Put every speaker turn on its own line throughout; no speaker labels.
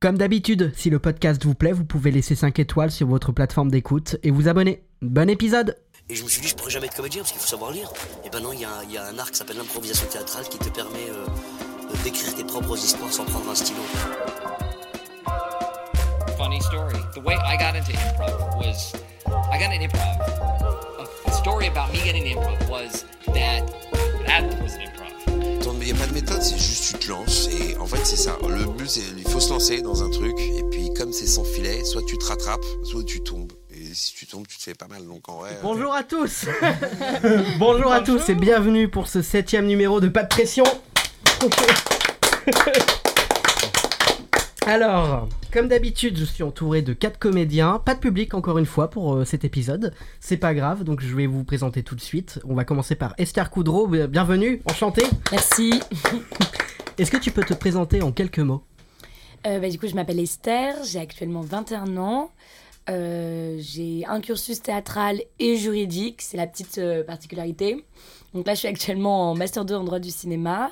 Comme d'habitude, si le podcast vous plaît, vous pouvez laisser 5 étoiles sur votre plateforme d'écoute et vous abonner. Bon épisode
Et je me suis dit, je pourrais jamais être comédien parce qu'il faut savoir lire. Et ben non, il y a, un- il y a un art qui s'appelle l'improvisation théâtrale qui te permet euh, euh, d'écrire tes propres histoires sans prendre un stylo.
funny story. The way I got into improv was I got into improv. A story about me getting into improv was that that was an improv.
Ton- Il n'y a pas de méthode, c'est juste tu te lances et en fait c'est ça. Le but c'est il faut se lancer dans un truc et puis comme c'est sans filet, soit tu te rattrapes, soit tu tombes. Et si tu tombes, tu te fais pas mal donc en vrai. euh,
Bonjour à tous Bonjour à tous et bienvenue pour ce septième numéro de Pas de pression Alors, comme d'habitude, je suis entouré de quatre comédiens, pas de public encore une fois pour euh, cet épisode. C'est pas grave, donc je vais vous présenter tout de suite. On va commencer par Esther Coudreau, Bien- bienvenue, enchantée.
Merci.
Est-ce que tu peux te présenter en quelques mots
Euh, bah, du coup, je m'appelle Esther, j'ai actuellement 21 ans. Euh, j'ai un cursus théâtral et juridique, c'est la petite euh, particularité. Donc là, je suis actuellement en Master 2 en droit du cinéma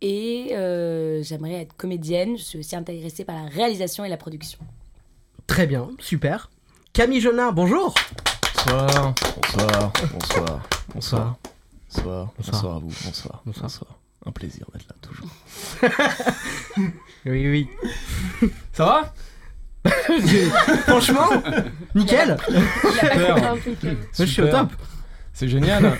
et euh, j'aimerais être comédienne. Je suis aussi intéressée par la réalisation et la production.
Très bien, super. Camille Jonin, bonjour
Bonsoir, bonsoir, bonsoir, bonsoir, bonsoir, bonsoir à vous, bonsoir,
Bonsoir.
bonsoir. Un plaisir d'être là toujours.
Oui, oui.
Ça va
Franchement, nickel
Super,
Je suis au
Super.
top
c'est génial.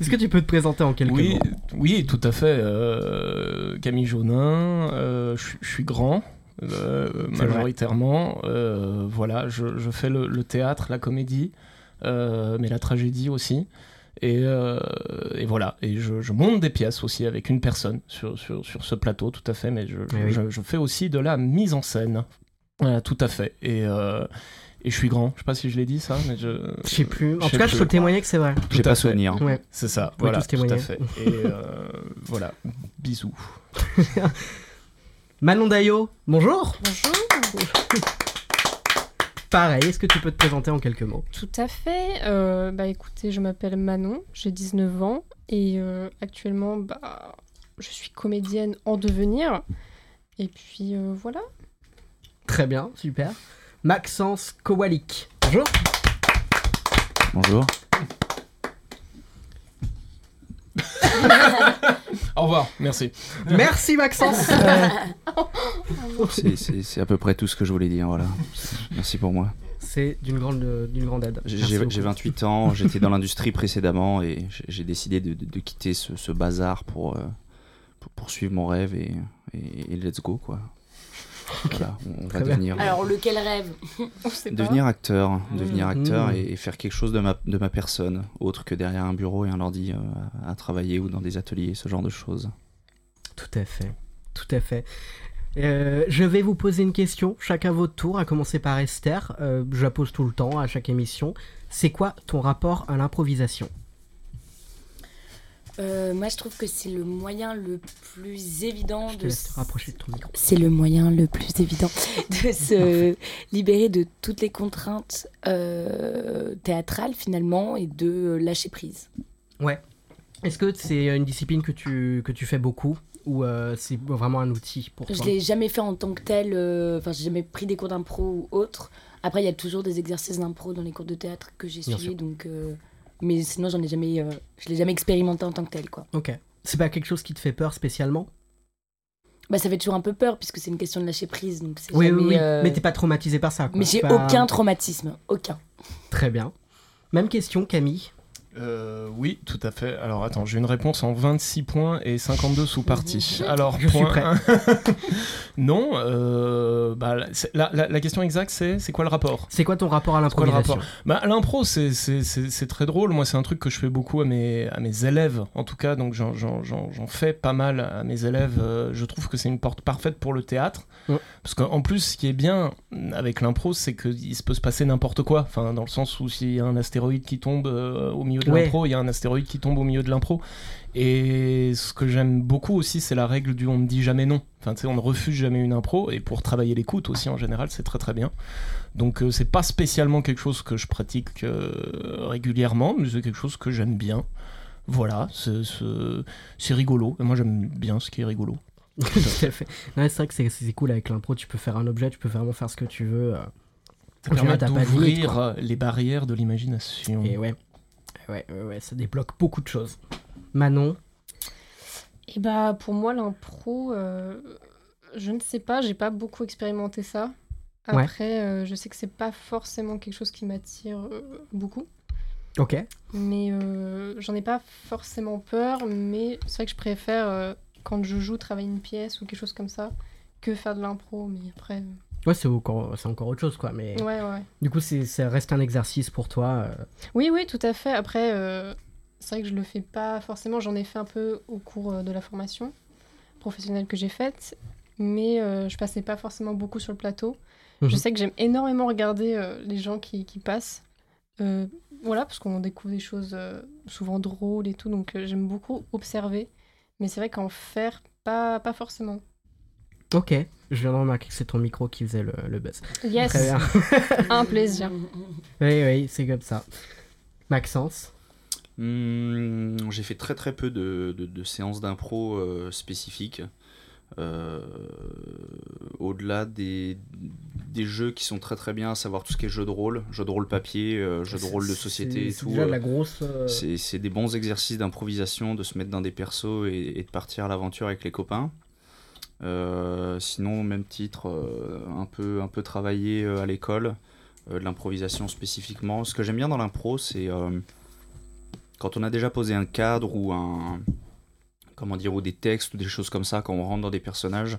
Est-ce que tu peux te présenter en quelques
Oui,
mots
oui, tout à fait. euh, Camille Jaunin, euh, je suis- je suis grand. euh,
C'est
majoritairement, euh, voilà, je, je fais le, le théâtre, la comédie, euh, mais la tragédie aussi, et, euh, et voilà, et je, je monte des pièces aussi avec une personne sur, sur, sur ce plateau, tout à fait, mais je, je,
Eh oui.
je- je fais aussi de la mise en scène, Voilà, tout à fait, et, euh, et je suis grand, je sais pas si je l'ai dit ça, mais je...
Je sais plus. En
Je
tout
sais
cas, je
plus.
peux témoigner que c'est vrai.
J'ai pas souvenir.
Ouais.
C'est ça,
pouvez
voilà,
tous
tout
témoigner.
à fait. Et euh, voilà, bisous.
Manon Dayo, bonjour
Bonjour.
Pareil, est-ce que tu peux te présenter en quelques mots
Tout à fait. Euh, bah écoutez, je m'appelle Manon, j'ai 19 ans et euh, actuellement bah je suis comédienne en devenir. Et puis euh, voilà.
Très bien, super. Maxence Kowalik, bonjour
Bonjour.
Au revoir, merci.
Merci Maxence Euh,
C'est- C'est c'est à peu près tout ce que je voulais dire, voilà. Merci pour moi.
C'est d'une grande, euh, d'une grande aide.
J'ai-
Merci
J'ai
beaucoup.
j'ai 28 ans, j'étais dans l'industrie précédemment et j'ai- j'ai décidé de, de- de quitter ce, ce bazar pour, euh, pour poursuivre mon rêve et, et- et let's go, quoi. Voilà, on, on
Très
va
bien.
devenir,
Alors, lequel rêve
On sait pas.
devenir acteur, devenir acteur
Mmh.
et, et faire quelque chose de ma, de ma personne, autre que derrière un bureau et un ordi euh, à, à travailler ou dans des ateliers, ce genre de choses.
Tout à fait, tout à fait. Euh, je vais vous poser une question, chacun votre tour, à commencer par Esther. Euh, je la pose tout le temps, à chaque émission. C'est quoi ton rapport à l'improvisation
Euh, Moi, je trouve que c'est le moyen le plus évident
Je te
de
laisse te rapprocher de ton micro.
C'est le moyen le plus évident de se libérer de toutes les contraintes euh, théâtrales finalement et de lâcher prise.
Est-ce que c'est une discipline que tu, que tu fais beaucoup ou euh, c'est vraiment un outil pour
Je
toi
l'ai jamais fait en tant que tel, euh, enfin j'ai jamais pris des cours d'impro ou autre. Après il y a toujours des exercices d'impro dans les cours de théâtre que j'ai
Bien
suivis, donc euh, mais sinon j'en ai jamais, euh, je l'ai jamais expérimenté en tant que tel quoi.
Ok. C'est pas quelque chose qui te fait peur spécialement
Bah ça fait toujours un peu peur puisque c'est une question de lâcher prise, donc c'est
Oui,
jamais,
oui, oui.
euh,
Mais t'es pas traumatisé par ça. quoi.
mais j'ai
C'est pas-
aucun traumatisme, aucun.
Très bien. Même question, Camille.
Euh, oui, tout à fait. Alors attends, j'ai une réponse en 26 points et 52 sous-parties. Alors,
Je suis
point
prêt.
un. non, euh, bah, la, c'est- la- la- la question exacte, c'est c'est quoi le rapport
C'est quoi ton rapport à
C'est quoi le
l'improvisation
rapport bah, L'impro, c'est- c'est c'est- c'est très drôle. Moi, c'est un truc que je fais beaucoup à mes, à mes élèves, en tout cas. Donc, j'en- j'en j'en- j'en fais pas mal à mes élèves. Euh, Je trouve que c'est une porte parfaite pour le théâtre.
Ouais.
Parce qu'en plus, ce qui est bien avec l'impro, c'est qu'il se peut se passer n'importe quoi. Enfin, dans le sens où s'il y a un astéroïde qui tombe euh, au milieu de
Ouais.
l'impro, il y a un astéroïde qui tombe au milieu de l'impro. Et ce que j'aime beaucoup aussi, c'est la règle du on ne dit jamais non. Enfin, tu sais, on ne refuse jamais une impro. Et pour travailler l'écoute aussi, en général, c'est très très bien. Donc euh, c'est pas spécialement quelque chose que je pratique euh, régulièrement, mais c'est quelque chose que j'aime bien. Voilà, c'est- c'est c'est rigolo. Et moi j'aime bien ce qui est rigolo.
Tout à fait. Non, c'est vrai que c'est- c'est cool avec l'impro, tu peux faire un objet, tu peux vraiment faire ce que tu veux. euh.
Ça
Au final,
permet
t'as pas de limite,
d'ouvrir les barrières de l'imagination.
Mm.
Et ouais. Ouais, ouais, ouais, ça débloque beaucoup de choses. Manon,
Et bah pour moi l'impro, euh, je ne sais pas, j'ai pas beaucoup expérimenté ça.
Ouais.
Après, euh, je sais que c'est pas forcément quelque chose qui m'attire euh, beaucoup,
ok.
mais euh, j'en ai pas forcément peur. Mais c'est vrai que je préfère euh, quand je joue travailler une pièce ou quelque chose comme ça que faire de l'impro. Mais après, euh,
Ouais, c'est encore, c'est encore autre chose, quoi. Mais
ouais, ouais.
du coup, c'est, ça reste un exercice pour toi. euh.
Oui, oui, tout à fait. Après, euh, c'est vrai que je le fais pas forcément. J'en ai fait un peu au cours euh, de la formation professionnelle que j'ai faite, mais euh, je passais pas forcément beaucoup sur le plateau. Je
Mhm.
sais que j'aime énormément regarder euh, les gens qui, qui passent. Euh, voilà, parce qu'on découvre des choses euh, souvent drôles et tout, donc euh, j'aime beaucoup observer. Mais c'est vrai qu'en faire, pas, pas forcément.
Ok. Je viens de remarquer que c'est ton micro qui faisait le, le buzz.
Yes,
Très bien.
un plaisir.
oui, oui, c'est comme ça. Maxence,
Hmm, j'ai fait très très peu de, de- de séances d'impro euh, spécifiques. Euh, Au-delà des, des jeux qui sont très très bien, à savoir tout ce qui est jeu de rôle, jeu de rôle papier, euh, jeu de rôle de
c'est-
société et
c'est
tout.
Déjà de
euh,
la grosse. euh,
C'est c'est des bons exercices d'improvisation, de se mettre dans des persos et, et de partir à l'aventure avec les copains. Euh, sinon, même titre, euh, un, peu, un peu travaillé euh, à l'école, euh, de l'improvisation spécifiquement. Ce que j'aime bien dans l'impro, c'est euh, quand on a déjà posé un cadre ou un. Comment dire, ou des textes ou des choses comme ça, quand on rentre dans des personnages,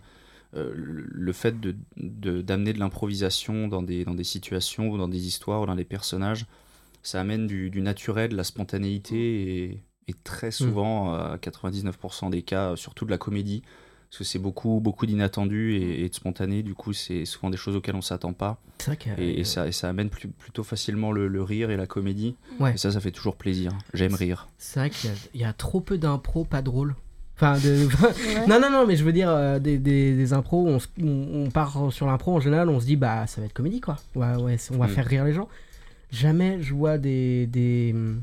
euh, le le fait d'amener de, d'amener de l'improvisation dans des, dans des situations ou dans des histoires ou dans des personnages ça amène du, du naturel, de la spontanéité et, et
Mm.
très souvent, à 99% des cas, surtout de la comédie, parce que c'est beaucoup, beaucoup d'inattendus et, et de spontané. Du coup, c'est souvent des choses auxquelles on s'attend pas
C'est vrai que,
et, et
euh,
ça, et ça amène plus- plutôt facilement le, le rire et la comédie.
Ouais.
Et ça, ça fait toujours plaisir. J'aime rire.
c'est vrai qu'il y a, il y a trop peu d'impro pas drôle. Enfin, de...
Ouais.
non, non, non, mais je veux dire, euh, des, des, des impros, on, se- on- on part sur l'impro en général, on se dit, bah, ça va être comédie, quoi. Ouais, ouais, c'est- on va
Mm.
faire rire les gens. Jamais je vois des, des, hum,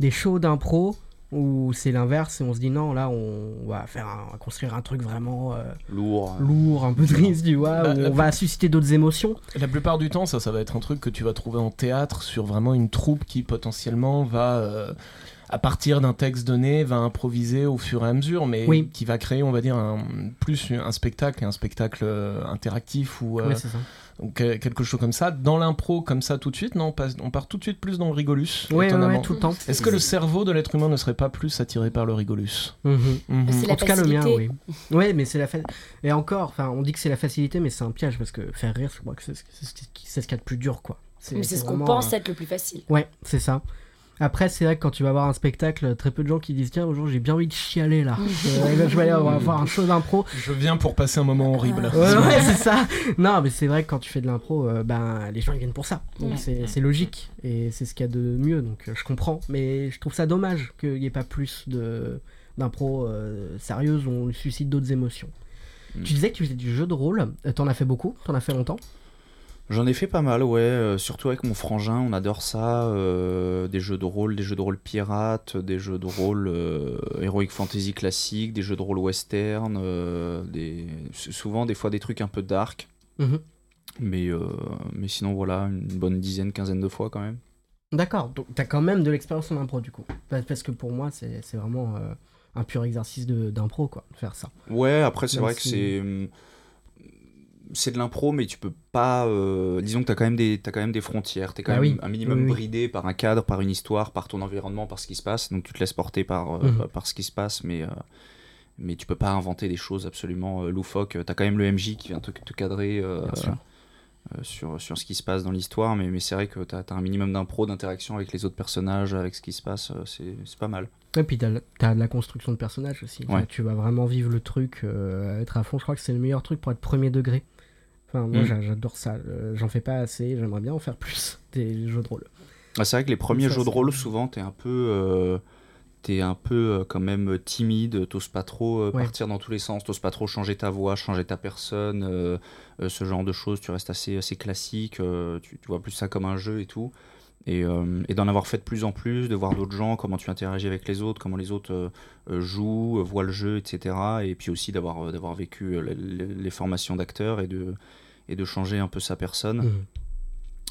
des shows d'impro où c'est l'inverse et on se dit, non, là, on va faire un- on va construire un truc vraiment euh,
Lourd.
lourd, un peu triste, tu vois,
Bah,
où
Ah. la
on va susciter d'autres émotions.
La plupart du temps, ça, ça va être un truc que tu vas trouver en théâtre sur vraiment une troupe qui potentiellement va, euh, à partir d'un texte donné, va improviser au fur et à mesure, mais
Oui.
qui va créer, on va dire, un, plus un spectacle, un spectacle euh, interactif ou euh,
Ouais, c'est ça.
ou que- quelque chose comme ça. Dans l'impro, comme ça, tout de suite, non, on, passe- on part tout de suite plus dans le rigolus.
Ouais, ouais,
étonnamment.
ouais, tout le temps.
Est-ce que le cerveau de l'être humain ne serait pas plus attiré par le rigolus
Mhm.
Mhm.
C'est la
en tout cas, le mien, oui.
facilité.
Ouais, mais c'est la fa- Et encore, enfin, on dit que c'est la facilité, mais c'est un piège parce que faire rire, je crois que c'est c'est ce qui- c'est ce qu'il y a de plus dur, quoi.
Mais c'est ce qu'on
vraiment,
pense
euh,
être le plus facile.
Ouais, c'est ça. Après, c'est vrai que quand tu vas voir un spectacle, très peu de gens qui disent Tiens, aujourd'hui, j'ai bien envie de chialer là. Euh, là, je vais aller voir- voir un show d'impro.
Je viens pour passer un moment horrible.
Ouais, ouais, c'est ça. Non, mais c'est vrai que quand tu fais de l'impro, euh, ben, les gens ils viennent pour ça. Donc
Ouais.
c'est c'est logique et c'est ce qu'il y a de mieux. Donc euh, je comprends, mais je trouve ça dommage qu'il n'y ait pas plus de d'impro euh, sérieuse où on suscite d'autres émotions.
Mm.
Tu disais que tu faisais du jeu de rôle. Euh, T'en as fait beaucoup T'en as fait longtemps
J'en ai fait pas mal, ouais. euh, surtout avec mon frangin, on adore ça. euh, des jeux de rôle, des jeux de rôle pirates, des jeux de rôle euh, heroic fantasy classique, des jeux de rôle western, euh, des... s- souvent des fois des trucs un peu dark.
Mhm.
Mais, euh, mais sinon, voilà, une bonne dizaine, quinzaine de fois quand même.
D'accord. Donc t'as quand même de l'expérience en impro du coup. Parce parce que pour moi, c'est c'est vraiment euh, un pur exercice de- d'impro quoi, de faire ça.
Ouais, après, c'est
Même
vrai que
si-
c'est. hum, C'est de l'impro, mais tu peux pas. euh, disons que t'as quand même des, t'as quand même des frontières. T'es quand
Bah
même
oui.
un minimum
Oui, oui.
bridé par un cadre, par une histoire, par ton environnement, par ce qui se passe. Donc tu te laisses porter par, euh,
Mhm.
par ce qui se passe, mais. euh, mais tu peux pas inventer des choses absolument euh, loufoques. T'as quand même le MJ qui vient te, te cadrer euh,
Bien sûr.
euh, sur, sur ce qui se passe dans l'histoire, mais, mais c'est vrai que t'as as un minimum d'impro, d'interaction avec les autres personnages, avec ce qui se passe, euh, c'est c'est pas mal.
Et puis t'as as de la construction de personnage aussi. Enfin,
Ouais.
tu vas vraiment vivre le truc, euh, être à fond. Je crois que c'est le meilleur truc pour être premier degré. Enfin, moi
Mm.
j'a- j'adore ça. Euh, J'en fais pas assez. J'aimerais bien en faire plus des jeux de rôle.
Ah, c'est vrai que les premiers
Ça,
jeux de
c'est-
rôle, souvent, t'es un peu, euh, t'es un peu euh, quand même timide, t'oses pas trop euh,
Ouais.
partir dans tous les sens, t'oses pas trop changer ta voix, changer ta personne, euh, euh, ce genre de choses. Tu restes assez, assez classique, euh, tu, tu vois plus ça comme un jeu et tout. Et, euh, et d'en avoir fait de plus en plus, de voir d'autres gens, comment tu interagis avec les autres, comment les autres euh, euh, jouent, euh, voient le jeu, etc. Et puis aussi d'avoir euh, d'avoir vécu euh, les- les, les formations d'acteurs et de, et de changer un peu sa personne.
Mhm.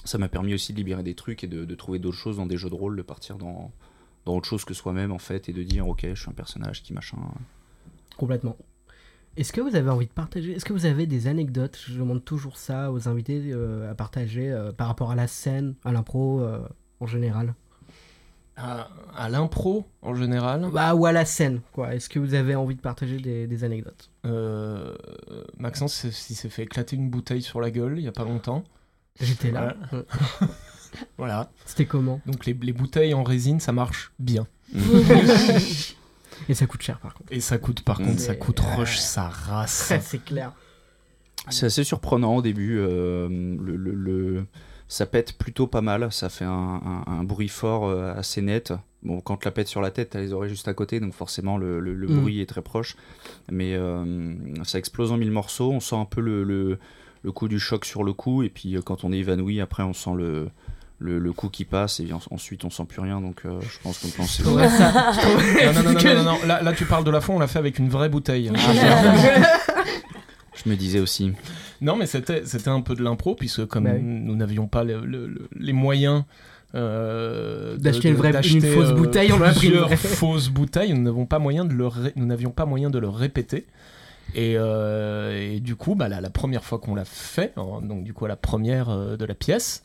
Ça m'a permis aussi de libérer des trucs et de, de trouver d'autres choses dans des jeux de rôle, de partir dans, dans autre chose que soi-même en fait, et de dire ok, je suis un personnage qui machin.
Complètement. Est-ce que vous avez envie de partager Est-ce que vous avez des anecdotes Je demande toujours ça aux invités euh, à partager euh, par rapport à la scène, à l'impro euh, en général.
À, à l'impro, en général,
Bah, ou à la scène, quoi. Est-ce que vous avez envie de partager des, des anecdotes
euh, Maxence s'est- s'il s'est fait éclater une bouteille sur la gueule il y a pas longtemps.
J'étais là.
Voilà.
C'était comment
Donc les, les bouteilles en résine, ça marche bien.
Et ça coûte cher, par contre.
Et ça coûte, par
Mm.
contre, ça
C'est-
coûte roche sa race.
C'est clair.
C'est assez surprenant au début. euh, le, le- le- Ça pète plutôt pas mal. Ça fait un, un- un bruit fort euh, assez net. Bon, quand tu la pète sur la tête, t'as les oreilles juste à côté, donc forcément le, le- le
Mm.
bruit est très proche. Mais euh, ça explose en mille morceaux. On sent un peu le, le- le coup du choc sur le cou. Et puis euh, quand on est évanoui, après on sent le, le, le coup qui passe. Et en- ensuite on sent plus rien. Donc euh, je pense qu'on peut lancer.
Ouais, ça, je trouve-
non, non, non, non, non, non, Là, là, tu parles de la fond, on l'a fait avec une vraie bouteille. Ah,
Je me disais aussi.
Non, mais c'était, c'était un peu de l'impro, puisque comme
Bah oui.
nous n'avions pas le- le- le- les moyens euh, de-
D'acheter une vraie-
d'acheter, euh,
une fausse bouteille, on a pris une
plusieurs
vraie.
fausses bouteilles, nous n'avons pas moyen de le ré- nous n'avions pas moyen de le répéter. Et, euh, et du coup, bah, la, la première fois qu'on l'a fait, en- donc du coup à la première euh, de la pièce,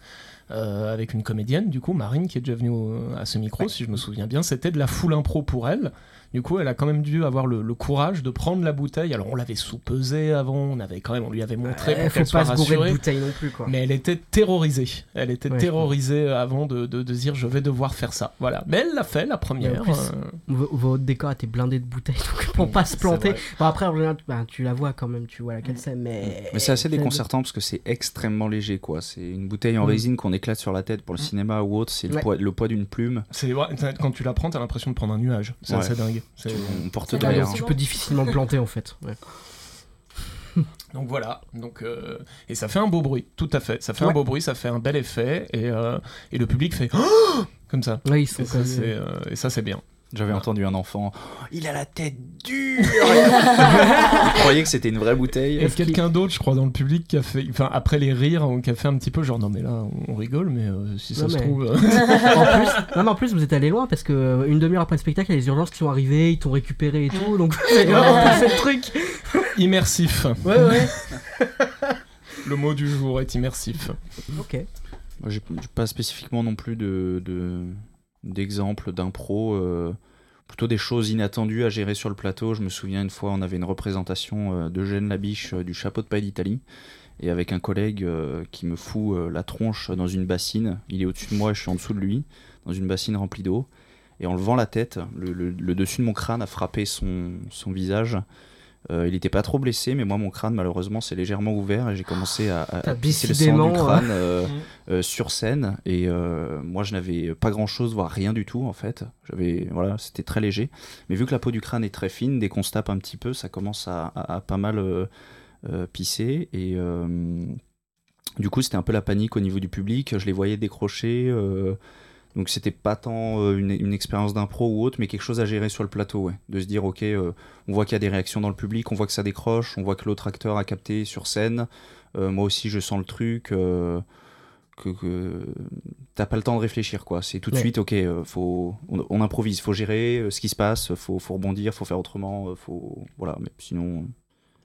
euh, avec une comédienne, du coup Marine qui est déjà venue au- à ce micro, si je me souviens bien, c'était de la full impro pour elle. Du coup, elle a quand même dû avoir le, le courage de prendre la bouteille. Alors on l'avait sous-pesée avant, on avait quand même, on lui avait montré
Euh,
pour
faut
qu'elle soit
pas se gourer de
rassurée.
bouteilles non plus, quoi.
Mais elle était terrorisée. Elle était
Ouais, je
terrorisée euh, avant de, de, de dire je vais devoir faire ça. Voilà. Mais elle l'a fait, la
Mais en
première.
plus,
euh,
V- Votre décor était blindé de bouteilles, donc pour
Bon,
pas se
c'est
planter.
vrai.
Bon, après, en général, tu- ben, tu la vois quand même, tu vois laquelle c'est, mais.
Mais c'est assez
Faible.
déconcertant parce que c'est extrêmement léger, quoi. C'est une bouteille en
Euh, Mm.
résine qu'on éclate sur la tête pour le cinéma ou autre. C'est le
Ouais.
poids, le poids d'une plume.
c'est vrai, t'as- quand tu la prends, t'as l'impression de prendre un nuage. C'est
Ouais.
assez dingue. C'est-
On porte
Ça
Ah,
derrière.
donc tu peux difficilement le planter en fait. Ouais.
Donc voilà. Donc, euh, Et ça fait un beau bruit, tout à fait. Ça fait
Ouais.
un beau bruit, ça fait un bel effet. Et, euh, et le public fait Oh comme ça.
Ouais, ils
Et
sont
ça,
comme-
c'est, euh, et ça, c'est bien.
J'avais
Ouais.
entendu un enfant. Oh, il a la tête dure. Il croyait que c'était une vraie
Il y a
bouteille.
Est-ce qu'il-
quelqu'un d'autre, je crois, dans le public qui a fait, enfin après les rires, qui a fait un petit peu genre non mais là on rigole, mais euh, si
Non,
ça se
mais-
trouve. euh,
en plus, non, mais en plus, vous êtes allé loin parce que euh, une demi-heure après le spectacle, il y a les urgences qui sont arrivées, ils t'ont récupéré et tout, donc c'est vraiment passé le truc.
immersif.
Ouais, ouais.
Le mot du jour est immersif.
ok.
Moi, J'ai j'ai pas spécifiquement non plus de de- d'exemple d'impro. euh, plutôt des choses inattendues à gérer sur le plateau. Je me souviens une fois, on avait une représentation euh, d'Eugène Labiche euh, du chapeau de paille d'Italie. Et avec un collègue euh, qui me fout euh, la tronche dans une bassine. Il est au-dessus de moi, et je suis en dessous de lui, dans une bassine remplie d'eau. Et en levant la tête, le, le- le dessus de mon crâne a frappé son, son visage. Euh, il n'était pas trop blessé, mais moi, mon crâne, malheureusement, s'est légèrement ouvert et j'ai commencé à, à,
T'as
à pisser le sang
décidément,
du crâne euh, euh, sur scène. Et euh, moi, je n'avais pas grand-chose, voire rien du tout, en fait. J'avais, voilà, c'était très léger. Mais vu que la peau du crâne est très fine, dès qu'on se tape un petit peu, ça commence à, à- à pas mal euh, euh, pisser. Et euh, du coup, c'était un peu la panique au niveau du public. Je les voyais décrocher. euh, donc, c'était pas tant euh, une, une expérience d'impro ou autre, mais quelque chose à gérer sur le plateau. ouais. De se dire, ok, euh, on voit qu'il y a des réactions dans le public, on voit que ça décroche, on voit que l'autre acteur a capté sur scène. Euh, moi aussi, je sens le truc. euh, que, que- t'as pas le temps de réfléchir quoi c'est tout de
Ouais.
suite ok euh, faut on, on improvise faut gérer euh, ce qui se passe faut, faut rebondir faut faire autrement euh, faut voilà mais sinon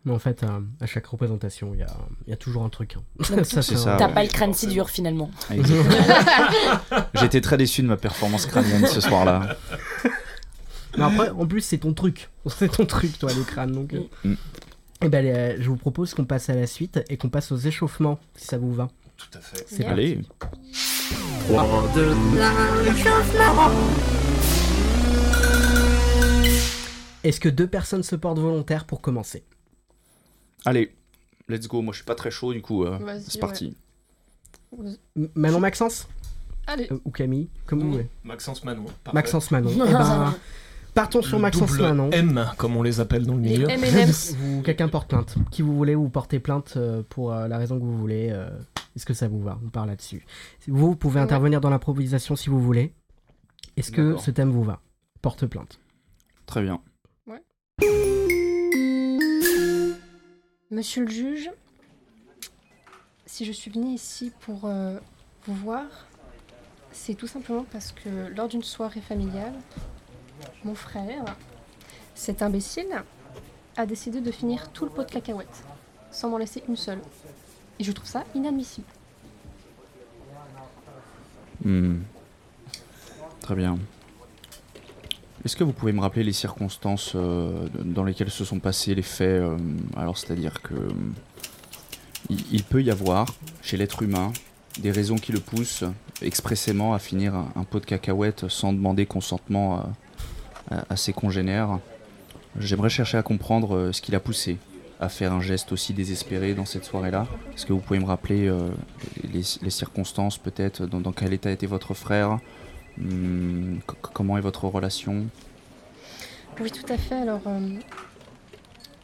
Mais en fait, euh, à chaque représentation, il y a, il y a toujours un truc. hein.
Donc,
ça, c'est
c'est
un-
ça.
T'as
ouais.
pas le crâne si dur finalement.
j'étais très déçu de ma performance crânienne ce soir là
Mais après, en plus, c'est ton truc. C'est ton truc, toi, le crâne. Donc, euh.
Mm.
Eh ben, euh, je vous propose qu'on passe à la suite et qu'on passe aux échauffements, si ça vous va.
Tout à fait.
C'est
allez
Est-ce que deux personnes se portent volontaires pour commencer
allez let's go moi je suis pas très chaud du coup euh,
Vas-y,
c'est parti
M- Manon Maxence
Allez,
Euh, Ou Camille Comme vous
Mm.
voulez.
Maxence Manon. parfait.
Maxence Manon. Eh ben, partons
Le
sur Maxence
double
Manon.
M, comme on les appelle dans le milieu.
M&M's.
Vous- Quelqu'un porte plainte. Qui vous voulez, vous portez plainte euh, pour euh, la raison que vous voulez. euh, Est-ce que ça vous va On parle là-dessus. Vous pouvez
Ouais.
intervenir dans l'improvisation si vous voulez. Est-ce que
D'accord.
ce thème vous va Porte plainte.
Très bien.
Monsieur le juge, si je suis venue ici pour euh, vous voir, c'est tout simplement parce que lors d'une soirée familiale, mon frère, cet imbécile, a décidé de finir tout le pot de cacahuètes, sans m'en laisser une seule. Et je trouve ça inadmissible.
Hmm. Très bien. Est-ce que vous pouvez me rappeler les circonstances euh, dans lesquelles se sont passés les faits euh, Alors, c'est-à-dire que euh, il, il peut y avoir chez l'être humain des raisons qui le poussent expressément à finir un, un pot de cacahuètes sans demander consentement à, à- à ses congénères. J'aimerais chercher à comprendre euh, ce qui l'a poussé à faire un geste aussi désespéré dans cette soirée-là. Est-ce que vous pouvez me rappeler euh, les, les circonstances peut-être, dans, dans quel état était votre frère, Hum, co- comment est votre relation
Oui, tout à fait. Alors, euh,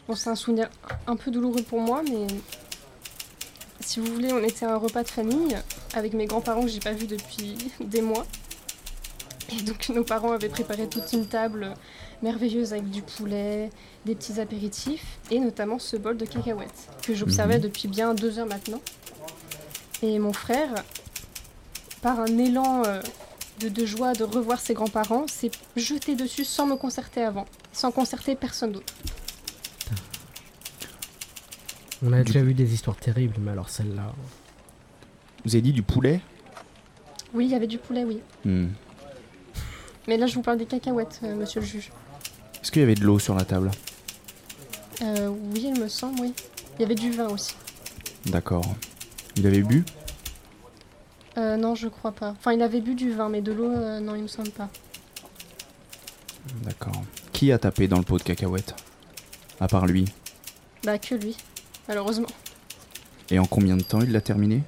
bon, c'est un souvenir un peu douloureux pour moi, mais si vous voulez, on était à un repas de famille avec mes grands-parents que j'ai pas vus depuis des mois. Et donc, nos parents avaient préparé toute une table merveilleuse avec du poulet, des petits apéritifs et notamment ce bol de cacahuètes que j'observais
Mhm.
depuis bien deux heures maintenant. Et mon frère, par un élan euh, de, de joie de revoir ses grands-parents, s'est jeté dessus sans me concerter avant, sans concerter personne d'autre.
On a
Du
déjà vu des histoires terribles, mais alors celle-là.
Vous avez dit du poulet
Oui, il y avait du poulet, oui.
Hum.
Mais là, je vous parle des cacahuètes, euh, monsieur le juge.
Est-ce qu'il y avait de l'eau sur la table
Euh, oui, il me semble, oui. Il y avait du vin aussi.
D'accord. Il avait bu
Euh, non, je crois pas. Enfin, il avait bu du vin, mais de l'eau, euh, non, il me semble pas.
D'accord. Qui a tapé dans le pot de cacahuètes À part lui.
Bah, que lui, malheureusement.
Et en combien de temps il l'a terminé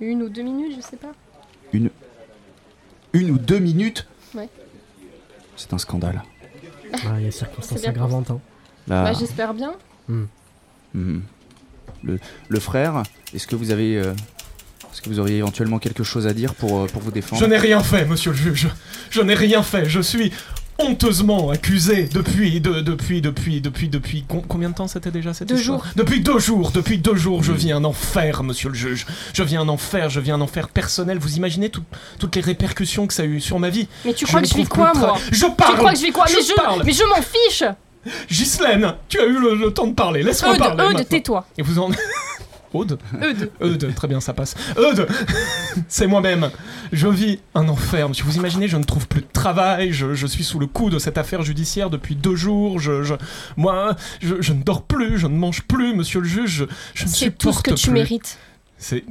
Une ou deux minutes, je sais pas.
Une ou deux minutes
Ouais.
C'est un scandale.
Ah, il y a circonstances
bien
aggravantes. hein.
Ah.
Là,
Bah, j'espère bien.
hum. le, le frère, est-ce que vous avez... euh, Est-ce que vous auriez éventuellement quelque chose à dire pour, euh, pour vous défendre
Je n'ai rien fait, monsieur le juge. Je n'ai rien fait. Je suis honteusement accusé depuis, de- depuis, depuis, depuis, depuis. com- combien de temps c'était déjà cette
Deux
histoire
jours.
Depuis deux jours. Depuis deux jours, je vis un enfer, monsieur le juge. Je vis un enfer. Je vis un enfer personnel. Vous imaginez tout- toutes les répercussions que ça a eu sur ma vie
Mais tu crois
ne
que je vis
trouve plus
quoi,
de
moi
travail. Je
Tu
parle.
crois que je vis quoi Mais
Je parle.
je, mais je m'en fiche
Ghislaine, tu as eu le, le temps de parler. Laisse-moi
Eudes,
parler.
Eudes,
maintenant.
tais-toi.
Et vous en. Aude
Eudes.
Eude, très bien, ça passe. Eude C'est moi-même. Je vis un enfer. monsieur. Vous imaginez, je ne trouve plus de travail, je, je suis sous le coup de cette affaire judiciaire depuis deux jours, je... je- moi, je, je ne dors plus, je ne mange plus, monsieur le juge, je, je ne
C'est tout ce
supporte
que tu
plus.
mérites.
C'est...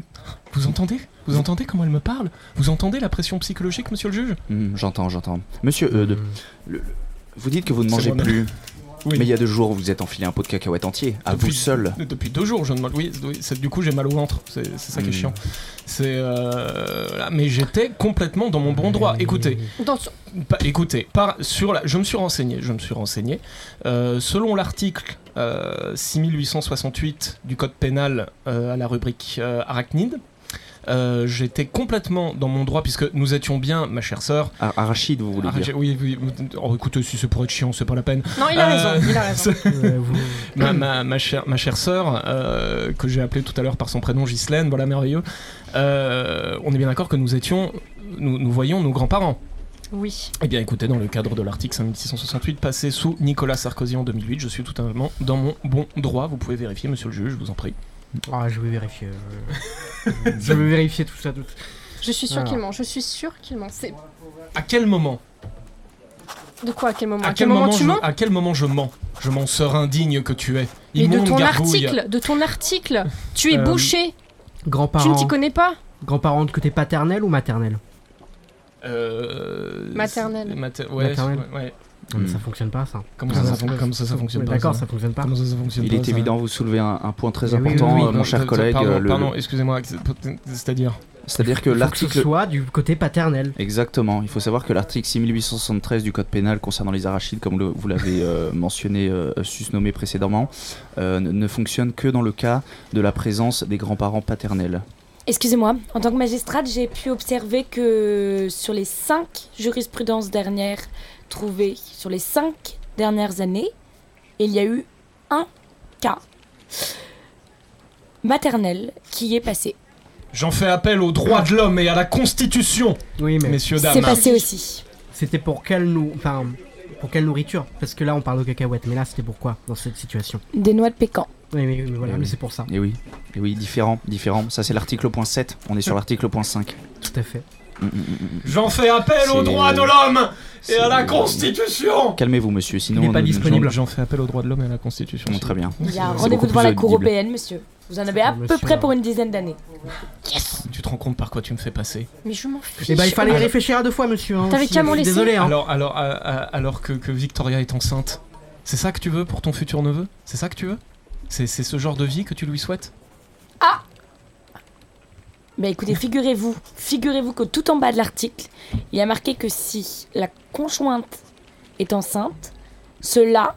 Vous entendez Vous entendez comment elle me parle Vous entendez la pression psychologique, monsieur le juge
Hum, j'entends, j'entends. Monsieur Eudes, le- le- vous dites que vous ne
Mhm. C'est
mangez
moi-même.
plus,
Oui.
mais il y a deux jours, vous êtes enfilé un pot de cacahuètes entier, à
Depuis-
vous seul.
Depuis deux jours, je ne mange... Oui, oui, c'est- du coup, j'ai mal au ventre, c'est, c'est ça qui est
Hmm.
chiant. C'est... euh, voilà, Mais j'étais complètement dans mon bon
Hmm.
droit. Écoutez,
Dans ce-
Bah, écoutez, par, sur la, je me suis renseigné, je me suis renseigné. Euh, selon l'article euh, 6868 du code pénal euh, à la rubrique euh, arachnide, euh, j'étais complètement dans mon droit puisque nous étions bien, ma chère sœur.
Ar- Arachide, vous voulez
Ah, j'ai-
dire
oui, oui, oh, écoutez, si c'est pour être chiant, c'est pas la peine.
Non, il a
Euh,
raison, il a raison.
Euh, vous-
Ma, ma, ma chère, ma chère sœur, euh, que j'ai appelée tout à l'heure par son prénom Ghislaine, voilà merveilleux. euh, on est bien d'accord que nous étions, nous, nous voyions nos grands-parents.
Oui.
Eh bien écoutez, dans le cadre de l'article 5668 passé sous Nicolas Sarkozy en 2008, je suis totalement dans mon bon droit. Vous pouvez vérifier, monsieur le juge, je vous en prie.
Ah, je vais vérifier. euh, je vais vérifier tout ça. Tout...
Je suis sûre
Ah.
Alors.
qu'il ment, je suis sûre qu'il ment. C'est...
À quel moment
De quoi, à quel moment
À quel moment,
tu
je, Ah,
mens
à quel moment je mens Je mens, sœur indigne que tu es.
Mais de
Immonde
ton
gargouille.
article, de ton article, tu es
Euh,
bouché, tu ne
Grands-parents.
t'y connais pas
Grands-parents de côté paternel ou maternel
Euh,
Maternelle.
mater- Euh, ouais,
Maternelle.
ouais, ouais.
Non, mais
Hmm.
ça fonctionne pas ça.
Comment
Ah,
ça, ça,
non,
fon-
c'est-
comment ça, ça
Mais
fonctionne pas
D'accord,
ça
ça fonctionne pas.
Comment ça, ça fonctionne
Il
pas,
est
ça
évident, vous soulevez un, un point très
Mais oui,
important,
oui, oui,
euh, mon
non,
cher
pardon,
collègue.
Pardon,
euh, le-
pardon, excusez-moi, ex- c'est-à-dire
C'est-à-dire que
Il faut que ce
l'article
soit du côté paternel.
Exactement. Il faut savoir que l'article 6873 du Code pénal concernant les arachides, comme le- vous l'avez euh, mentionné, euh, susnommé précédemment, euh, ne- ne fonctionne que dans le cas de la présence des grands-parents paternels.
Excusez-moi, en tant que magistrate, j'ai pu observer que sur les cinq jurisprudences dernières trouvées, sur les cinq dernières années, il y a eu un cas maternel qui est passé.
J'en fais appel aux droits de l'homme et à la Constitution,
Oui, mais
messieurs, dames.
C'est passé aussi.
c'était pour quelle nou- enfin, pour quelle nourriture Parce que là, on parle de cacahuètes, mais là, c'était pourquoi dans cette situation
Des noix de pécan.
Oui, mais, mais voilà,
Oui,
mais
oui.
c'est pour ça.
Et oui, et oui, différent, différent. Ça, c'est l'article point 7. On est sur l'article point 5.
Tout à fait.
Mm, mm, mm, mm.
J'en fais appel aux
C'est-
droits de l'homme et à la
C'est-
Constitution
Calmez-vous, monsieur. Sinon,
Il est pas
on- on-
disponible.
J'en fais appel aux droits de l'homme et à la Constitution.
Bon, très bien.
Il y a
C'est
rendez-vous
beaucoup
devant
plus
la Cour
audible.
européenne, monsieur. Vous en avez à peu
monsieur,
près
hein.
pour une dizaine d'années.
Tu te rends compte par quoi tu me fais passer
Mais je m'en fiche.
Eh ben, il fallait y
Alors-
réfléchir à deux fois, monsieur. hein,
T'avais
aussi.
qu'à m'en
Je suis
laisser.
Désolé. hein.
Ah. Alors, alors, euh, euh, alors que, que Victoria est enceinte, c'est ça que tu veux pour ton futur neveu C'est ça que tu veux C'est c'est ce genre de vie que tu lui souhaites
Bah écoutez, figurez-vous, figurez-vous que tout en bas de l'article, il y a marqué que si la conjointe est enceinte, cela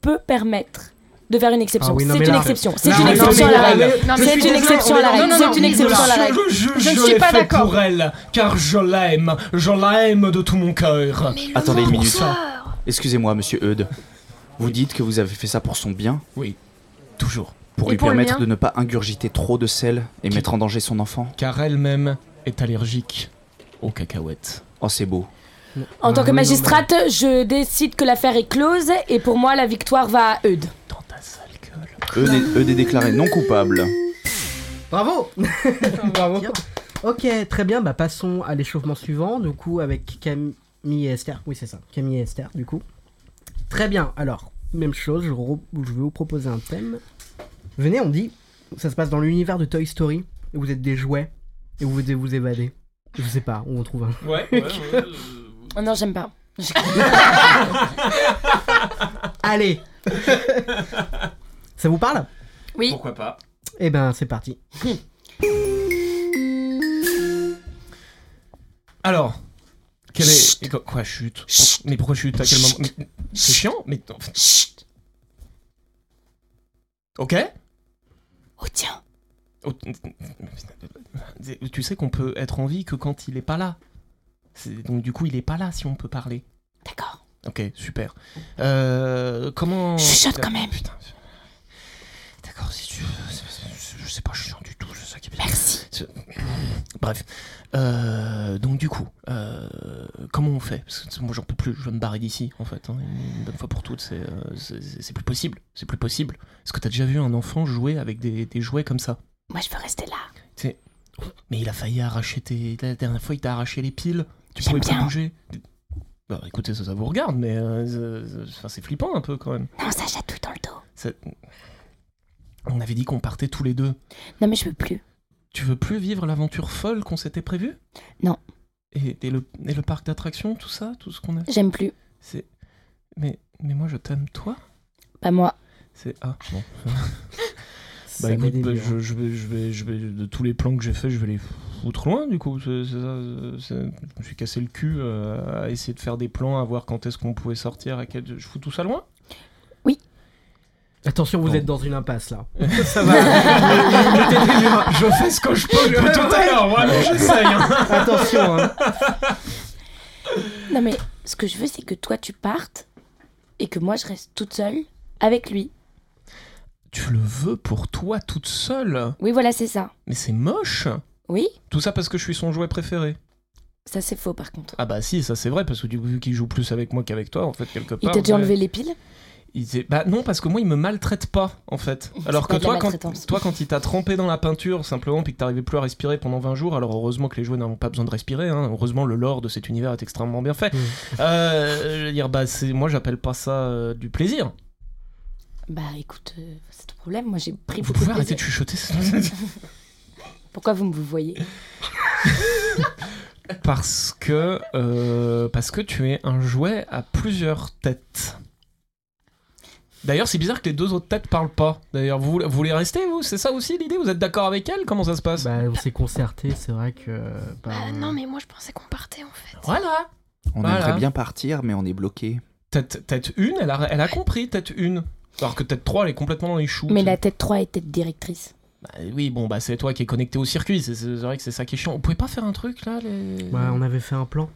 peut permettre de faire une exception.
Ah oui, non,
c'est
mais
une
là-
exception. C'est
là,
une
on est
exception à la
dans les
règle.
règles.
Non, mais
C'est
je
une
suis désolée,
exception
on est
à la
dans-
règle,
Non, non,
c'est
non,
une
on est
exception
dans-
à la règle.
Je le juge,
Je ne
je
suis
l'ai
pas
fait
d'accord.
pour elle, car je l'aime, je l'aime de tout mon cœur.
Attendez une minute. Excusez-moi, monsieur Eudes. Vous dites que vous avez fait ça pour son bien
Toujours.
pour
Et
lui
pour le
permettre de
mien
ne pas ingurgiter trop de sel et mettre en danger son enfant
Car elle-même est allergique aux cacahuètes.
Oh, c'est beau.
En
Ah
tant que
oui, non,
magistrate, je décide que l'affaire est close et pour moi la victoire va à Eudes.
Dans ta sale gueule.
Eudes est, Eudes est déclaré non coupable.
Bravo Bravo Ok, très bien, bah passons à l'échauffement suivant, du coup, avec Camille et Esther. Oui, c'est ça, Camille et Esther, du coup. Très bien, alors, même chose, je, re- je vais vous proposer un thème. Venez, on dit, ça se passe dans l'univers de Toy Story, et vous êtes des jouets, et vous devez vous évader. Je sais pas, où on trouve un.
Ouais,
Oh non, j'aime pas.
Allez Ça vous parle
Oui,
pourquoi pas.
Eh ben, c'est parti.
Alors, quelle est. et quoi- Quoi, chute Pour- Mais pourquoi chute À quel moment Mais- C'est chiant Mais. enfin- Ok
oh tiens.
Oh, Tu sais qu'on peut être en vie que quand il est pas là. C'est- Donc du coup, il est pas là si on peut parler.
D'accord.
Ok, super. Euh, comment
Chuchote
Putain,
quand même.
putain. D'accord, si tu veux. C'est- c'est- Je sais pas, je suis chiant du tout, c'est ça qui est bizarre.
Merci.
Bref. Euh, donc du coup, euh, comment on fait Parce que moi j'en peux plus, je vais me barrer d'ici en fait. hein. Une bonne fois pour toutes, c'est euh, c'est- c'est- c'est plus possible. C'est plus possible. Est-ce que t'as déjà vu un enfant jouer avec des, des jouets comme ça
Moi je veux rester là.
Mais il a failli arracher tes... La dernière fois il t'a arraché les piles, tu
J'aime
pouvais pas
bien.
bouger. Bah écoutez, ça, ça vous regarde, mais euh, euh, enfin, c'est flippant un peu quand même.
Non, ça tout dans le dos.
Ça- On avait dit qu'on partait tous les deux.
Non mais je veux plus.
Tu veux plus vivre l'aventure folle qu'on s'était prévue
Non.
Et, et le, et le parc d'attractions, tout ça, tout ce qu'on a
J'aime plus.
C'est. Mais, mais moi je t'aime, toi
Pas moi.
C'est. Ah, bon.
Ça
Bah écoute,
fait
bah,
délire.
je, je vais, je, vais, je vais. De tous les plans que j'ai faits, je vais les foutre loin du coup. C'est- c'est ça, euh, c'est- Je me suis cassé le cul euh, à essayer de faire des plans, à voir quand est-ce qu'on pouvait sortir, à quel. Je fous tout ça loin
Attention, vous
Bon.
êtes dans une impasse là. ça va.
Je fais ce que je peux depuis tout à l'heure, vraiment, j'essaye hein.
Attention, hein.
Non mais ce que je veux c'est que toi tu partes et que moi je reste toute seule avec lui.
Tu le veux pour toi toute seule
Oui voilà c'est ça.
Mais c'est moche
Oui
Tout ça parce que je suis son jouet préféré.
Ça c'est faux par contre.
Ah bah si, ça c'est vrai, parce que du coup, vu qu'il joue plus avec moi qu'avec toi, en fait, quelque part... ben,
Il t'a déjà
ouais.
enlevé les piles
Il s'est- Bah non, parce que moi, il me maltraite pas, en fait.
C'est
Alors
pas
que
de la
toi quand,
maltraitance.
toi, quand il t'a trempé dans la peinture, simplement, puis que t'arrivais plus à respirer pendant 20 jours, alors heureusement que les jouets n'ont pas besoin de respirer, hein. heureusement le lore de cet univers est extrêmement bien fait.
Mm.
Euh, je veux dire, bah c'est... Moi, j'appelle pas ça euh, du plaisir.
Bah écoute, euh, c'est ton problème, moi j'ai pris
Vous
beaucoup
pouvez
de
arrêter
plaisir.
de chuchoter ça
Pourquoi vous me vous voyez
parce que euh, parce que tu es un jouet à plusieurs têtes. D'ailleurs, c'est bizarre que les deux autres têtes parlent pas. D'ailleurs, vous, voulez- vous voulez rester, vous C'est ça aussi l'idée Vous êtes d'accord avec elle Comment ça se passe
Bah, on s'est concerté, c'est vrai que. euh, bah,
Ah, non, mais moi je pensais qu'on partait en fait.
Voilà
On
Voilà.
aimerait bien partir, mais on est bloqué.
Tête, tête une, elle a, elle a compris, tête une. Alors que tête 3, elle est complètement dans les choux.
Mais la tête 3 est tête directrice.
Bah oui, bon, bah c'est toi qui es connecté au circuit, c'est c'est vrai que c'est ça qui est chiant. Vous pouvez pas faire un truc là les...
bah, on avait fait un plan.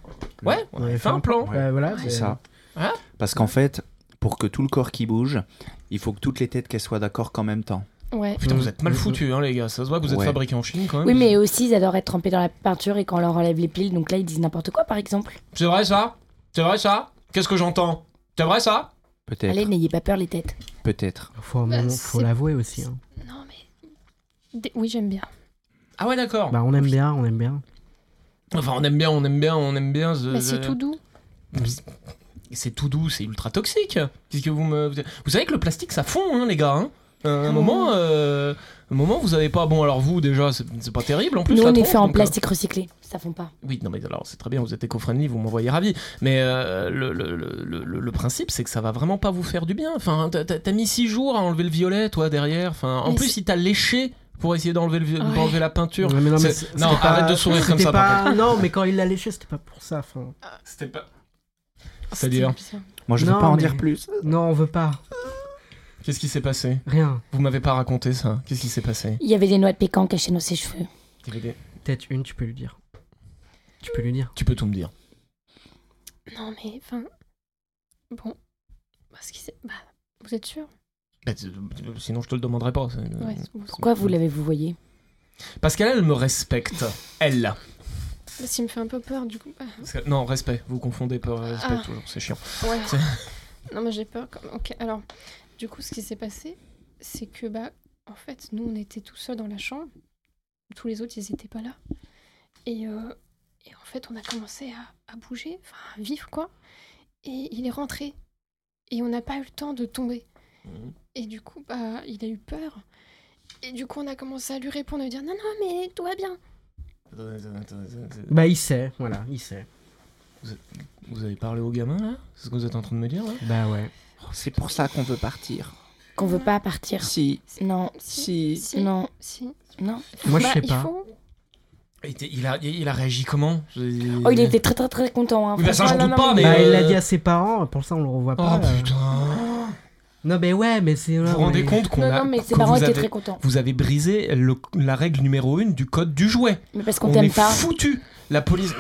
Ouais, on avait fait un plan.
Ouais.
Bah, voilà,
C'est
mais-
ça.
hein
Ah.
Parce qu'en fait, pour que tout le corps qui bouge, il faut que toutes les têtes qu'elles soient d'accord qu'en même temps.
Ouais.
Oh, Putain, vous êtes mal
Mm, mm,
foutus, hein, les gars. Ça se voit que vous êtes
Ouais.
fabriqués en Chine quand même.
Oui, mais eux aussi, ils adorent être trempés dans la peinture et quand on leur enlève les piles, donc là, ils disent n'importe quoi, par exemple.
C'est vrai ça C'est vrai ça Qu'est-ce que j'entends C'est vrai ça
Allez,
Peut-être.
n'ayez pas peur, les têtes.
Peut-être.
Faut, un
Bah,
moment-
c'est-
faut l'avouer aussi. hein.
Non, mais. Des- Oui, j'aime bien.
Ah ouais, d'accord.
Bah, on aime bien, on aime bien.
Enfin, on aime bien, on aime bien, on aime bien.
Euh,
ce-
Mais c'est tout doux.
C'est tout doux, c'est ultra toxique. Qu'est-ce que vous me. vous- Vous savez que le plastique, ça fond, hein, les gars. hein. À un
Oh.
moment, euh, un moment, vous avez pas. Bon, alors vous, déjà, c'est c'est pas terrible. En plus,
Nous,
la
on est
trompe,
fait en
donc, euh,
plastique recyclé. Ça fond pas.
Oui, non, mais alors c'est très bien, vous êtes éco-friendly, vous m'envoyez ravi. Mais euh, le, le- le- le- le principe, c'est que ça va vraiment pas vous faire du bien. Enfin, t'as- t'as t'as mis six jours à enlever le violet, toi, derrière. Enfin, en
Mais
plus, il t'a léché pour essayer d'enlever le vi-
Ouais.
d'enlever la peinture.
Ouais, mais non, mais
C'est-
c'était
non,
pas-
arrête de sourire comme
c'était
ça, par
pas- Non, mais quand il l'a léché, c'était pas pour ça. enfin.
C'était pas. C'est-à-dire
C'était bien.
Moi, je veux
Non,
pas en
mais-
dire plus.
Non, on veut pas.
Qu'est-ce qui s'est passé
Rien.
Vous m'avez pas raconté ça. Qu'est-ce qui s'est passé
Il y avait des noix de pécan cachées dans ses cheveux.
Il y avait des-
Peut-être une, tu peux lui dire. Tu peux lui dire.
Tu peux tout me dire.
Non, mais enfin. Bon. Parce qu'il s'est- Bah, vous êtes sûr
Bah, t- sinon, je te le demanderai pas. c'est-
Euh,
Ouais, c'est bon.
Pourquoi vous l'avez vous voyé
Parce qu'elle, elle me respecte. Elle.
Bah, s'il me fait un peu peur, du coup. bah,
Parce que- Non, respect. Vous confondez pas euh, respect
Ah.
toujours. C'est chiant.
Ouais.
C'est-
non, mais j'ai peur. Quand... Ok, alors, du coup, ce qui s'est passé, c'est que, bah, en fait, nous, on était tout seuls dans la chambre. Tous les autres, ils n'étaient pas là. Et, euh, et en fait, on a commencé à, à bouger, enfin, à vivre, quoi. Et il est rentré. Et on n'a pas eu le temps de tomber. Et du coup, bah, il a eu peur. Et du coup, on a commencé à lui répondre, à lui dire Non, non, mais tout va bien.
Bah, il sait, voilà, il sait.
Vous avez parlé au gamin là C'est ce que vous êtes en train de me dire là
Bah, ouais.
C'est pour ça qu'on veut partir.
Qu'on veut pas partir.
Si,
Non,
si.
Si.
non,
Si.
non.
Moi, je
Bah,
sais
il
pas.
faut-
Et t'es- il, a, il a réagi comment Je-
Oh, il était très très très content. Hein.
Oui, bah, ça, j'en
Franchement,
doute
non,
pas,
non,
mais-
Bah, il
euh,
l'a dit à ses parents, pour ça on le revoit
Oh
pas. là.
putain
Non, mais ouais, mais c'est.
Vous vous rendez compte qu'on
Non,
a.
non, mais ses
que
parents
vous
étaient
avez,
très contents.
vous avez brisé le- la règle numéro une du code du jouet.
Mais parce qu'on
On est
t'aime pas.
foutu La police.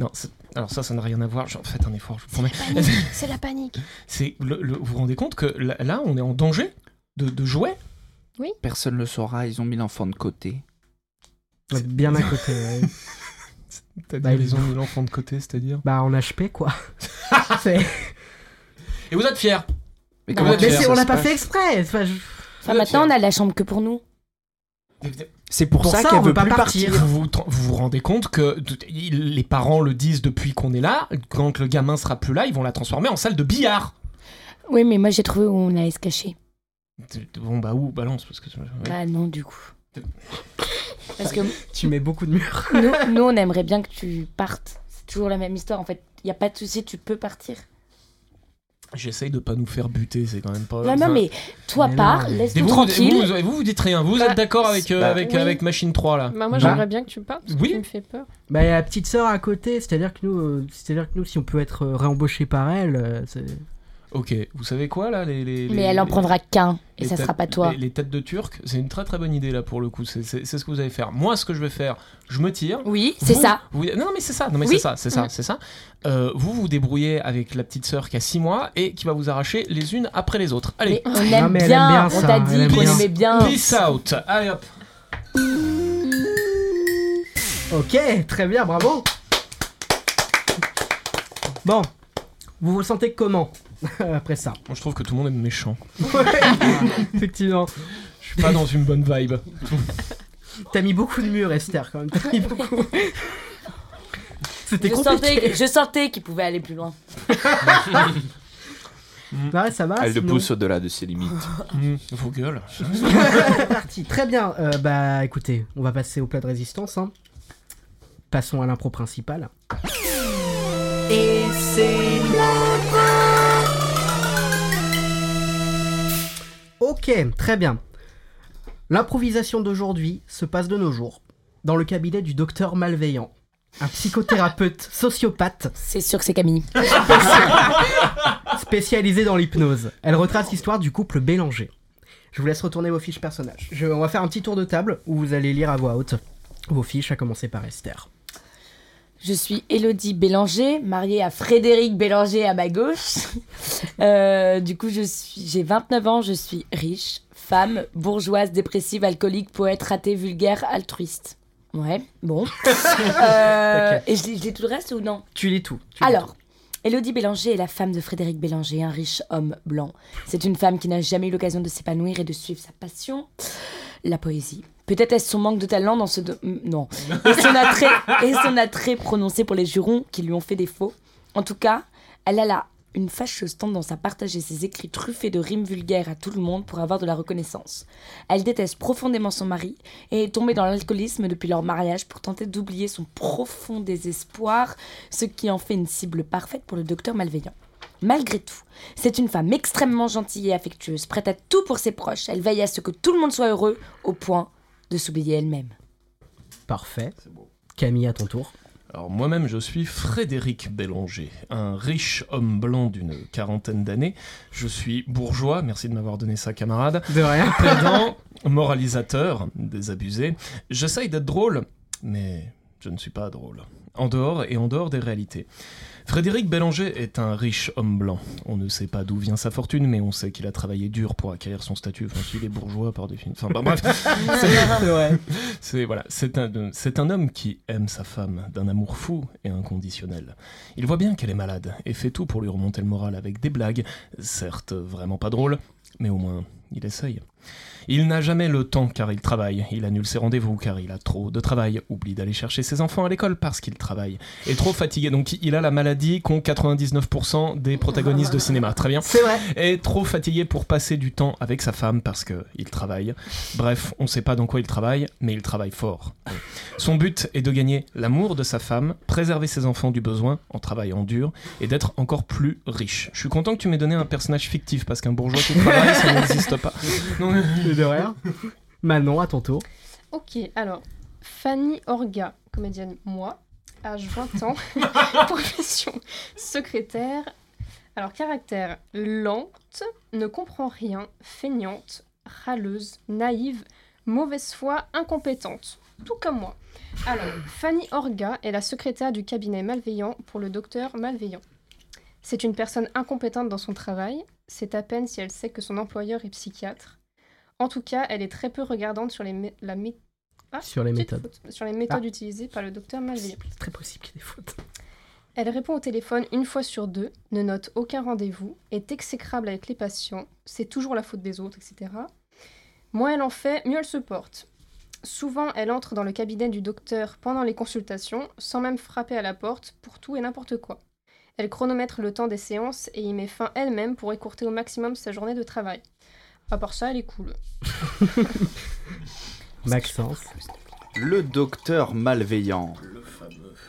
Non, c'est- alors ça, ça n'a rien à voir. Genre, faites un effort, je vous promets.
C'est la panique. C'est la panique.
C'est le- le- vous vous rendez compte que là, là, on est en danger de, de jouer
Personne le saura, ils ont mis l'enfant de côté.
Ouais, Bien à côté. ouais.
C'est-à-dire
Bah, ils-
ils ont mis l'enfant de côté, c'est-à-dire.
Bah, en HP, quoi. C'est-
Et vous êtes fiers
Mais
comment
mais
tu veux
c'est-
dire,
on
ça
l'a
se
pas
passe
fait exprès. Enfin, je-
Enfin, maintenant, on a la chambre que pour nous.
C'est pour,
Pour
ça,
ça, on
qu'elle
veut
veut
pas
plus
partir.
partir.
Vous vous, tr- vous vous rendez compte que tout- il- les parents le disent depuis qu'on est là, quand le gamin sera plus là, ils vont la transformer en salle de billard.
Oui, mais moi, j'ai trouvé où on allait se cacher.
Bon bah où balance parce que ouais.
Bah non, du coup. Parce que
tu mets beaucoup de murs.
nous, nous, on aimerait bien que tu partes. C'est toujours la même histoire, en fait. Il n'y a pas de souci, tu peux partir.
j'essaye de pas nous faire buter, c'est quand même pas.
non, non, mais toi,
mais non,
pars,
mais-
Et
laisse-nous
vous,
tranquille.
vous, vous, vous, vous dites rien. Vous
Bah,
êtes d'accord avec euh,
bah,
avec
oui.
avec machine 3 là
Bah,
Non.
moi, j'aimerais bien que tu me parles parce que
Oui.
tu me fais peur.
Bah, il y a la petite sœur à côté, c'est-à-dire que nous, euh, c'est-à-dire que nous, si on peut être euh, réembauché par elle, euh, c'est.
Ok, vous savez quoi là les, les-
Mais
les-
elle en prendra qu'un, et
les
ça
têtes-
sera pas toi.
Les, les têtes de turc, c'est une très très bonne idée là pour le coup. C'est c'est- c'est ce que vous allez faire. Moi, ce que je vais faire, je me tire.
Oui, c'est
Vous-
ça.
vous- non, non, mais c'est ça. Non, mais
Oui. Mm.
c'est ça, c'est ça, c'est ça. Euh, vous vous débrouillez avec la petite sœur qui a 6 mois et qui va vous arracher les unes après les autres. Allez,
Mais on
Non,
aime
mais elle aime
bien,
bien
on
ça,
t'a
elle
dit
aime
qu'on
bien.
aimait bien.
peace out. Allez hop.
Ok, très bien, bravo. Bon, vous vous sentez comment après ça
Moi, je trouve que tout le monde est méchant.
Effectivement,
Je suis pas dans une bonne vibe.
t'as mis beaucoup de murs, Esther, quand même. T'as mis beaucoup. C'était
Je
compliqué.
sentais, je sentais qu'il pouvait aller plus loin.
Ouais, ça va.
Elle le
sinon.
pousse au-delà de ses limites.
Mmh, vos gueules.
parti. Très bien. euh, bah écoutez, on va passer au plat de résistance. hein. Passons à l'impro principale.
Et c'est l'impro
Ok, très bien. L'improvisation d'aujourd'hui se passe de nos jours, dans le cabinet du docteur malveillant, un psychothérapeute sociopathe
C'est sûr que c'est Camille.
spécialisée dans l'hypnose. Elle retrace l'histoire du couple Bélanger. Je vous laisse retourner vos fiches personnages. Je- on va faire un petit tour de table où vous allez lire à voix haute vos fiches, à commencer par Esther.
Je suis Elodie Bélanger, mariée à Frédéric Bélanger à ma gauche. Euh, du coup, je suis- j'ai 29 ans, je suis riche, femme, bourgeoise, dépressive, alcoolique, poète, ratée, vulgaire, altruiste. Ouais, bon. Euh, et je lis je lis tout le reste ou non
Tu lis tout. tu lis
Alors, Elodie Bélanger est la femme de Frédéric Bélanger, un riche homme blanc. C'est une femme qui n'a jamais eu l'occasion de s'épanouir et de suivre sa passion, la poésie. Peut-être est-ce son manque de talent dans ce... do- Hmm, Non. Et son, attrait, et son attrait prononcé pour les jurons qui lui ont fait défaut. En tout cas, elle a là une fâcheuse tendance à partager ses écrits truffés de rimes vulgaires à tout le monde pour avoir de la reconnaissance. Elle déteste profondément son mari et est tombée dans l'alcoolisme depuis leur mariage pour tenter d'oublier son profond désespoir ce qui en fait une cible parfaite pour le docteur malveillant. Malgré tout, c'est une femme extrêmement gentille et affectueuse, prête à tout pour ses proches. Elle veille à ce que tout le monde soit heureux, au point de s'oublier elle-même.
tout. Parfait. Camille, à ton tour.
Alors moi-même, je suis Frédéric Bélanger, un riche homme blanc d'une quarantaine d'années. Je suis bourgeois, merci de m'avoir donné ça camarade,
De rien.
plaidant, moralisateur, désabusé. J'essaye d'être drôle, mais je ne suis pas drôle. En dehors et en dehors des réalités. Frédéric Bélanger est un riche homme blanc. On ne sait pas d'où vient sa fortune, mais on sait qu'il a travaillé dur pour acquérir son statut. Enfin, s'il est bourgeois par définition. Enfin, bah, bref, c'est voilà, c'est un, euh, c'est un homme qui aime sa femme d'un amour fou et inconditionnel. Il voit bien qu'elle est malade et fait tout pour lui remonter le moral avec des blagues, certes vraiment pas drôles, mais au moins il essaye. Il n'a jamais le temps car il travaille, il annule ses rendez-vous car il a trop de travail, oublie d'aller chercher ses enfants à l'école parce qu'il travaille, est trop fatigué, donc il a la maladie qu'ont 99% des protagonistes de cinéma, très bien
C'est vrai.
est trop fatigué pour passer du temps avec sa femme parce qu'il travaille. Bref, on ne sait pas dans quoi il travaille, mais il travaille fort. Son but est de gagner l'amour de sa femme, préserver ses enfants du besoin en travaillant dur et d'être encore plus riche. Je suis content que tu m'aies donné un personnage fictif parce qu'un bourgeois qui travaille, ça n'existe pas. Non, mais-
De rien. Manon, à ton tour.
Ok, alors, Fanny Orga, comédienne, moi, âge 20 ans, profession secrétaire. Alors, caractère lente, ne comprend rien, feignante, râleuse, naïve, mauvaise foi, incompétente. Tout comme moi. Alors, Fanny Orga est la secrétaire du cabinet malveillant pour le docteur malveillant. C'est une personne incompétente dans son travail. C'est à peine si elle sait que son employeur est psychiatre. En tout cas, elle est très peu regardante sur les, mé- la mé- Ah,
Sur les
petite
méthodes. Ah.
faute. Sur les méthodes utilisées par le docteur malveillant.
C'est très possible qu'il y ait des fautes.
Elle répond au téléphone une fois sur deux, ne note aucun rendez-vous, est exécrable avec les patients, c'est toujours la faute des autres, etc. Moins elle en fait, mieux elle se porte. Souvent, elle entre dans le cabinet du docteur pendant les consultations, sans même frapper à la porte, pour tout et n'importe quoi. Elle chronomètre le temps des séances et y met fin elle-même pour écourter au maximum sa journée de travail. À part ça, elle est cool.
Maxence.
Le docteur malveillant.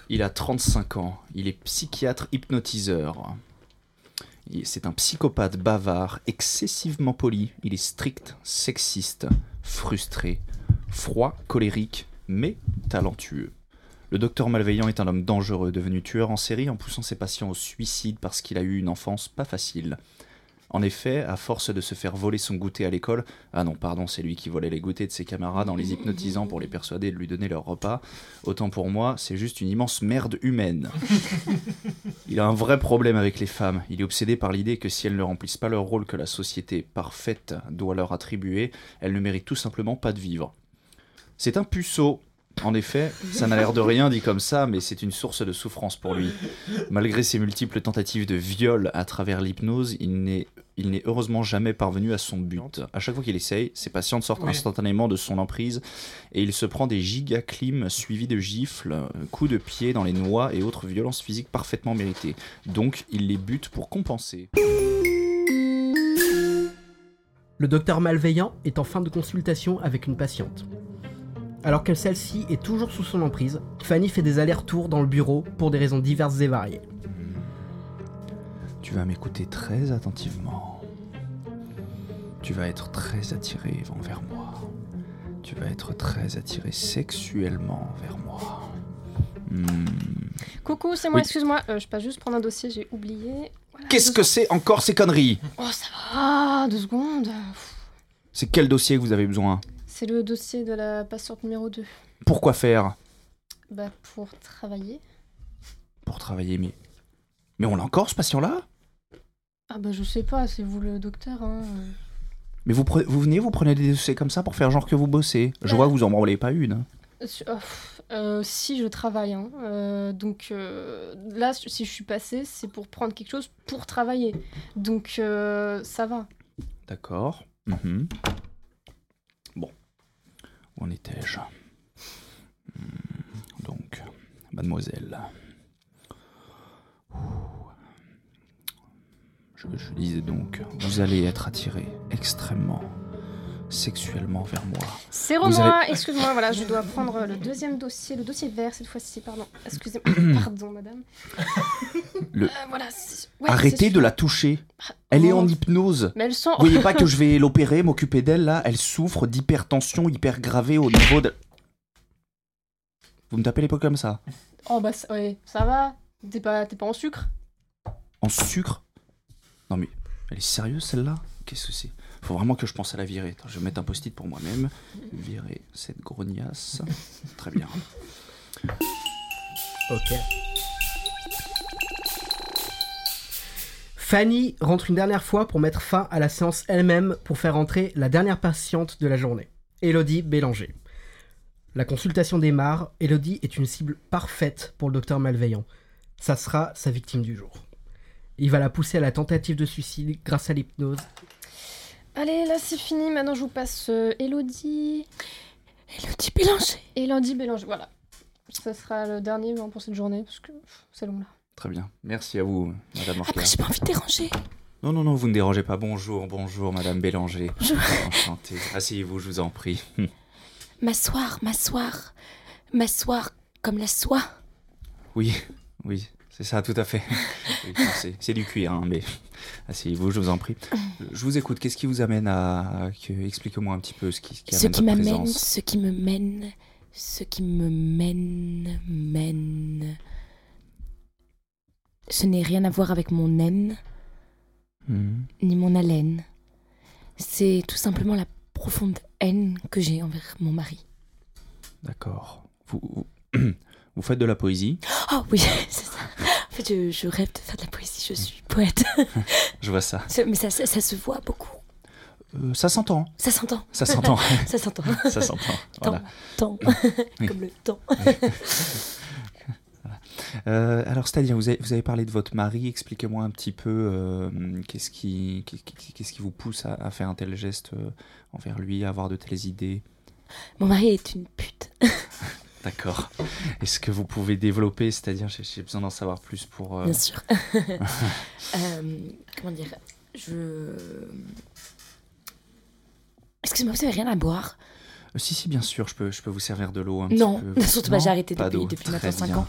Il a 35 ans. Il est psychiatre hypnotiseur. Il- C'est un psychopathe bavard, excessivement poli. Il est strict, sexiste, frustré, froid, colérique, mais talentueux. Le docteur malveillant est un homme dangereux, devenu tueur en série en poussant ses patients au suicide parce qu'il a eu une enfance pas facile. En effet, à force de se faire voler son goûter à l'école, ah non, pardon, c'est lui qui volait les goûters de ses camarades en les hypnotisant pour les persuader de lui donner leur repas. Autant pour moi, c'est juste une immense merde humaine. Il a un vrai problème avec les femmes. Il est obsédé par l'idée que si elles ne remplissent pas leur rôle que la société parfaite doit leur attribuer, elles ne méritent tout simplement pas de vivre. C'est un puceau. En effet, ça n'a l'air de rien dit comme ça, mais c'est une source de souffrance pour lui. Malgré ses multiples tentatives de viol à travers l'hypnose, il n'est il n'est heureusement jamais parvenu à son but. À chaque fois qu'il essaye, ses patientes sortent
Oui.
instantanément de son emprise et il se prend des gigaclims suivis de gifles, euh, coups de pied dans les noix et autres violences physiques parfaitement méritées. Donc, il les bute pour compenser.
Le docteur malveillant est en fin de consultation avec une patiente. alors que celle-ci est toujours sous son emprise, Fanny fait des allers-retours dans le bureau pour des raisons diverses et variées.
Tu vas m'écouter très attentivement. Tu vas être très attiré envers moi. Tu vas être très attiré sexuellement envers moi. Hmm.
Coucou, c'est moi,
Oui.
excuse-moi. Euh, je passe juste prendre un dossier, j'ai oublié. Voilà,
Qu'est-ce
deux-
que c'est encore ces conneries
Oh, ça va, deux secondes. Pff,
C'est quel dossier que vous avez besoin
C'est le dossier de la patiente numéro 2.
Pourquoi faire
Bah, pour travailler.
Pour travailler, mais. Mais on l'a encore ce patient-là
Ah, bah, je sais pas, c'est vous le docteur, hein. euh.
Mais vous, pre- vous venez, vous prenez des dossiers comme ça pour faire genre que vous bossez. Je
Ouais.
vois que vous en branlez pas une. hein.
Su- oh, pff, euh, si je travaille, hein. Euh, donc euh, là, si je suis passée, c'est pour prendre quelque chose pour travailler. Donc euh, ça va.
D'accord. Mhm. Bon. Où en étais-je Hmm, Donc, mademoiselle. Ouh. Je, je disais donc, vous allez être attiré extrêmement sexuellement vers moi.
C'est
Vous
Romain, excuse-moi, voilà, je dois prendre le deuxième dossier, le dossier vert cette fois-ci, pardon. Excusez-moi, pardon madame.
Le-
Euh, voilà, c'est- ouais,
Arrêtez
c'est-
de la toucher. Elle est en
Oh.
hypnose.
Mais elles sont...
Vous voyez pas que je vais l'opérer, m'occuper d'elle là Elle souffre d'hypertension hypergravée au niveau de. Vous me tapez les pots comme ça
Oh bah ça- ouais, ça va, t'es pas, t'es pas en sucre
En sucre Non mais, elle est sérieuse celle-là Qu'est-ce que c'est Faut vraiment que je pense à la virer. Attends, je vais mettre un post-it pour moi-même. Virer cette grognasse. Très bien.
Ok. Fanny rentre une dernière fois pour mettre fin à la séance elle-même pour faire entrer la dernière patiente de la journée, Elodie Bélanger. La consultation démarre, Elodie est une cible parfaite pour le docteur malveillant. Ça sera sa victime du jour. Il va la pousser à la tentative de suicide grâce à l'hypnose.
Allez, là c'est fini, maintenant je vous passe euh, Elodie
Elodie Bélanger.
et lundi Bélange, voilà. Ça sera le dernier hein, pour cette journée, parce que pff, c'est long là.
Très bien. Merci à vous, Madame Orca.
Après, j'ai pas envie de déranger.
Non, non, non, vous ne dérangez pas. Bonjour, bonjour, Madame Bélanger.
Je-
Enchantée. Asseyez-vous, je vous en prie.
M'asseoir, m'asseoir. M'asseoir comme la soie.
Oui, oui, c'est ça, tout à fait. Oui, non, c'est- c'est du cuir, hein, mais asseyez-vous, je vous en prie. Je vous écoute. Qu'est-ce qui vous amène à... à que- Expliquez-moi un petit peu ce qui, ce qui
ce
amène
qui
votre
m'amène,
présence.
ce qui me mène, ce qui me mène, mène. Ce n'est rien à voir avec mon haine
Mhm.
ni mon haleine. C'est tout simplement la profonde haine que j'ai envers mon mari.
D'accord. Vous, vous, vous faites de la poésie.
Oh oui, c'est ça. En fait, je, je rêve de faire de la poésie, je suis poète.
Je vois ça.
Ça- Mais ça, ça, ça se voit beaucoup.
Euh, ça s'entend.
Ça s'entend,
Ça s'entend.
ça s'entend.
ça s'entend. Voilà.
Temps, temps.
Oui.
Comme le temps.
Euh, alors, c'est-à-dire, vous avez, vous avez parlé de votre mari. Expliquez-moi un petit peu euh, qu'est-ce qui, qu'est- qu'est-ce qui vous pousse à, à faire un tel geste euh, envers lui, à avoir de telles idées.
Mon mari est une pute.
D'accord. Est-ce que vous pouvez développer C'est-à-dire, j'ai- j'ai besoin d'en savoir plus pour. euh,
Bien sûr. Euh, comment dire Je. Excusez-moi, vous avez rien à boire
euh, si, si, bien sûr, je peux, je peux vous servir de l'eau un
Non,
petit peu.
surtout pas, j'ai arrêté
Pas
depuis,
d'eau.
depuis
Très
maintenant 5
bien.
ans.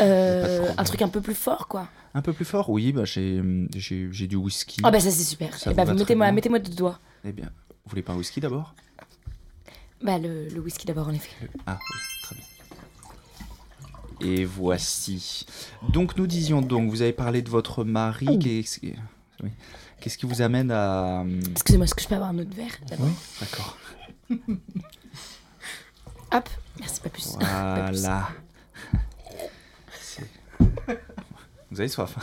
Euh,
Pas de problème.
un truc un peu plus fort, quoi.
Un peu plus fort Oui, bah, j'ai j'ai- j'ai du whisky.
Ah, bah ça, c'est super.
Ça
Eh
vous
bah,
va
vous
très
mettez-moi
bien.
mettez deux doigts.
Eh bien, vous voulez pas un whisky d'abord
Bah, le, le whisky d'abord, en effet.
Ah oui, très bien. Et voici. Donc nous disions donc, vous avez parlé de votre mari. Qu'est-ce qui- oui. Qu'est-ce qui vous amène à... hum,
Excusez-moi, est-ce que je peux avoir un autre verre d'abord
D'accord.
Hop,
Merci, pas plus.
Voilà. C'est- Vous avez soif.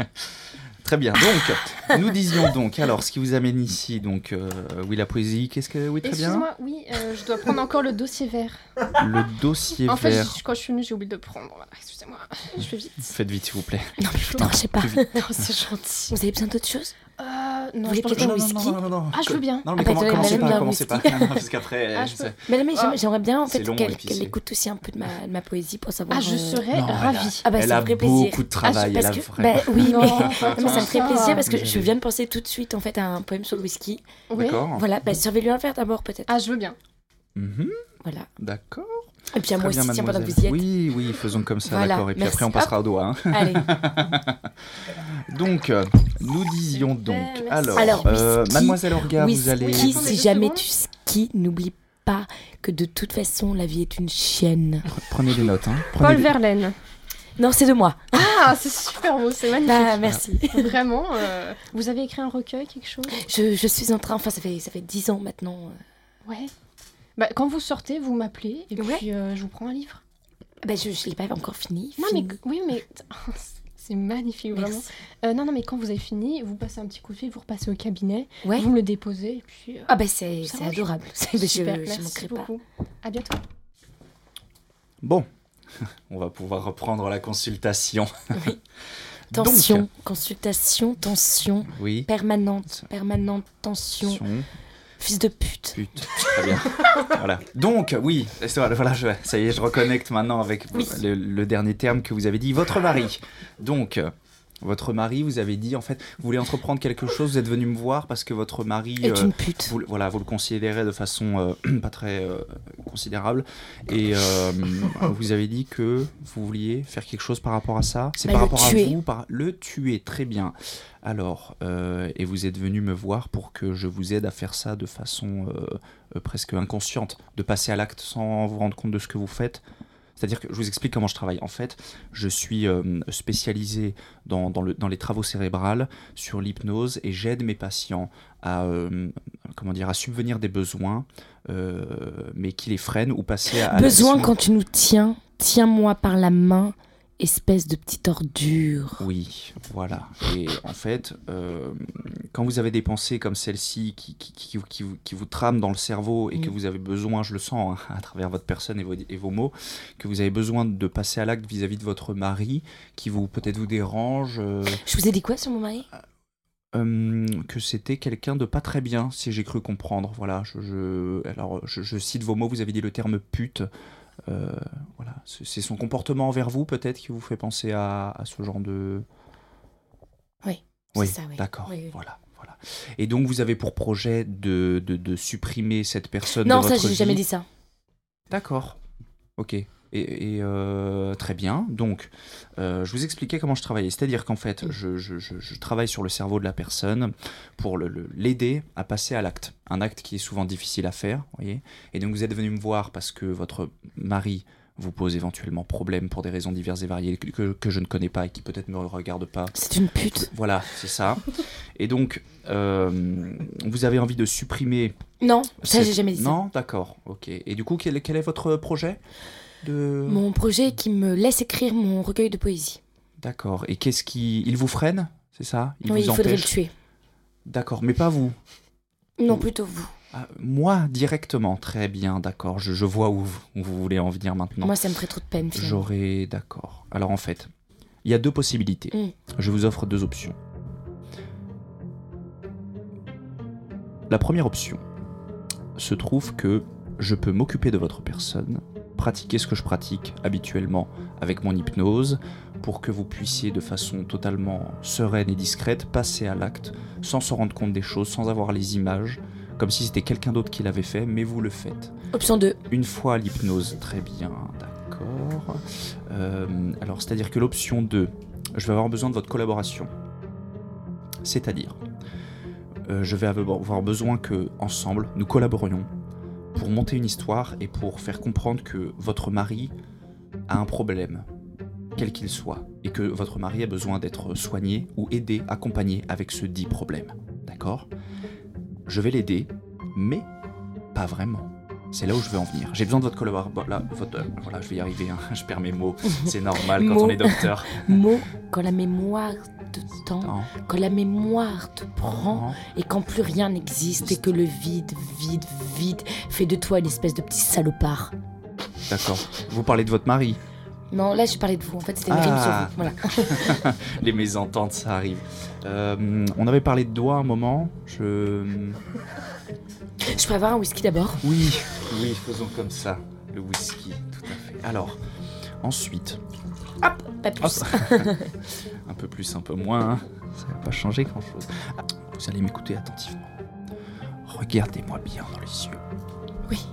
hein. Très bien. Donc, nous disions donc, alors, ce qui vous amène ici, donc, euh, oui, la poésie, qu'est-ce que... Oui, très bien.
excuse-moi, oui, euh, je dois prendre encore le dossier vert.
Le dossier
En fait,
vert.
je- quand je suis venue, j'ai oublié de le prendre, voilà, excusez-moi, je fais vite.
Faites vite, s'il vous plaît.
Non, mais Ah, putain, je sais pas.
Plus
Vous
vite.
Non, c'est gentil.
avez besoin d'autre chose
Euh,
Vous
non,
voulez
je pense que
quelque
j'en-
chose whisky
non, non.
Ah, je veux bien.
Non,
Ah, bah,
mais comment-
attendez,
commencez
madame, il y a
pas,
un
commencez pas.
whisky.
Non, Parce qu'après,
Ah,
euh,
je
ça-
peux-
Mais non, mais j'aimerais-
Ah.
j'aimerais bien, en
C'est
fait,
long,
qu'elle
épicé.
qu'elle écoute aussi un peu de ma, de ma poésie pour savoir.
Ah, je
euh,
serais
Non, elle a-
ravie.
Ah bah,
elle
ça
a
me ferait plaisir.
beaucoup de
Ah, je-
travail. elle a
parce que-
vraiment-
bah, oui, mais. Non, mais ça me
attends,
ferait plaisir parce que je
J'avais-
viens de penser tout de suite en fait à un poème sur le whisky.
Oui.
D'accord.
Voilà, bah, servez-lui un verre d'abord peut-être.
Ah, je veux bien.
Mhm.
Voilà.
D'accord.
Et puis à moi
Très
aussi,
bien,
tiens, pendant que vous y
mademoiselle.
êtes.
Oui, oui, faisons comme ça,
Voilà,
d'accord. Et puis
merci.
après, on passera au doigt. hein.
Allez.
Donc, euh, nous disions donc.
merci.
Alors,
Alors,
euh,
whisky,
mademoiselle Orga,
Oui,
vous allez.
ski,
Attendez
si
deux
jamais
secondes.
tu skis, n'oublie pas que de toute façon, la vie est une chienne.
Prenez des notes. Hein. Prenez
Paul
des-
Verlaine.
Non, c'est de moi.
Ah, c'est super beau, c'est magnifique.
Bah, merci.
Vraiment, euh, vous avez écrit un recueil, quelque chose
Je, je suis en train, enfin, ça fait, ça fait 10 ans maintenant. euh,
Ouais. Bah, quand vous sortez, vous m'appelez et
Ouais.
puis euh, je vous prends un livre.
Bah, je ne l'ai pas encore fini.
Non, mais
fini.
oui, mais c'est magnifique, vraiment.
Merci.
Euh, non, non, mais quand vous avez fini, vous passez un petit coup de fil, vous repassez au cabinet,
Ouais.
vous me le déposez et puis. euh,
Ah, bah, c'est
Ça
c'est
marche.
adorable. Je-
super,
je
merci
manquerai pas.
beaucoup. À bientôt.
Bon, on va pouvoir reprendre la consultation.
Oui.
Donc,
Tension, consultation, tension,
oui.
permanente, permanente, tension.
Tension.
Fils de pute.
Pute. Très bien. voilà. Donc, oui, c'est- voilà, je- ça y est, je reconnecte maintenant avec le, le dernier terme que vous avez dit, votre mari. Donc, euh, votre mari, vous avez dit, en fait, vous voulez entreprendre quelque chose, vous êtes venu me voir parce que votre mari...
Est
euh,
une pute.
vous, le- voilà, vous le considérez de façon euh, pas très euh, considérable. Et euh, vous avez dit que vous vouliez faire quelque chose par rapport à ça. C'est
Bah,
par
le
rapport
tuer.
à vous, par le tuer. Très bien. Alors, euh, et vous êtes venu me voir pour que je vous aide à faire ça de façon euh, euh, presque inconsciente, de passer à l'acte sans vous rendre compte de ce que vous faites. C'est-à-dire que je vous explique comment je travaille. En fait, je suis euh, spécialisé dans, dans le- dans les travaux cérébrales, sur l'hypnose, et j'aide mes patients à, euh, comment dire, à subvenir des besoins, euh, mais qui les freinent ou passer à... à
Besoin
l'action.
quand tu nous tiens, tiens-moi par la main, espèce de petite ordure.
Oui, voilà. Et en fait, euh, quand vous avez des pensées comme celle-ci qui, qui, qui, qui vous- qui vous trament dans le cerveau et que
Mm.
vous avez besoin, je le sens hein, à travers votre personne et vos, et vos mots, que vous avez besoin de passer à l'acte vis-à-vis de votre mari, qui vous peut-être vous dérange, euh,
Je vous ai dit quoi sur mon mari
euh, que c'était quelqu'un de pas très bien, si j'ai cru comprendre. Voilà, je, je- alors, je, je cite vos mots, vous avez dit le terme pute. Euh, voilà, c'est c'est son comportement envers vous peut-être qui vous fait penser à, à ce genre de...
C'est
Oui,
ça, oui.
d'accord.
Oui, oui.
Voilà, voilà. Et donc, vous avez pour projet de, de, de supprimer cette personne
Non,
de
ça,
votre
j'ai
vie.
jamais dit ça.
D'accord. Ok. Et, et, euh, très bien. Donc, euh, je vous expliquais comment je travaillais. C'est-à-dire qu'en fait, je, je- je- je travaille sur le cerveau de la personne pour le- le- l'aider à passer à l'acte. Un acte qui est souvent difficile à faire, voyez. Et donc, vous êtes venu me voir parce que votre mari vous pose éventuellement problème pour des raisons diverses et variées que- que- que je ne connais pas et qui peut-être ne me regarde pas.
C'est une pute.
Voilà, c'est ça. Et donc, euh, vous avez envie de supprimer.
Non, ça,
cette-
j'ai jamais dit ça.
Non, d'accord, ok. Et du coup, quel, est- quel est votre projet de...
Mon projet qui me laisse écrire mon recueil de poésie.
D'accord. Et qu'est-ce qui. Il vous freine C'est ça Il
oui,
vous
il faudrait le
empêche
tuer.
D'accord, mais pas vous.
Non, plutôt vous.
Ah, moi, directement. Très bien, d'accord. Je, je vois où vous, où vous voulez en venir maintenant.
Moi, ça me ferait trop de peine. finalement.
J'aurais. D'accord. Alors, en fait, il y a deux possibilités.
Mm.
Je vous offre deux options. La première option se trouve que je peux m'occuper de votre personne, pratiquer ce que je pratique habituellement avec mon hypnose, pour que vous puissiez de façon totalement sereine et discrète passer à l'acte, sans se rendre compte des choses, sans avoir les images, comme si c'était quelqu'un d'autre qui l'avait fait, mais vous le faites.
Option 2.
Une fois l'hypnose, très bien, d'accord. Euh, alors, c'est-à-dire que l'option 2, je vais avoir besoin de votre collaboration. C'est-à-dire, euh, je vais avoir besoin que, ensemble, nous collaborions pour monter une histoire et pour faire comprendre que votre mari a un problème, quel qu'il soit, et que votre mari a besoin d'être soigné ou aidé, accompagné avec ce dit problème. D'accord Je vais l'aider, mais pas vraiment. C'est là où je veux en venir. J'ai besoin de votre collaboration. voilà, je vais y arriver. hein. Je perds mes mots. C'est normal quand on est docteur.
Mot, quand la mémoire te tend,
Non,
quand la mémoire te prend,
non.
et quand plus rien n'existe, et que le vide, vide, vide fait de toi une espèce de petit salopard.
D'accord. Vous parlez de votre mari.
Non, là, je parlais de vous. En fait, c'était une rime sur
Ah.
vous. Voilà.
Les mésententes, ça arrive. Euh, on avait parlé de doigts un moment. Je.
Je peux avoir un whisky d'abord
Oui, oui, faisons comme ça. Le whisky, tout à fait. Alors, ensuite,
Pas
Ah,
plus.
un peu plus, un peu moins, hein. ça va pas changer grand-chose. Vous allez m'écouter attentivement. Regardez-moi bien dans les yeux.
Oui.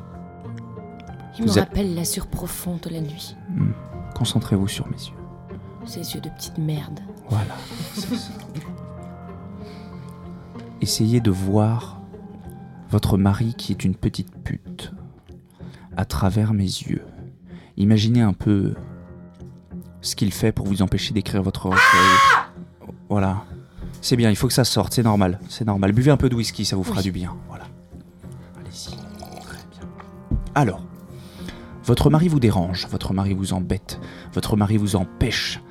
Il me
Vous a-
rappelle l'assure profonde de la nuit.
Hmm. Concentrez-vous sur mes yeux.
Ces yeux de petite merde.
Voilà. c'est ça. Essayez de voir votre mari qui est une petite pute à travers mes yeux. Imaginez un peu ce qu'il fait pour vous empêcher d'écrire votre recueil. Voilà. C'est bien, il faut que ça sorte, c'est normal, c'est normal. Buvez un peu de whisky, ça vous fera du bien. Voilà. Allez-y. Très bien. Alors, votre mari vous dérange, votre mari vous embête, votre mari vous empêche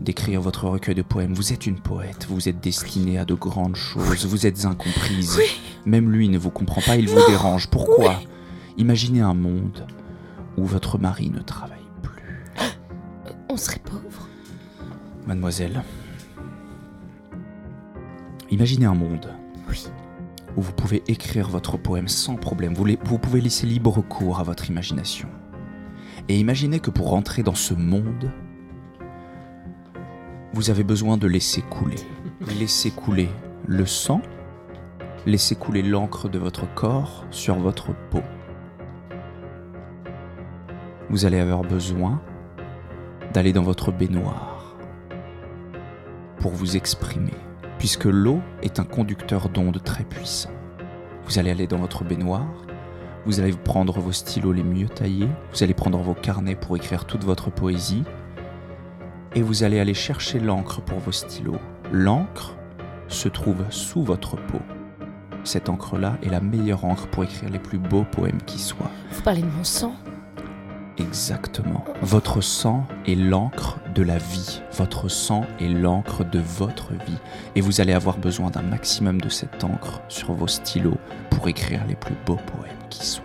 d'écrire votre recueil de poèmes. Vous êtes une poète, vous êtes destinée à de grandes choses, vous êtes incomprise. Même lui ne vous comprend pas, il vous dérange. Pourquoi Imaginez un monde où votre mari ne travaille plus.
On serait pauvres.
Mademoiselle, imaginez un monde
Oui.
où vous pouvez écrire votre poème sans problème, vous, la- vous pouvez laisser libre cours à votre imagination. Et imaginez que pour rentrer dans ce monde, vous avez besoin de laisser couler. Laisser couler le sang, laisser couler l'encre de votre corps sur votre peau. Vous allez avoir besoin d'aller dans votre baignoire pour vous exprimer, puisque l'eau est un conducteur d'ondes très puissant. Vous allez aller dans votre baignoire, vous allez prendre vos stylos les mieux taillés, vous allez prendre vos carnets pour écrire toute votre poésie, et vous allez aller chercher l'encre pour vos stylos. L'encre se trouve sous votre peau. Cette encre-là est la meilleure encre pour écrire les plus beaux poèmes qui soient.
Vous parlez de mon sang
Exactement. Votre sang est l'encre de la vie. Votre sang est l'encre de votre vie. Et vous allez avoir besoin d'un maximum de cette encre sur vos stylos pour écrire les plus beaux poèmes qui soient.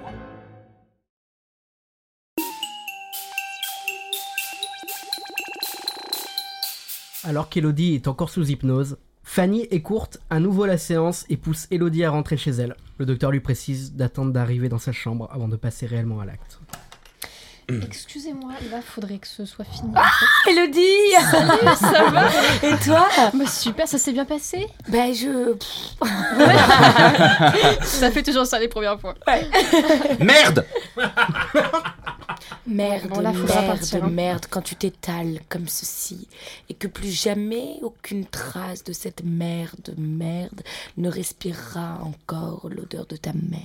Alors qu'Elodie est encore sous hypnose, Fanny écourte à nouveau la séance et pousse Elodie à rentrer chez elle. Le docteur lui précise d'attendre d'arriver dans sa chambre avant de passer réellement à l'acte.
Excusez-moi, là, faudrait que ce soit fini.
Elodie Ça va Et toi
Bah, super, ça s'est bien passé
Ben je...
Ça fait toujours ça les premières fois.
Merde
Merde,
Bon, là, faut pas
merde,
partir, hein.
merde, quand tu t'étales comme ceci et que plus jamais aucune trace de cette merde, merde ne respirera encore l'odeur de ta merde.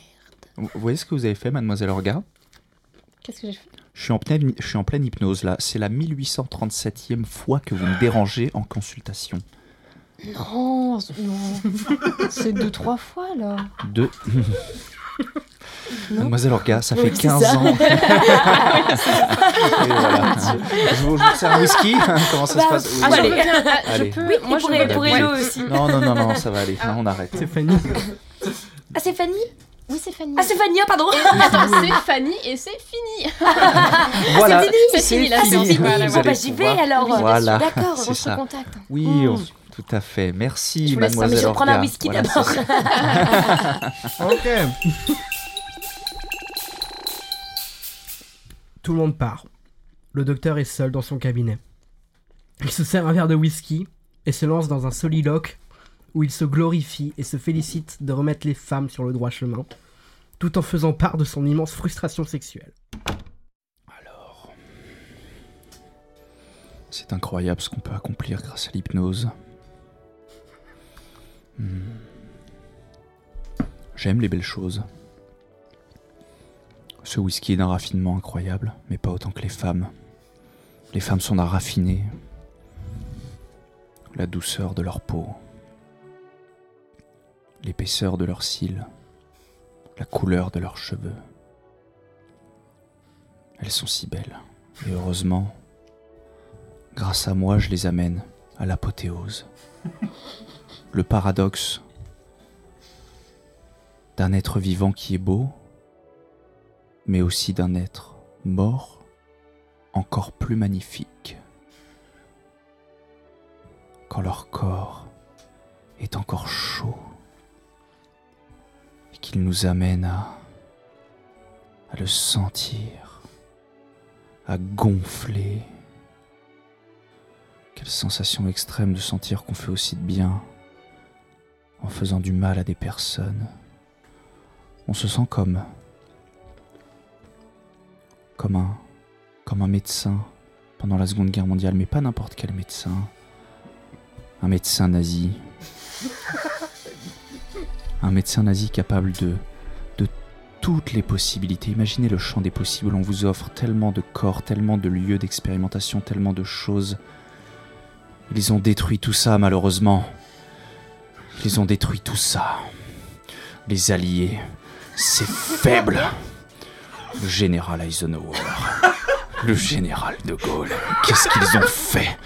Vous voyez ce que vous avez fait, mademoiselle Orga
Qu'est-ce que j'ai fait
je suis, en pleine, je suis en pleine hypnose là. C'est la 1837e fois que vous me dérangez en consultation.
Non, c'est- non. c'est deux, trois fois là.
Deux.
Non
Mademoiselle Orga, ça
Oui,
fait
c'est
15
ça.
ans. Et voilà. Je vous je vous sers un whisky Hein, Comment ça se
Bah,
passe Oui,
Ah,
je-
je peux bien. Ah,
euh, Allez.
Je peux.
Oui,
moi,
et pour,
je
et
peux
pour
bien.
Hello aussi.
Non, non, non, non, ça va aller. Non, on arrête.
C'est Fanny.
Ah, c'est Fanny
Oui, c'est Fanny.
Ah, c'est Fanny,
oh,
ah, pardon
Attends, c'est Fanny et c'est fini.
Voilà.
fini,
c'est fini, la séance.
Vous
Voilà,
allez
Bon, bah, j'y vais
pouvoir-
alors.
Voilà,
D'accord,
c'est
on se
ça.
contacte.
Oui,
Mm.
on- tout à fait. Merci,
Je vous laisse,
mademoiselle
mais je vais prendre
Orga.
un whisky
Voilà,
d'abord.
c'est ça.
Ok. Tout le monde part. Le docteur est seul dans son cabinet. Il se sert un verre de whisky et se lance dans un soliloque où il se glorifie et se félicite de remettre les femmes sur le droit chemin, tout en faisant part de son immense frustration sexuelle.
C'est incroyable ce qu'on peut accomplir grâce à l'hypnose. Hmm. J'aime les belles choses. Ce whisky est d'un raffinement incroyable, mais pas autant que les femmes. Les femmes sont d'un raffiné. La douceur de leur peau. L'épaisseur de leurs cils. La couleur de leurs cheveux. Elles sont si belles. Et heureusement, Grâce à moi, je les amène à l'apothéose. Le paradoxe d'un être vivant qui est beau, mais aussi d'un être mort encore plus magnifique. Quand leur corps est encore chaud et qu'il nous amène à, à le sentir, à gonfler. Quelle sensation extrême de sentir qu'on fait aussi de bien en faisant du mal à des personnes. On se sent comme comme un, comme un médecin pendant la Seconde Guerre mondiale, mais pas n'importe quel médecin. Un médecin nazi. un médecin nazi capable de, de toutes les possibilités. Imaginez le champ des possibles. On vous offre tellement de corps, tellement de lieux d'expérimentation, tellement de choses. Ils ont détruit tout ça, malheureusement. Ils ont détruit tout ça. Les alliés, c'est faible. Le général Eisenhower, le général de Gaulle, qu'est-ce qu'ils ont fait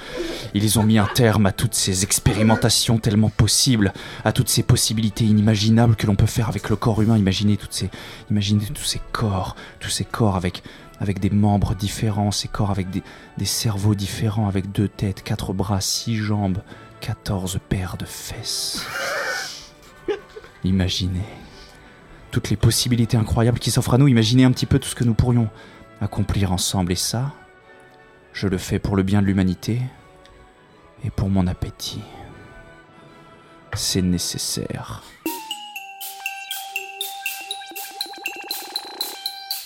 Ils ont mis un terme à toutes ces expérimentations tellement possibles, à toutes ces possibilités inimaginables que l'on peut faire avec le corps humain. Imaginez, toutes ces, imaginez tous ces corps, tous ces corps avec, avec des membres différents, ces corps avec des, des cerveaux différents, avec deux têtes, quatre bras, six jambes, 14 paires de fesses. Imaginez toutes les possibilités incroyables qui s'offrent à nous. Imaginez un petit peu tout ce que nous pourrions accomplir ensemble. Et ça, je le fais pour le bien de l'humanité et pour mon appétit. C'est nécessaire.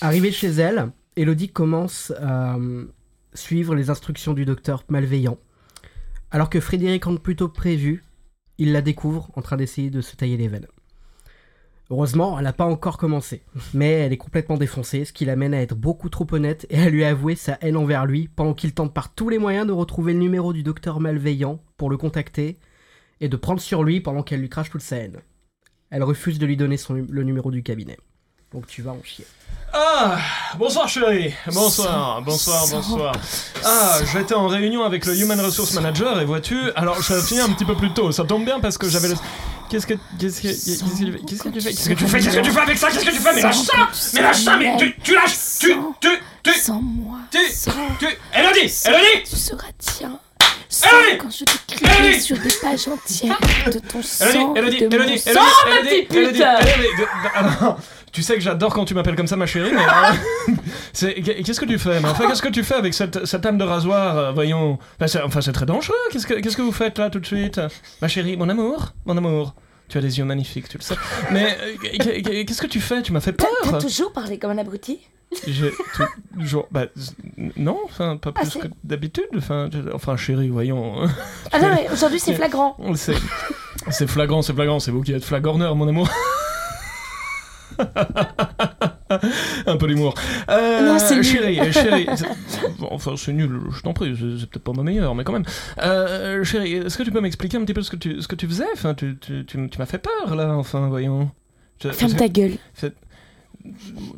Arrivée chez elle, Elodie commence à euh, suivre les instructions du docteur malveillant. Alors que Frédéric rentre plutôt prévu, il la découvre en train d'essayer de se tailler les veines. Heureusement, elle n'a pas encore commencé, mais elle est complètement défoncée, ce qui l'amène à être beaucoup trop honnête et à lui avouer sa haine envers lui, pendant qu'il tente par tous les moyens de retrouver le numéro du docteur malveillant pour le contacter et de prendre sur lui pendant qu'elle lui crache toute sa haine. Elle refuse de lui donner son, le numéro du cabinet. Donc tu vas en chier.
Ah, bonsoir chérie. Bonsoir, bonsoir, bonsoir. Ah, j'étais en réunion avec le Human Resource Manager et vois-tu, alors je suis fini un petit peu plus tôt. Ça tombe bien parce que j'avais le. Qu'est-ce que qu'est-ce que qu'est-ce que tu fais Qu'est-ce que tu fais Qu'est-ce que tu fais avec ça Qu'est-ce que tu fais Mais lâche ça Mais lâche ça Mais tu tu lâches Tu tu tu
Sans moi,
tu
sans-
tu Elodie Elodie
tu seras tien. Sans
Elodie
quand je t'écrirai
Elodie
sur des pages entières de ton sang
Elodie, Elodie,
et de mon
Elodie,
sang.
Elodie,
ma
Elodie,
petite
Elodie,
pute
Elodie, de- de- alors, Tu sais que j'adore quand tu m'appelles comme ça, ma chérie, mais euh, c'est- qu'est-ce que tu fais mais Enfin, qu'est-ce que tu fais avec cette, cette âme de rasoir euh, Voyons, enfin, c'est enfin, c'est très dangereux. Qu'est-ce que qu'est-ce que vous faites là tout de suite, ma chérie, mon amour, mon amour. Tu as des yeux magnifiques, tu le sais. Mais euh, qu'est- qu'est- qu'est-ce que tu fais Tu m'as fait peur.
T'as toujours parlé comme un abruti
J'ai toujours, bah z- non, enfin pas plus
c'est-
que d'habitude. Enfin, je- enfin, chérie, voyons.
Ah non, mais aujourd'hui c'est flagrant.
On le sait. C'est flagrant, c'est flagrant. C'est vous qui êtes flagorneur, mon amour. Un peu d'humour. Euh,
Non, c'est nul.
Chérie, chérie. c'est- bon, Enfin, c'est nul, je t'en prie, c'est c'est peut-être pas ma meilleure, mais quand même. Euh, chérie, est-ce que tu peux m'expliquer un petit peu ce que tu, ce que tu faisais enfin, Tu, tu, tu m- tu m'as fait peur, là, enfin, voyons. Je-
Ferme
parce
ta gueule.
que-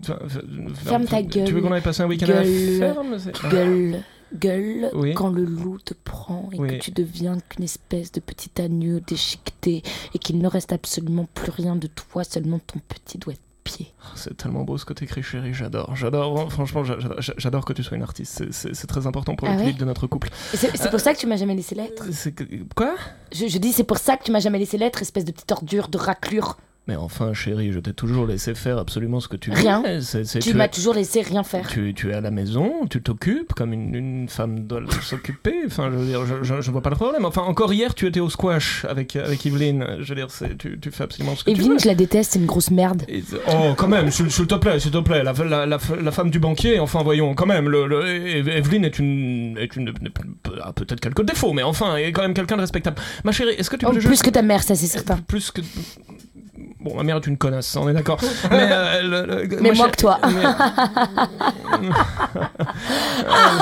enfin, ferme-
ferme ta
Tu veux
gueule.
qu'on aille passer un week-end à
Gueule.
la ferme c'est-
Gueule. Gueule
Ah. Oui.
quand le loup te prend et
Oui.
que tu deviens qu'une espèce de petit agneau déchiqueté et qu'il ne reste absolument plus rien de toi, seulement ton petit doigt de pied.
C'est tellement beau ce que t'écris, chérie. J'adore, j'adore. Franchement, j'a- j'a- j'adore que tu sois une artiste. C'est- C'est c'est très important pour
Ah
l'équilibre
ouais
de notre couple.
Et C'est c'est pour ça que tu m'as jamais laissé l'être.
C'est que- quoi
Je, je dis c'est pour ça que tu m'as jamais laissé l'être, espèce de petite ordure, de raclure.
Mais enfin, chérie, je t'ai toujours laissé faire absolument ce que tu veux.
Rien.
C'est- c'est-
tu
tu,
m'as
es-
toujours laissé rien faire.
tu- tu es à la maison, tu t'occupes comme une, une femme doit s'occuper. Enfin, je veux dire, je, je- je vois pas le problème. Enfin, encore hier, tu étais au squash avec, avec Yveline. Je veux dire, c'est- tu, tu fais absolument ce que tu veux.
Evelyne, je la déteste, c'est une grosse merde.
Et- Oh, quand même, s'il s'il te plaît, s'il te plaît, la, la- la- la femme du banquier, enfin voyons, quand même, le, le- Eve- Evelyne est une. Est une a peut-être quelques défauts, mais enfin, est quand même quelqu'un de respectable. Ma chérie, est-ce que tu
Oh,
peux
plus
juste-
que ta mère, ça c'est certain.
Plus que. Bon, ma mère est une connasse, on est d'accord. mais euh, le- le-
Mais moins
ma chère-
que toi.
mais- euh,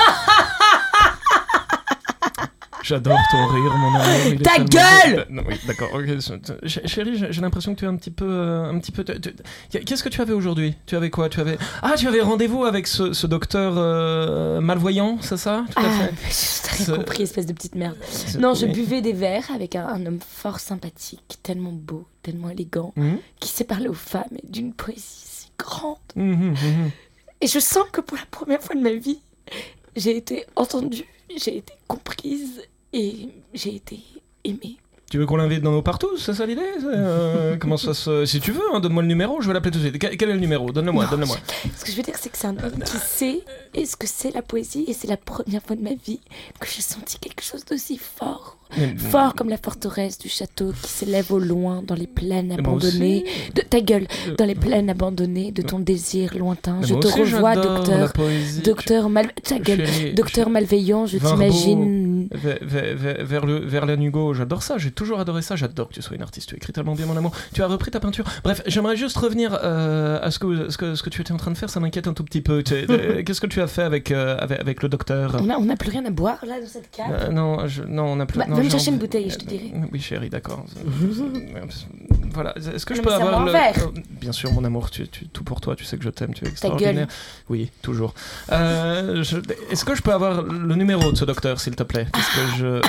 J'adore ton rire, mon amour. il est
Ta
tellement
gueule
beau. Euh, Non, oui, d'accord. ok, c'est- Ch- Chérie, j'ai j'ai l'impression que tu es un petit peu, euh, un petit peu. tu- tu- Qu'est-ce que tu avais aujourd'hui Tu avais quoi Tu avais ah, tu avais rendez-vous avec ce, ce docteur euh, malvoyant, c'est ça Tout à
Ah, je
fait. Euh,
t'ai
C'est-
rien compris, espèce de petite merde. Non, je
Oui.
buvais des verres avec un, un homme fort sympathique, tellement beau, tellement élégant,
Mhm,
qui sait parler aux femmes et d'une poésie si grande.
mhm, mhm.
Et je sens que pour la première fois de ma vie, j'ai été entendue, j'ai été comprise et j'ai été aimée.
Tu veux qu'on l'invite dans nos partout C'est ça l'idée C'est, euh, Comment ça se... Si tu veux, hein, donne-moi le numéro, je vais l'appeler tout de suite. Quel quel est le numéro Donne-le-moi,
Non,
donne-le-moi.
Ce que je veux dire, c'est que c'est un homme qui sait et ce que c'est la poésie. Et c'est la première fois de ma vie que j'ai senti quelque chose d'aussi fort.
Mais-
Fort comme la forteresse du château qui s'élève au loin dans les plaines
mais moi
abandonnées. De ta gueule,
Eh ben Euh,
dans les plaines abandonnées de ton désir lointain.
Mais
Je
moi
te
aussi,
revois,
j'adore la
docteur.
poésie.
Docteur mal... Ta gueule.
Chérie,
Docteur malveillant, je
Varbo.
t'imagine.
Vers, vers- vers- vers le, vers la Nugo, j'adore ça, j'ai toujours adoré ça, j'adore que tu sois une artiste, tu écris tellement bien mon amour, tu as repris ta peinture. Bref, j'aimerais juste revenir euh, à ce que, ce, que, ce que tu étais en train de faire, ça m'inquiète un tout petit peu. Tu- euh, Qu'est-ce que tu as fait avec, euh, avec, avec le docteur
On a, on a plus rien à boire là dans cette cave.
Euh, non, je- non, on a plus.
Bah,
non,
va me
j'ai
chercher une
envie-
bouteille, je te dirai.
Euh, Oui, chérie, d'accord. voilà. Est-ce que je
Non,
peux
mais
avoir
serre-moi
le
un verre.
Euh, Bien sûr, mon amour, tu, tu- tout pour toi. Tu sais que je t'aime, tu es extraordinaire. Oui, toujours. Euh, je- Est-ce que je peux avoir le numéro de ce docteur, s'il te plaît Parce que je.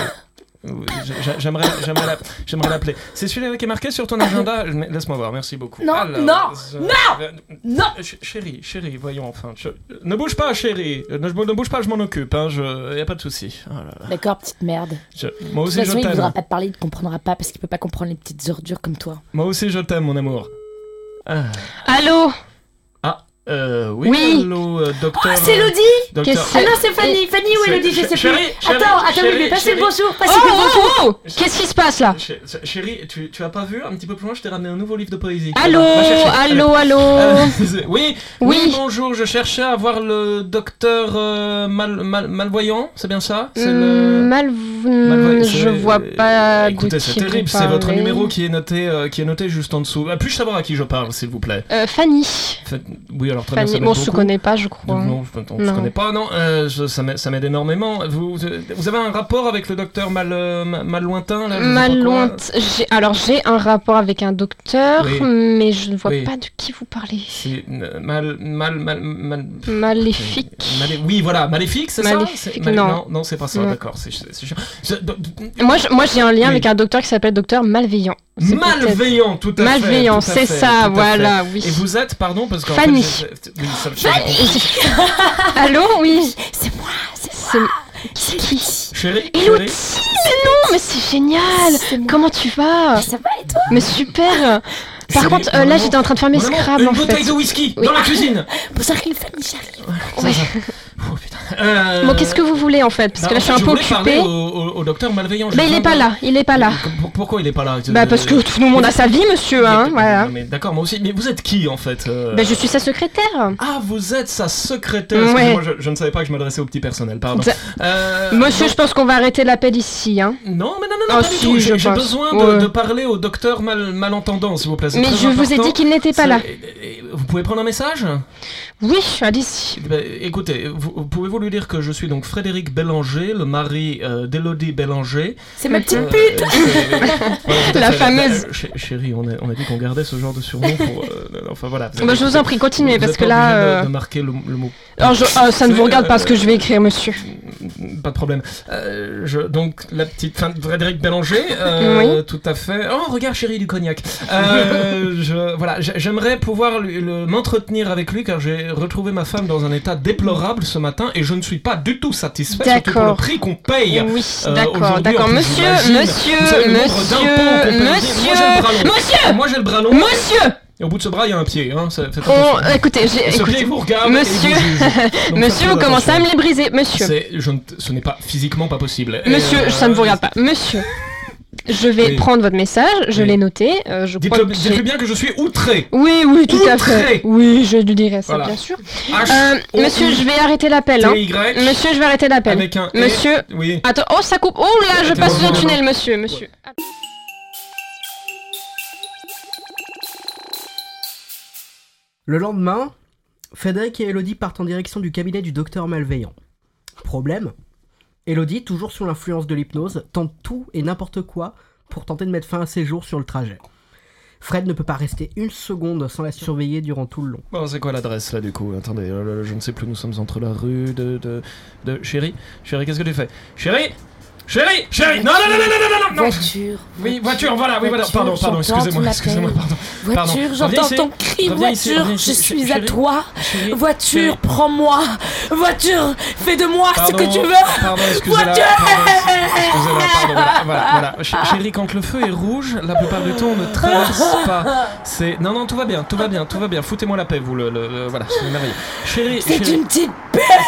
Oui, j'a- J'aimerais, j'aimerais, la- j'aimerais l'appeler. C'est celui-là qui est marqué sur ton agenda. Mais Laisse-moi voir. Merci beaucoup.
Non, non,
non,
Non
Chérie, chérie, voyons enfin. je- Ne bouge pas, chérie. Ne, ne bouge pas, je m'en occupe. Hein, je... Y a pas de souci. Oh là là.
D'accord, petite merde.
Je- Moi
De toute
aussi je
façon, il voudra
t'aime.
pas te parler, il te comprendra pas parce qu'il peut pas comprendre les petites ordures comme toi.
Moi aussi je t'aime, mon amour. Ah.
Allô
Euh, oui,
Oui.
allô, euh, docteur.
C'est Elodie
euh, docteur-
Qu'est-ce
Ah
que
non, c'est Fanny Fanny ou
Chérie,
Elodie, je sais plus.
chérie, chérie,
Attends, attends,
chérie,
mais passez
chérie.
le bonjour,
Oh,
passez le bonjour
oh, oh Qu'est-ce qui se passe là
Ch- ch- Chérie, tu, tu as pas vu un petit peu plus loin, je t'ai ramené un nouveau livre de poésie.
Allô
Ah, bah, Va chercher.
Allô Allô
Euh, c'est- oui, oui,
Oui.
bonjour, je cherchais à voir le docteur euh, mal, mal- malvoyant, c'est bien ça C'est le-
Hum, Mal... mm,
Malvoyant,
Je
c'est-
vois pas
Écoutez,
de
c'est
qui vous
terrible, c'est votre
parlez.
numéro qui est noté, euh, qui est noté juste en dessous. Ah, puis-je savoir à qui je parle, s'il vous plaît
Euh, Fanny.
Faites- Oui, alors très bien, ça
Fanny,
m'aide
bon, on se
beaucoup.
connaît pas, je crois.
Non, je ne
Non.
connais pas, non, euh, je- ça m'aide ça m'aide énormément. Vous, vous avez un rapport avec le docteur mal, euh, mal lointain là, je sais pas
Mal
quoi.
loin. j'ai- Alors, j'ai un rapport avec un docteur,
Oui.
mais je ne vois
Oui.
pas de qui vous parlez.
C'est, euh, Mal, mal, mal, mal- euh,
Maléfique.
Malé- Oui, voilà, maléfique, c'est ça
Maléfique,
C'est-
non.
non. non, c'est pas ça,
Non.
d'accord, c'est c'est chiant. Je- do-
Moi, je- moi, j'ai un lien
Oui.
avec un docteur qui s'appelle docteur malveillant. C'est peut-être-
Malveillant, tout à fait.
Malveillant,
tout à
c'est
fait,
ça,
tout à
voilà,
fait.
oui.
Et vous êtes, pardon, parce qu'en
Fanny.
fait... je- oui, ça- je-
Allô, oui.
C'est moi, c'est
C'est...
c'est lui.
Chérie,
Elodie
chérie,
Non, mais c'est génial
C'est moi.
Comment tu vas
Ça va et toi
Mais super Par
Chérie,
contre, euh, là,
maman,
j'étais en train de faire mes
mon amour,
scrabbles,
une
en
bouteille
fait.
de whisky
Oui.
dans la cuisine
Vous arrivez, famille, j'arrive.
Ouais.
Oh putain. Euh,
Bon, qu'est-ce que vous voulez, en fait Parce
bah,
que
en
là, je suis
fait,
un peu
voulais parler
occupée.
Au, au- au docteur malveillant. je
Bah, il
sais
est pas là, il est pas là.
Pour- Pourquoi il est pas là Euh,
Bah, parce que tout le monde a sa vie, monsieur, hein,
Mais- euh,
voilà.
non, mais d'accord, moi aussi. Mais vous êtes qui en fait euh
Bah, je suis sa secrétaire.
Ah, vous êtes sa secrétaire.
Ouais.
Excusez-moi, je, je ne savais pas que je m'adressais au petit personnel. Pardon.
Ça-
Euh,
Monsieur,
non-
je pense qu'on va arrêter l'appel ici, hein.
Non, mais non, non, non,
Ah,
pas du
si,
tout.
je
J'ai j'ai
pense.
besoin de,
Ouais.
de parler au docteur mal, malentendant, s'il vous plaît. C'est
Mais
très
je vous ai
important.
dit qu'il n'était pas là.
C'est- et- et- Vous pouvez prendre un message
Oui, allez-y.
Bah, Écoutez, vous- pouvez-vous lui dire que je suis donc Frédéric Bélanger, le mari euh, d'Élodie Bélanger,
C'est ma petite
Euh,
pute.
euh, voilà, tout à
La
fait.
fameuse.
Euh, ch- chérie, on a, on a dit qu'on gardait ce genre de surnom pour. euh, enfin voilà. Vous
Bah,
avez-
je vous en prie, continuez,
vous
parce
êtes
que
pas
là...
obligé de-
euh,
de, marquer le, le mot.
Alors, je- ah, ça ne vous
Mais,
regarde pas ce que je vais écrire, monsieur.
Pas de problème. Euh, je- donc, la petite. Enfin, Frédéric Bélanger, euh, tout à fait. Oh, regarde, chérie, du cognac. Euh, je, voilà, j'a- j'aimerais pouvoir lui- le- m'entretenir avec lui car j'ai retrouvé ma femme dans un état déplorable ce matin et je ne suis pas du tout satisfait, surtout pour le
D'accord.
prix qu'on paye.
Oui,
Euh,
d'accord,
aujourd'hui, en
d'accord.
plus,
Monsieur,
j'imagine,
monsieur,
vous savez, le nombre d'impôts qu'on peut
monsieur,
payer.
monsieur, monsieur,
Moi j'ai le bras long. Moi j'ai le bras long.
monsieur,
Et au bout de ce bras, il y a un pied. Hein. Ça, faites
on,
attention.
écoutez, j'ai,
Ce
écoutez,
pied vous regarde
monsieur,
et vous juge. Donc, faites
monsieur, vous commencez à me
attention.
les briser, monsieur,
C'est- je ne- ce n'est pas physiquement pas possible. Et,
monsieur,
euh,
ça ne vous regarde pas, monsieur. Je vais
Oui.
prendre votre message, je
Oui.
l'ai noté, euh, je crois
Dites-le
que
dites-le
j'ai-
bien que je suis outré.
Oui, oui, tout à
Outré.
fait. Oui, je lui dirai ça,
Voilà.
bien sûr.
H
Euh,
O U
monsieur, je vais arrêter l'appel, hein.
T Y
Monsieur, je vais arrêter l'appel.
avec un E.
Monsieur,
Oui.
attends, oh, ça coupe. Oh là, je
Attends,
passe
non,
le
non,
tunnel, monsieur, monsieur.
Le lendemain, Frédéric et Elodie partent en direction du cabinet du docteur malveillant. Problème Elodie, toujours sous l'influence de l'hypnose, tente tout et n'importe quoi pour tenter de mettre fin à ses jours sur le trajet. Fred ne peut pas rester une seconde sans la surveiller durant tout le long.
Bon, c'est quoi l'adresse là du coup Attendez, euh, je ne sais plus, nous sommes entre la rue de. de, de... Chérie Chérie, qu'est-ce que tu fais Chérie Chérie, chérie, non, non, non, non, non, non, non, non.
Voiture.
Oui, voiture, voilà, oui, voilà.
Voiture,
Pardon, pardon,
j'entends ton
excusez-moi,
appel.
excusez-moi, pardon. Pardon.
Voiture,
Reviens
j'entends
ici.
ton cri,
Reviens ici,
voiture,
reviens
je
ici,
suis à
chérie.
toi.
Chérie,
Voiture,
chérie.
prends-moi. Voiture, fais de moi ce que tu veux.
Pardon, excusez-la.
Voiture
pardon, Excusez-la, pardon, voilà, voilà, voilà. Ch- Chérie, quand le feu est rouge, la plupart du temps, on ne traverse pas. C'est... Non, non, tout va bien, tout va bien, tout va bien. Foutez-moi la paix, vous, le... le- le- Voilà, c'est merveilleux. Chérie,
C'est
chérie,
une petite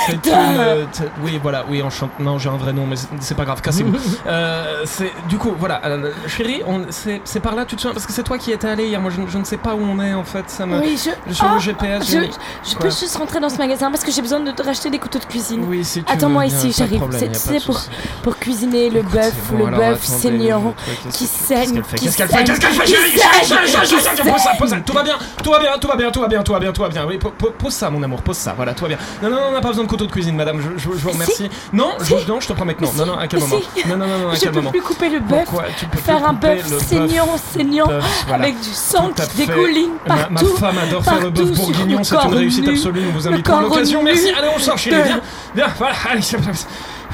c'est une, euh, t- Oui, voilà, oui, enchante. Non, j'ai un vrai nom, mais c'est, Ah, c'est pas grave, cassez-vous. Euh, c'est... Du coup, voilà, euh, chérie, on... c'est... c'est par là, tu te souviens... Parce que c'est toi qui étais allé hier, moi, je, je ne sais pas où on est, en fait, ça me...
Oui, je.
Sur
Oh,
le GPS,
je,
j'ai-
je
Quoi
peux juste rentrer dans ce magasin parce que j'ai besoin de te racheter des couteaux de cuisine
Oui, si tu
Attends-moi
veux, y a
ici,
pas de
j'arrive.
problème,
C'est-
y a pas
c'est
de
pour-
souci.
pour cuisiner le
Écoute,
bœuf,
c'est bon,
le
alors,
bœuf
attendez,
saignant
toi, qu'est-ce
qui
que-
saigne, qui
Qu'est-ce qu'elle fait
saigne,
Qu'est-ce qu'elle fait
qui
Chérie, chérie,
saigne,
chérie, chérie,
qui
chérie, chérie, Pose ça,
saigne.
pose ça, tout va bien, tout va bien, tout va bien, tout va bien, tout va bien, tout va bien. Oui, po- po- pose ça, mon amour, pose ça. Voilà, tout va bien. Non, non, non, on n'a pas besoin de couteau de cuisine, madame. Je, je- je vous remercie. Non, je, non, je te promets que non. Non, non, à quel
Mais
moment
si.
Non, non, non, non, à
Je
quel
peux
moment
plus couper le bœuf,
Pourquoi tu peux plus
faire un
couper le
bœuf saignant, saignant,
Bœuf, voilà.
avec du sang
Tout à
qui
fait.
dégouline
Ma-
partout.
Ma, femme adore faire le bœuf
partout sur
bourguignon,
le
c'est une
corps
réussite
nu,
absolue. Nous vous
le
invitons à
corps
l'occasion.
nu.
Merci. Allez, on sort, chérie.
De-
Viens, viens. Voilà. Allez, c'est parti.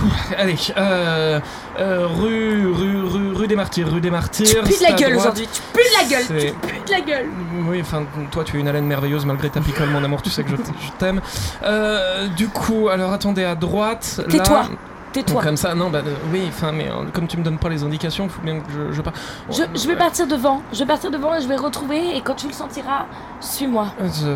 Ouh, Allez, euh, euh, rue, rue, rue, rue des Martyrs, rue des Martyrs.
Tu pues de
c'est
la
à
gueule
droite.
aujourd'hui, tu pues de la gueule,
C'est-
tu pues de la gueule.
Oui, enfin, toi, tu es une haleine merveilleuse malgré ta picole, mon amour. Tu sais que je, je t'aime. Euh, du coup, alors attendez à droite. là-
Tais-toi.
Donc,
Tais-toi.
Comme ça, non, bah euh, oui, enfin, mais euh, comme tu me donnes pas les indications, faut bien que je, je pars.
Je, je vais
pas
partir devant, je vais partir devant et je vais retrouver et quand tu le sentiras, suis-moi.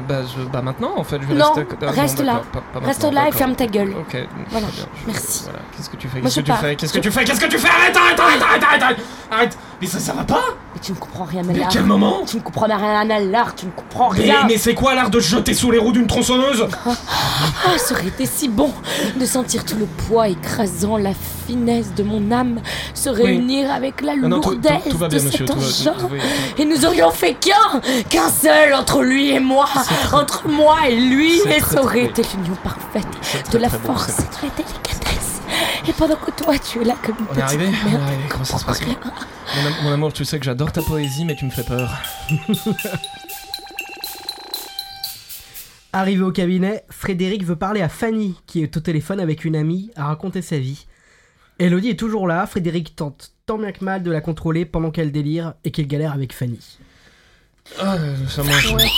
bah, je- bah, maintenant, en fait, je vais
Non,
rester. à côté- Ah,
reste là.
d'accord, pas- pas
Reste
maintenant,
là et
d'accord.
ferme ta gueule.
Ok, très
Voilà,
bien, je-
merci.
voilà. Qu'est-ce que tu fais
Moi,
Qu'est-ce
je
que tu
pars.
fais Qu'est-ce que tu fais Qu'est-ce que tu fais Arrête, arrête, arrête, arrête, arrête, arrête, arrête Mais ça, ça va pas
Mais tu ne comprends rien à
Mais
l'art.
quel moment
Tu ne comprends rien à l'art, tu ne comprends
Mais,
rien.
mais c'est quoi l'art de se jeter sous les roues d'une tronçonneuse
Ah, ça aurait été si bon de sentir tout le poids écrasant la finesse de mon âme se réunir avec la
Ah Non, non, tout, tout-
lourdesse
tout va
de
bien, monsieur.
cet
Tout va,
engin.
tout- oui, tout-
Et nous aurions fait qu'un, qu'un seul entre lui et moi, entre moi et lui,
C'est
et
très,
ça aurait
très-
été l'union parfaite
c'est très,
de la
très beau,
force
c'est-
et de la délicatesse. Et pendant que toi, tu es là comme une
On est
petite
arrivé On est
merde.
arrivé, comment ça se passe mon, am- mon amour, tu sais que j'adore ta poésie, mais tu me fais peur.
Arrivé au cabinet, Frédéric veut parler à Fanny, qui est au téléphone avec une amie à raconter sa vie. Elodie est toujours là, Frédéric tente tant bien que mal de la contrôler pendant qu'elle délire et qu'elle galère avec Fanny.
Ah, nous sommes, en-
Ouais, tu vas bien.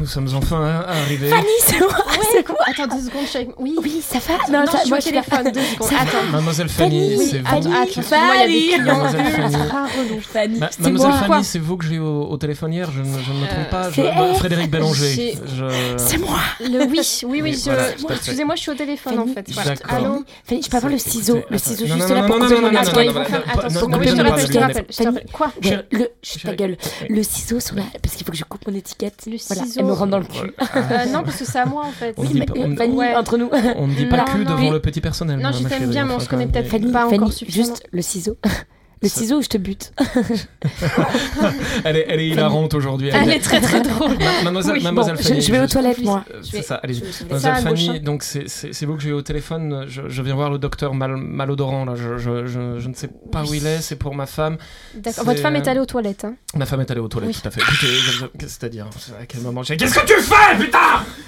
nous sommes enfin a- arrivés.
Fanny, c'est moi, c'est quoi
Attends deux secondes, je suis avec- Oui,
Oui, ça va
non,
ça-
je suis au
je suis là.
téléphone, deux secondes.
Ça va
Attends.
Mademoiselle Fanny,
Fanny,
c'est vous.
Fanny,
Attends, excuse-moi, il y a des
Fanny.
clients.
Mademoiselle Fanny.
Ah, relou.
Fanny,
Ma-
c'est
mademoiselle
moi.
Fanny, c'est vous que j'ai eu au, au téléphone hier, je ne, je ne me trompe
Euh,
pas. Je-
c'est
moi,
elle.
Frédéric Bélanger.
J'ai-
Je-
C'est moi.
Le oui, oui,
Oui,
oui, je...
voilà, tout à fait.
excusez-moi, je suis au téléphone en
Fanny,
fait. Voilà.
D'accord.
Allô
Fanny, je peux avoir le
Écoutez,
ciseau,
attends,
le ciseau
non,
juste
non,
là
non,
pour
non,
couper
non,
mon
non,
Attends,
article.
il
non,
faut
non,
faire...
non,
Attends,
non,
faut
non,
couper,
non,
je te
non,
rappelle, je te
non,
rappelle, je te rappelle. Quoi
Ouais,
Chérie-
le, je ta
chérie-
gueule. Le ciseau sur la. Parce qu'il faut que je coupe mon étiquette.
Le
voilà,
ciseau.
elle me rentre dans le cul.
Euh, Non, parce que c'est à moi en fait.
On
Oui,
dit
mais
pas-
euh,
on-
Fanny,
Ouais.
entre nous.
On ne dit pas
Non,
que
non,
devant
oui.
le petit personnel.
Non,
ma-
je
ma
t'aime
chérie,
bien, mais on
enfin,
se connaît
quand même,
peut-être
mais-
Fanny,
Pas encore
Fanny
suffisamment.
juste le ciseau. Le
Ça- Ah,
ciseau, je te bute.
Elle est, elle est hilarante aujourd'hui.
Elle est très très drôle.
Ma- Mademoiselle,
Oui, bon,
Bon,
mademoiselle
je,
Fanny.
je vais aux toilettes,
je-
moi.
euh,
vais-
C'est ça, allez-y.
Je- je vais-
Ça,
Mademoiselle
à
Fanny,
gauche, hein.
donc c'est- c'est c'est vous que j'ai eu au téléphone. Je, je viens voir le docteur mal- malodorant là. Je, je- je- je ne sais pas où il est. C'est pour ma femme.
D'accord.
C'est-
Votre femme est allée aux toilettes. Hein.
Ma femme est allée aux toilettes.
Oui.
Tout à fait. Écoutez, je- je- qu'est-ce que c'est-à-dire À quel moment j'ai Qu'est-ce que tu fais, putain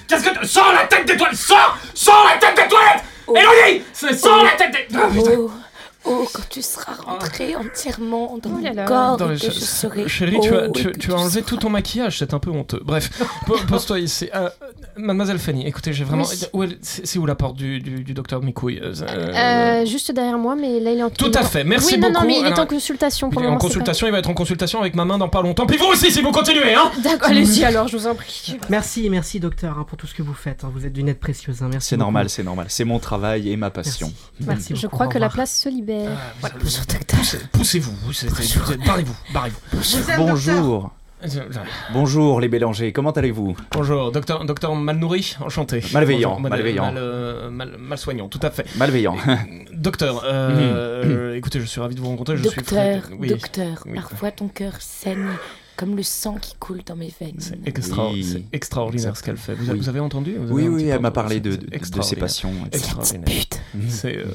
Qu'est-ce que tu... Sors la tête des toilettes Sors Sors la tête des toilettes
Oh.
Elodie C'est- Sors la tête des... Ah, putain. Ah.
Oh, oh, quand tu seras rentrée entièrement dans
Oh là
mon
là.
corps,
Dans les
et que
che-
je serai.
Chérie, tu
oh,
as,
et
tu,
que
tu
tu
as enlevé
seras-
tout ton maquillage, c'est un peu honteux. Bref, po- pose-toi ici. Euh, mademoiselle Fanny, écoutez, j'ai vraiment.
Oui.
Où elle- C'est c'est où la porte du, du, du docteur Micouille euh, euh,
Euh, juste derrière moi, mais là il est en
Tout à fait, merci
oui, non,
beaucoup.
non, mais il est
Alors,
en consultation
il est
pour le
en
moment. c'est
consultation, il va être en consultation avec ma main dans pas longtemps. Puis vous aussi, si vous continuez, hein
pas- D'accord, allez-y alors, je vous en prie.
Merci, merci docteur hein, pour tout ce que vous faites. hein. Vous êtes d'une aide précieuse. hein. Merci.
C'est
beaucoup.
normal, c'est normal. C'est mon travail et ma
Merci.
passion.
Merci
Je
beaucoup,
crois
au
que la
revoir.
place se libère.
Poussez- Poussez-vous, vous- c'est- c'est- vous êtes- barrez-vous, barrez-vous. Euh,
Bonjour. Bonjour les Bélangers, comment allez-vous
Bonjour, docteur, docteur Malnourri, enchanté.
Malveillant,
Bonjour, mal-
malveillant.
Mal, euh, mal- malsoignant, tout à fait.
Malveillant.
Docteur,
Mhm.
euh, écoutez, je suis ravi de vous rencontrer. Je suis
Docteur,
Frédéric- oui.
docteur,
Oui.
parfois ton cœur saigne comme le sang qui coule dans mes veines.
C'est extra-
Oui.
c'est extraordinaire ce qu'elle fait. Vous,
Oui.
vous avez entendu Vous avez
Oui,
un
oui,
petit peu
elle m'a
entendu
parlé de,
C'est
de- de ses
extraordinaire.
passions.
C'est la petite
Extraordinaire.
pute.
C'est euh,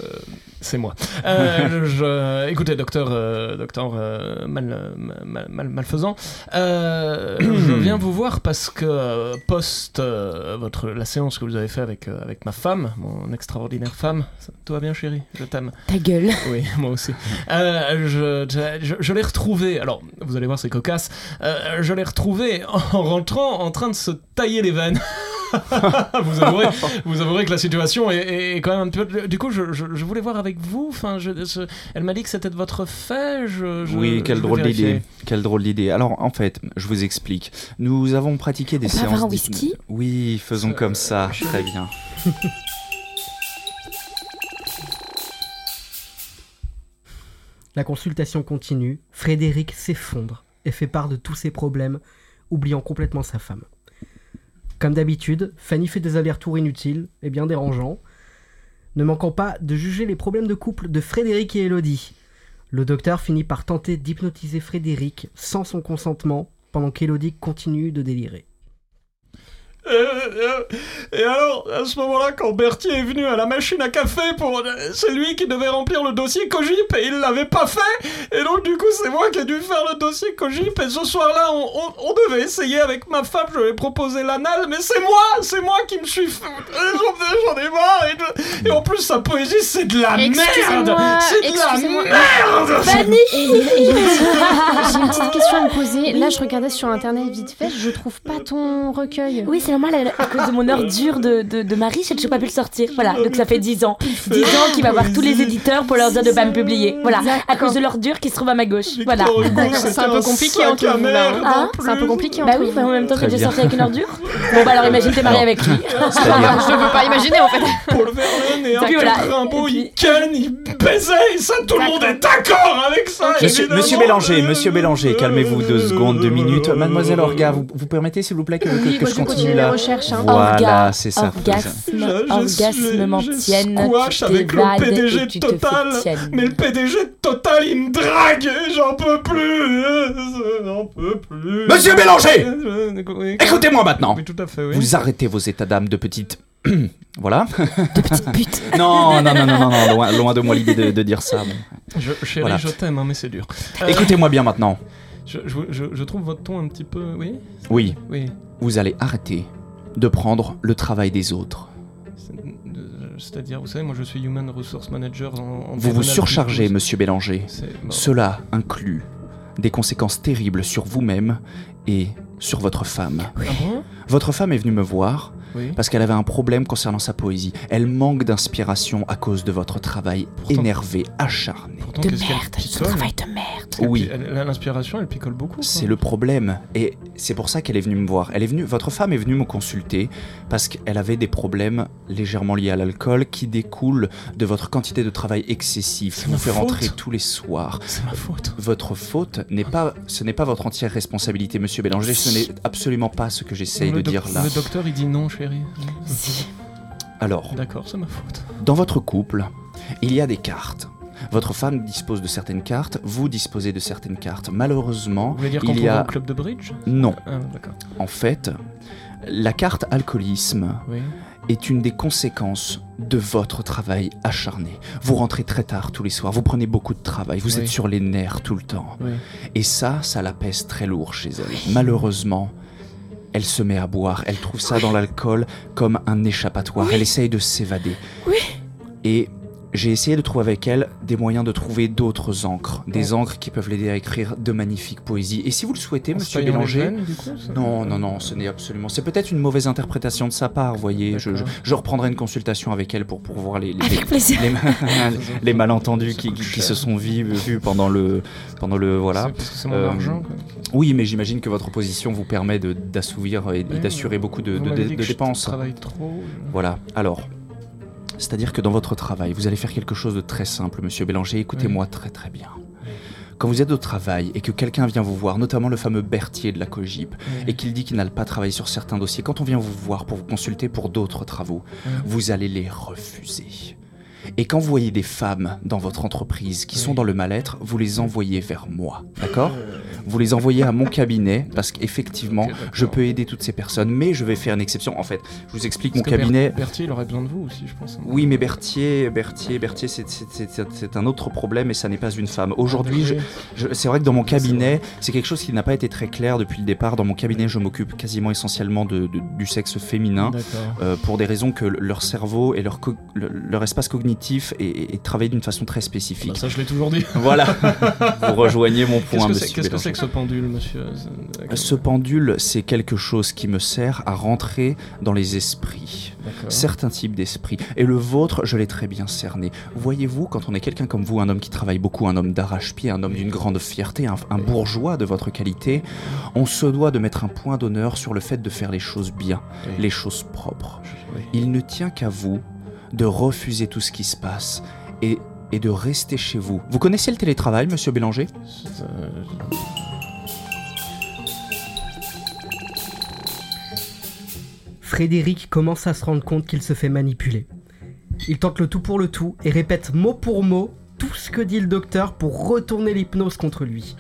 C'est moi. Euh, je- écoutez, docteur, euh, docteur euh, mal, mal- mal- malfaisant, euh, je viens vous voir parce que euh, post euh, votre la séance que vous avez fait avec euh, avec ma femme, mon extraordinaire femme, ça- tout va bien, chérie, je t'aime.
Ta gueule.
Oui, moi aussi. Euh, je je, je- je l'ai retrouvé. Alors, vous allez voir, c'est cocasse. Euh, je l'ai retrouvé en rentrant, en train de se tailler les veines. vous, avouerez, vous avouerez que la situation est, est quand même un petit peu. Du coup, je, je- je voulais voir avec vous. Enfin, je- je- elle m'a dit que c'était de votre fait. je- je-
Oui,
je
quelle
vais
drôle
vérifier.
d'idée. Quelle drôle d'idée. Alors, en fait, je vous explique. Nous avons pratiqué des
On peut
séances.
avoir un
d'hypnose.
whisky
Oui, faisons
Euh,
comme ça.
je-
Très bien.
La consultation continue. Frédéric s'effondre et fait part de tous ses problèmes, oubliant complètement sa femme. Comme d'habitude, Fanny fait des allers-retours inutiles et bien dérangeants, ne manquant pas de juger les problèmes de couple de Frédéric et Elodie. Le docteur finit par tenter d'hypnotiser Frédéric sans son consentement, pendant qu'Elodie continue de délirer.
Euh, euh, Et alors, à ce moment-là, quand Berthier est venu à la machine à café pour. C'est lui qui devait remplir le dossier Cogip et il l'avait pas fait Et donc, du coup, c'est moi qui ai dû faire le dossier Cogip et ce soir-là, on, on- on devait essayer avec ma femme, je lui ai proposé l'anal, mais c'est moi C'est moi qui me suis. fait- J'en j'en ai marre et, je- et en plus, sa poésie, c'est de la merde
Excusez-moi,
C'est de la
excusez-moi.
merde
Et il y a- il y a une petite- J'ai une petite question à me poser. Là, je regardais sur internet vite fait, je trouve pas ton recueil.
Oui, c'est normal, à- à cause de mon ordure de, de, de mari, j'ai j'ai pas pu le sortir. Voilà, donc ça fait 10 ans. 10 ans qu'il va voir tous les éditeurs pour leur dire de pas me publier. Voilà, à cause de l'ordure qui se trouve à ma gauche. Voilà.
Victor Hugo,
D'accord, c'est
c'était
un peu compliqué
sac
entre
à
vous, là, hein.
merde,
Hein
en
C'est un peu
plus.
compliqué
Bah
entre
oui,
vous.
bah, en même temps que
Très
j'ai
bien.
sorti avec une ordure. Bon, bah alors imagine t'es marié
Alors,
avec lui.
C'est-à-dire-
Je veux pas imaginer en fait.
Paul Verlaine et
Puis
Arthur
voilà.
Rimbaud,
Et puis-
ils ken, ils baisaient, et ça, tout le monde est d'accord avec ça
Monsieur,
évidemment.
monsieur Bélanger, monsieur Bélanger, calmez-vous deux secondes, deux minutes. Mademoiselle Orga, vous, vous permettez s'il vous plaît que, que-
Oui,
que
moi,
je
je continue
continue
mes
là
recherches, hein.
Voilà, c'est ça.
Orgasme,
Je- je- je- je
orgasme m'entienne.
squash
Tu
avec le
t'évades
PDG
et tu te
Total,
fais tienne.
Mais le PDG de Total, il me drague, et j'en peux plus, euh, j'en peux plus.
Monsieur Bélanger
Euh, oui,
Écoutez-moi maintenant
Oui, tout à fait, oui.
Vous arrêtez vos états d'âme de petite. voilà.
De petite pute.
Non, non, non, non, non, non, loin, loin de moi l'idée de, de dire ça. bon.
Je, chérie,
Voilà.
je t'aime, hein, mais c'est dur.
Écoutez-moi bien maintenant.
Je, je, je, je trouve votre ton un petit peu... Oui
Oui,
Oui.
vous allez arrêter de prendre le travail des autres.
C'est- euh, C'est-à-dire, vous savez, moi je suis Human Resource Manager en. en
Vous vous
diagonale
surchargez,
plutôt.
monsieur Bélanger.
C'est- bon.
Cela inclut des conséquences terribles sur vous-même et sur votre femme.
Ah bon
Votre femme est venue me voir
Oui.
parce qu'elle avait un problème concernant sa poésie. Elle manque d'inspiration à cause de votre travail
Pourtant-
énervé, acharné.
Pourtant,
De
qu'est-ce qu'elle
merde, ce
picole
travail de merde.
Elle pi-
Oui.
elle- elle a L'inspiration, elle picole beaucoup. quoi.
C'est le problème, et c'est pour ça qu'elle est venue me voir. Elle est venue, votre femme est venue me consulter parce qu'elle avait des problèmes légèrement liés à l'alcool qui découlent de votre quantité de travail excessif.
C'est
Vous
ma
fait
faute.
rentrer tous les soirs.
C'est ma faute.
Votre faute n'est pas, ce n'est pas votre entière responsabilité, Monsieur Bélanger. Ce n'est absolument pas ce que j'essaye
Le
de
doc-
dire là.
Le docteur, il dit non, chérie.
Alors,
D'accord, c'est ma faute.
Dans votre couple, il y a des cartes. Votre femme dispose de certaines cartes, vous disposez de certaines cartes.
Vous
Malheureusement,
voulez dire qu'on
il y
trouve
a...
au club de bridge
Non,
Ah, d'accord.
en fait, la carte alcoolisme
Oui.
est une des conséquences de votre travail acharné. Vous rentrez très tard tous les soirs, vous prenez beaucoup de travail, vous
Oui.
êtes sur les nerfs tout le temps.
Oui.
Et ça, ça la pèse très lourd chez elle. Malheureusement, elle se met à boire, elle trouve ça dans l'alcool comme un échappatoire, elle essaye de s'évader.
Oui.
Et j'ai essayé de trouver avec elle des moyens de trouver d'autres encres, des encres qui peuvent l'aider à écrire de magnifiques poésies. Et si vous le souhaitez,
On se
monsieur
taille dans les
Bélanger,
veines, du coup, ça-
non, non, non, ce n'est absolument. C'est peut-être une mauvaise interprétation de sa part, voyez. Je, je,
D'accord.
je reprendrai une consultation avec elle pour, pour voir les, les,
Avec plaisir.
les, les malentendus
Ça
qui,
coûte
qui- qui
cher.
se sont vus, vus pendant le. Pendant le voilà.
C'est parce que c'est mon
Euh,
argent. quoi.
Oui, mais j'imagine que votre position vous permet de- d'assouvir et, et
Oui,
d'assurer beaucoup de,
Vous
de-
m'avez
de-
dit que
de
je
dépenses.
travaille trop.
Voilà, alors. C'est-à-dire que dans votre travail, vous allez faire quelque chose de très simple, monsieur Bélanger. Écoutez-moi très très bien. Quand vous êtes au travail et que quelqu'un vient vous voir, notamment le fameux Berthier de la Cogip, et qu'il dit qu'il n'a pas travaillé sur certains dossiers, quand on vient vous voir pour vous consulter pour d'autres travaux,
Ouais.
vous allez les refuser. Et quand vous voyez des femmes dans votre entreprise qui sont dans le mal-être, vous les envoyez vers moi. D'accord Vous les envoyez à mon cabinet parce qu'effectivement, je peux aider toutes ces personnes, mais je vais faire une exception. En fait, je vous explique mon
Parce que Ber-
cabinet.
Berthier, il aurait besoin de vous aussi, je pense. hein.
Oui, mais Berthier, Berthier, Berthier, c'est- c'est- c'est c'est un autre problème et ça n'est pas une femme. Aujourd'hui, je- je- c'est vrai que dans mon cabinet, c'est quelque chose qui n'a pas été très clair depuis le départ. Dans mon cabinet, je m'occupe quasiment essentiellement de- de- du sexe féminin.
D'accord.
euh, pour des raisons que le- leur cerveau et leur, co- le- leur espace cognitif est, est- est travaillé d'une façon très spécifique.
Bah, ça, je l'ai toujours dit.
Voilà, vous rejoignez mon
Qu'est-ce que
point, monsieur
c'est qu'est-ce que,
Bélanger.
c'est que ce pendule, monsieur euh,
Ah, Ce pendule, c'est quelque chose qui me sert à rentrer dans les esprits
D'accord.
certains types d'esprit. Et le vôtre, je l'ai très bien cerné. Voyez-vous, quand on est quelqu'un comme vous, un homme qui travaille beaucoup, un homme d'arrache-pied, un homme d'une grande fierté, un, un bourgeois de votre qualité, on se doit de mettre un point d'honneur sur le fait de faire les choses bien,
Oui.
les choses propres.
Oui.
Il ne tient qu'à vous de refuser tout ce qui se passe et, et de rester chez vous. Vous connaissez le télétravail, monsieur Bélanger
Euh,
Frédéric commence à se rendre compte qu'il se fait manipuler. Il tente le tout pour le tout et répète mot pour mot tout ce que dit le docteur pour retourner l'hypnose contre lui.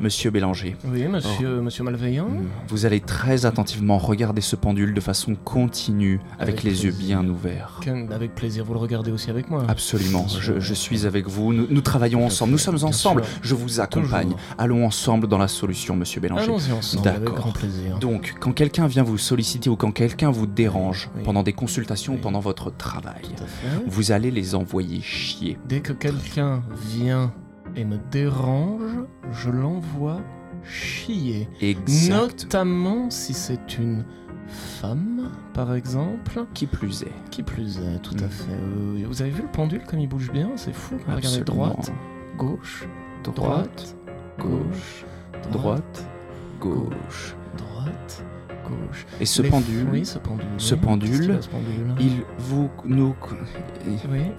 Monsieur Bélanger,
Oui,
Oh.
monsieur, monsieur Malveillant.
vous allez très attentivement regarder ce pendule de façon continue, avec,
Avec
les yeux
plaisir.
bien ouverts.
Ken, Avec plaisir, vous le regardez aussi avec moi.
Absolument,
Bien
je,
sûr.
je suis avec vous, nous, nous travaillons
Tout à
ensemble,
fait,
nous sommes
bien
ensemble,
sûr.
je vous accompagne.
Toujours.
Allons ensemble dans la solution, monsieur Bélanger.
Allons-y ensemble, avec
D'accord.
grand plaisir.
Donc, quand quelqu'un vient vous solliciter ou quand quelqu'un vous dérange
Oui.
pendant des consultations
Oui.
ou pendant votre travail,
Tout à fait.
vous allez les envoyer chier.
Dès que quelqu'un vient et me dérange, je l'envoie chier.
Exact.
Notamment si c'est une femme, par exemple.
Qui plus est.
Qui plus est, tout à
Mm.
fait. Oui, oui. Vous avez vu le pendule comme il bouge bien C'est fou. Regardez
Absolument.
droite, gauche,
droite,
gauche,
droite, gauche.
droite, gauche.
Et ce
Les-
pendule,
Oui, ce pendule.
ce
oui.
pendule,
Qu'est-ce qu'il a, ce pendule
il vous, nous,
Oui,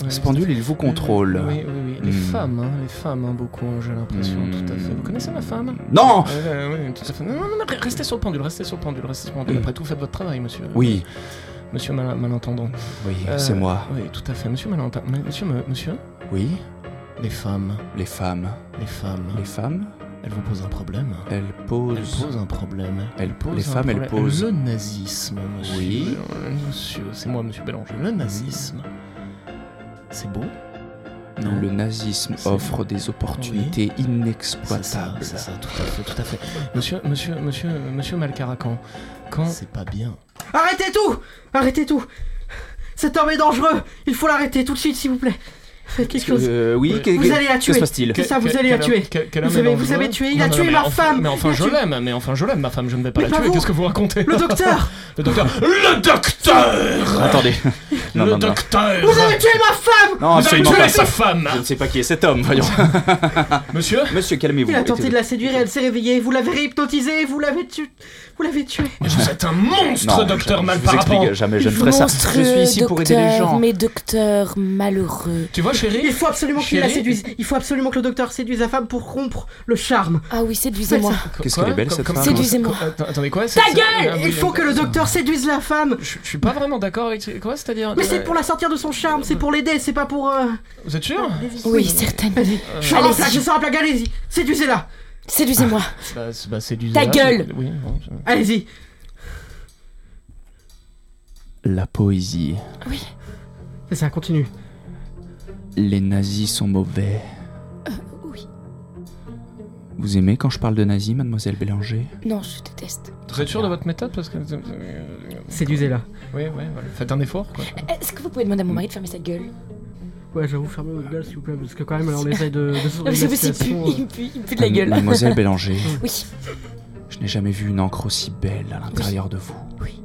oui,
ce pendule, il vous
tout à fait.
contrôle.
Oui, oui, oui. Les
Mm.
femmes, hein, les femmes, hein, beaucoup, hein, j'ai l'impression, tout à fait. Vous connaissez ma femme
Non.
Ouais, ouais, ouais, tout à fait. Non, non, non, mais restez sur le pendule, restez sur le pendule, restez sur le pendule.
Mm.
Après tout, faites votre travail, monsieur.
Oui, Ah.
Monsieur mal- malentendant.
oui,
Euh,
c'est moi.
Oui, tout à fait. Monsieur malentendant. Mais- Monsieur, me- monsieur
Oui,
Les femmes,
les femmes,
les femmes,
les femmes,
elles vous posent un problème
elles
Elles
posent.
posent un problème.
Elles-
posent
les
un
femmes, elles
problème.
posent.
Le nazisme, monsieur.
Oui.
Bélanger. Monsieur, c'est moi, monsieur Bélanger. Le nazisme, c'est beau Non.
Le nazisme
C'est-
offre des opportunités
C'est ça,
inexploitables.
c'est ça, tout à fait, tout à fait. Monsieur, monsieur, monsieur, monsieur Malcaracan, quand... C'est pas bien.
Arrêtez tout Arrêtez tout Cet homme est dangereux Il faut l'arrêter tout de suite, s'il vous plaît. Faites quelque chose.
Euh, oui,
Ouais.
que-
Vous
que-
allez la
que
tuer.
se passe-t-il
C'est ça, vous allez la tuer. Vous savez- vous savez tuer, il a tué ma femme.
Mais enfin,
Il a
je
tué-
l'aime, mais enfin, je l'aime, ma femme, je ne vais pas
Mais
la
pas
tuer.
vous.
Qu'est-ce que vous racontez
Le docteur
Le docteur Le docteur
Attendez. Non,
Le
non, non.
docteur
Vous avez tué ma femme
Non,
Vous avez
absolument
tué
pas.
sa femme
Je ne sais pas qui est cet homme, voyons.
Monsieur
Monsieur, calmez-vous.
Il a tenté
Écoutez-
de la séduire et elle s'est réveillée. Vous l'avez réhypnotisée, vous l'avez tuée. Vous l'avez tuée.
Vous êtes un monstre,
Non,
docteur
je, je vous
Malparapan
explique, jamais je ne ferai ça. Je suis ici pour aider les gens.
Mais docteur malheureux.
Tu vois,
Il
chérie
faut absolument qu'il la
Chérie
séduise. Il faut absolument que le docteur séduise sa femme pour rompre le charme.
Ah oui, séduisez-moi.
Qu'est-ce
Quoi
qu'elle est belle,
Comme-
cette
comme-
femme.
Séduisez-moi.
Attends, Attendez, quoi
Ta gueule Il faut que le docteur séduise la femme.
Je je suis pas vraiment d'accord avec quoi, c'est-à-dire
Ah, Mais
Euh,
c'est pour la sortir de son charme, c'est pour l'aider, c'est pas pour. euh,
Vous êtes sûr
Ah,
Oui, certainement.
Euh,
Je sors en plaque, je sors en plaque, allez-y, séduisez-la,
Séduisez-moi.
Ah,
bah, c'est- bah, c'est du
Ta
zélage,
gueule
c'est- Oui, bon, je-
allez-y.
La poésie.
C'est ça, continue.
Les nazis sont mauvais.
oui.
Vous aimez quand je parle de nazis, mademoiselle Bélanger
Non, je déteste.
Vous êtes sûr de votre méthode Parce que.
Séduisez-la.
Oui, oui, voilà. Faites un effort, quoi.
Est-ce que vous pouvez demander à mon mari de fermer sa gueule
Ouais, j'avoue, fermez votre gueule s'il vous plaît, parce que quand même, là, on essaie de, de sauver
Non,
la
c'est possible,
situation.
il pue, il pue, il pue de
Ah,
la gueule.
Mademoiselle Bélanger.
Oui,
Je n'ai jamais vu une encre aussi belle à l'intérieur de vous.
Oui.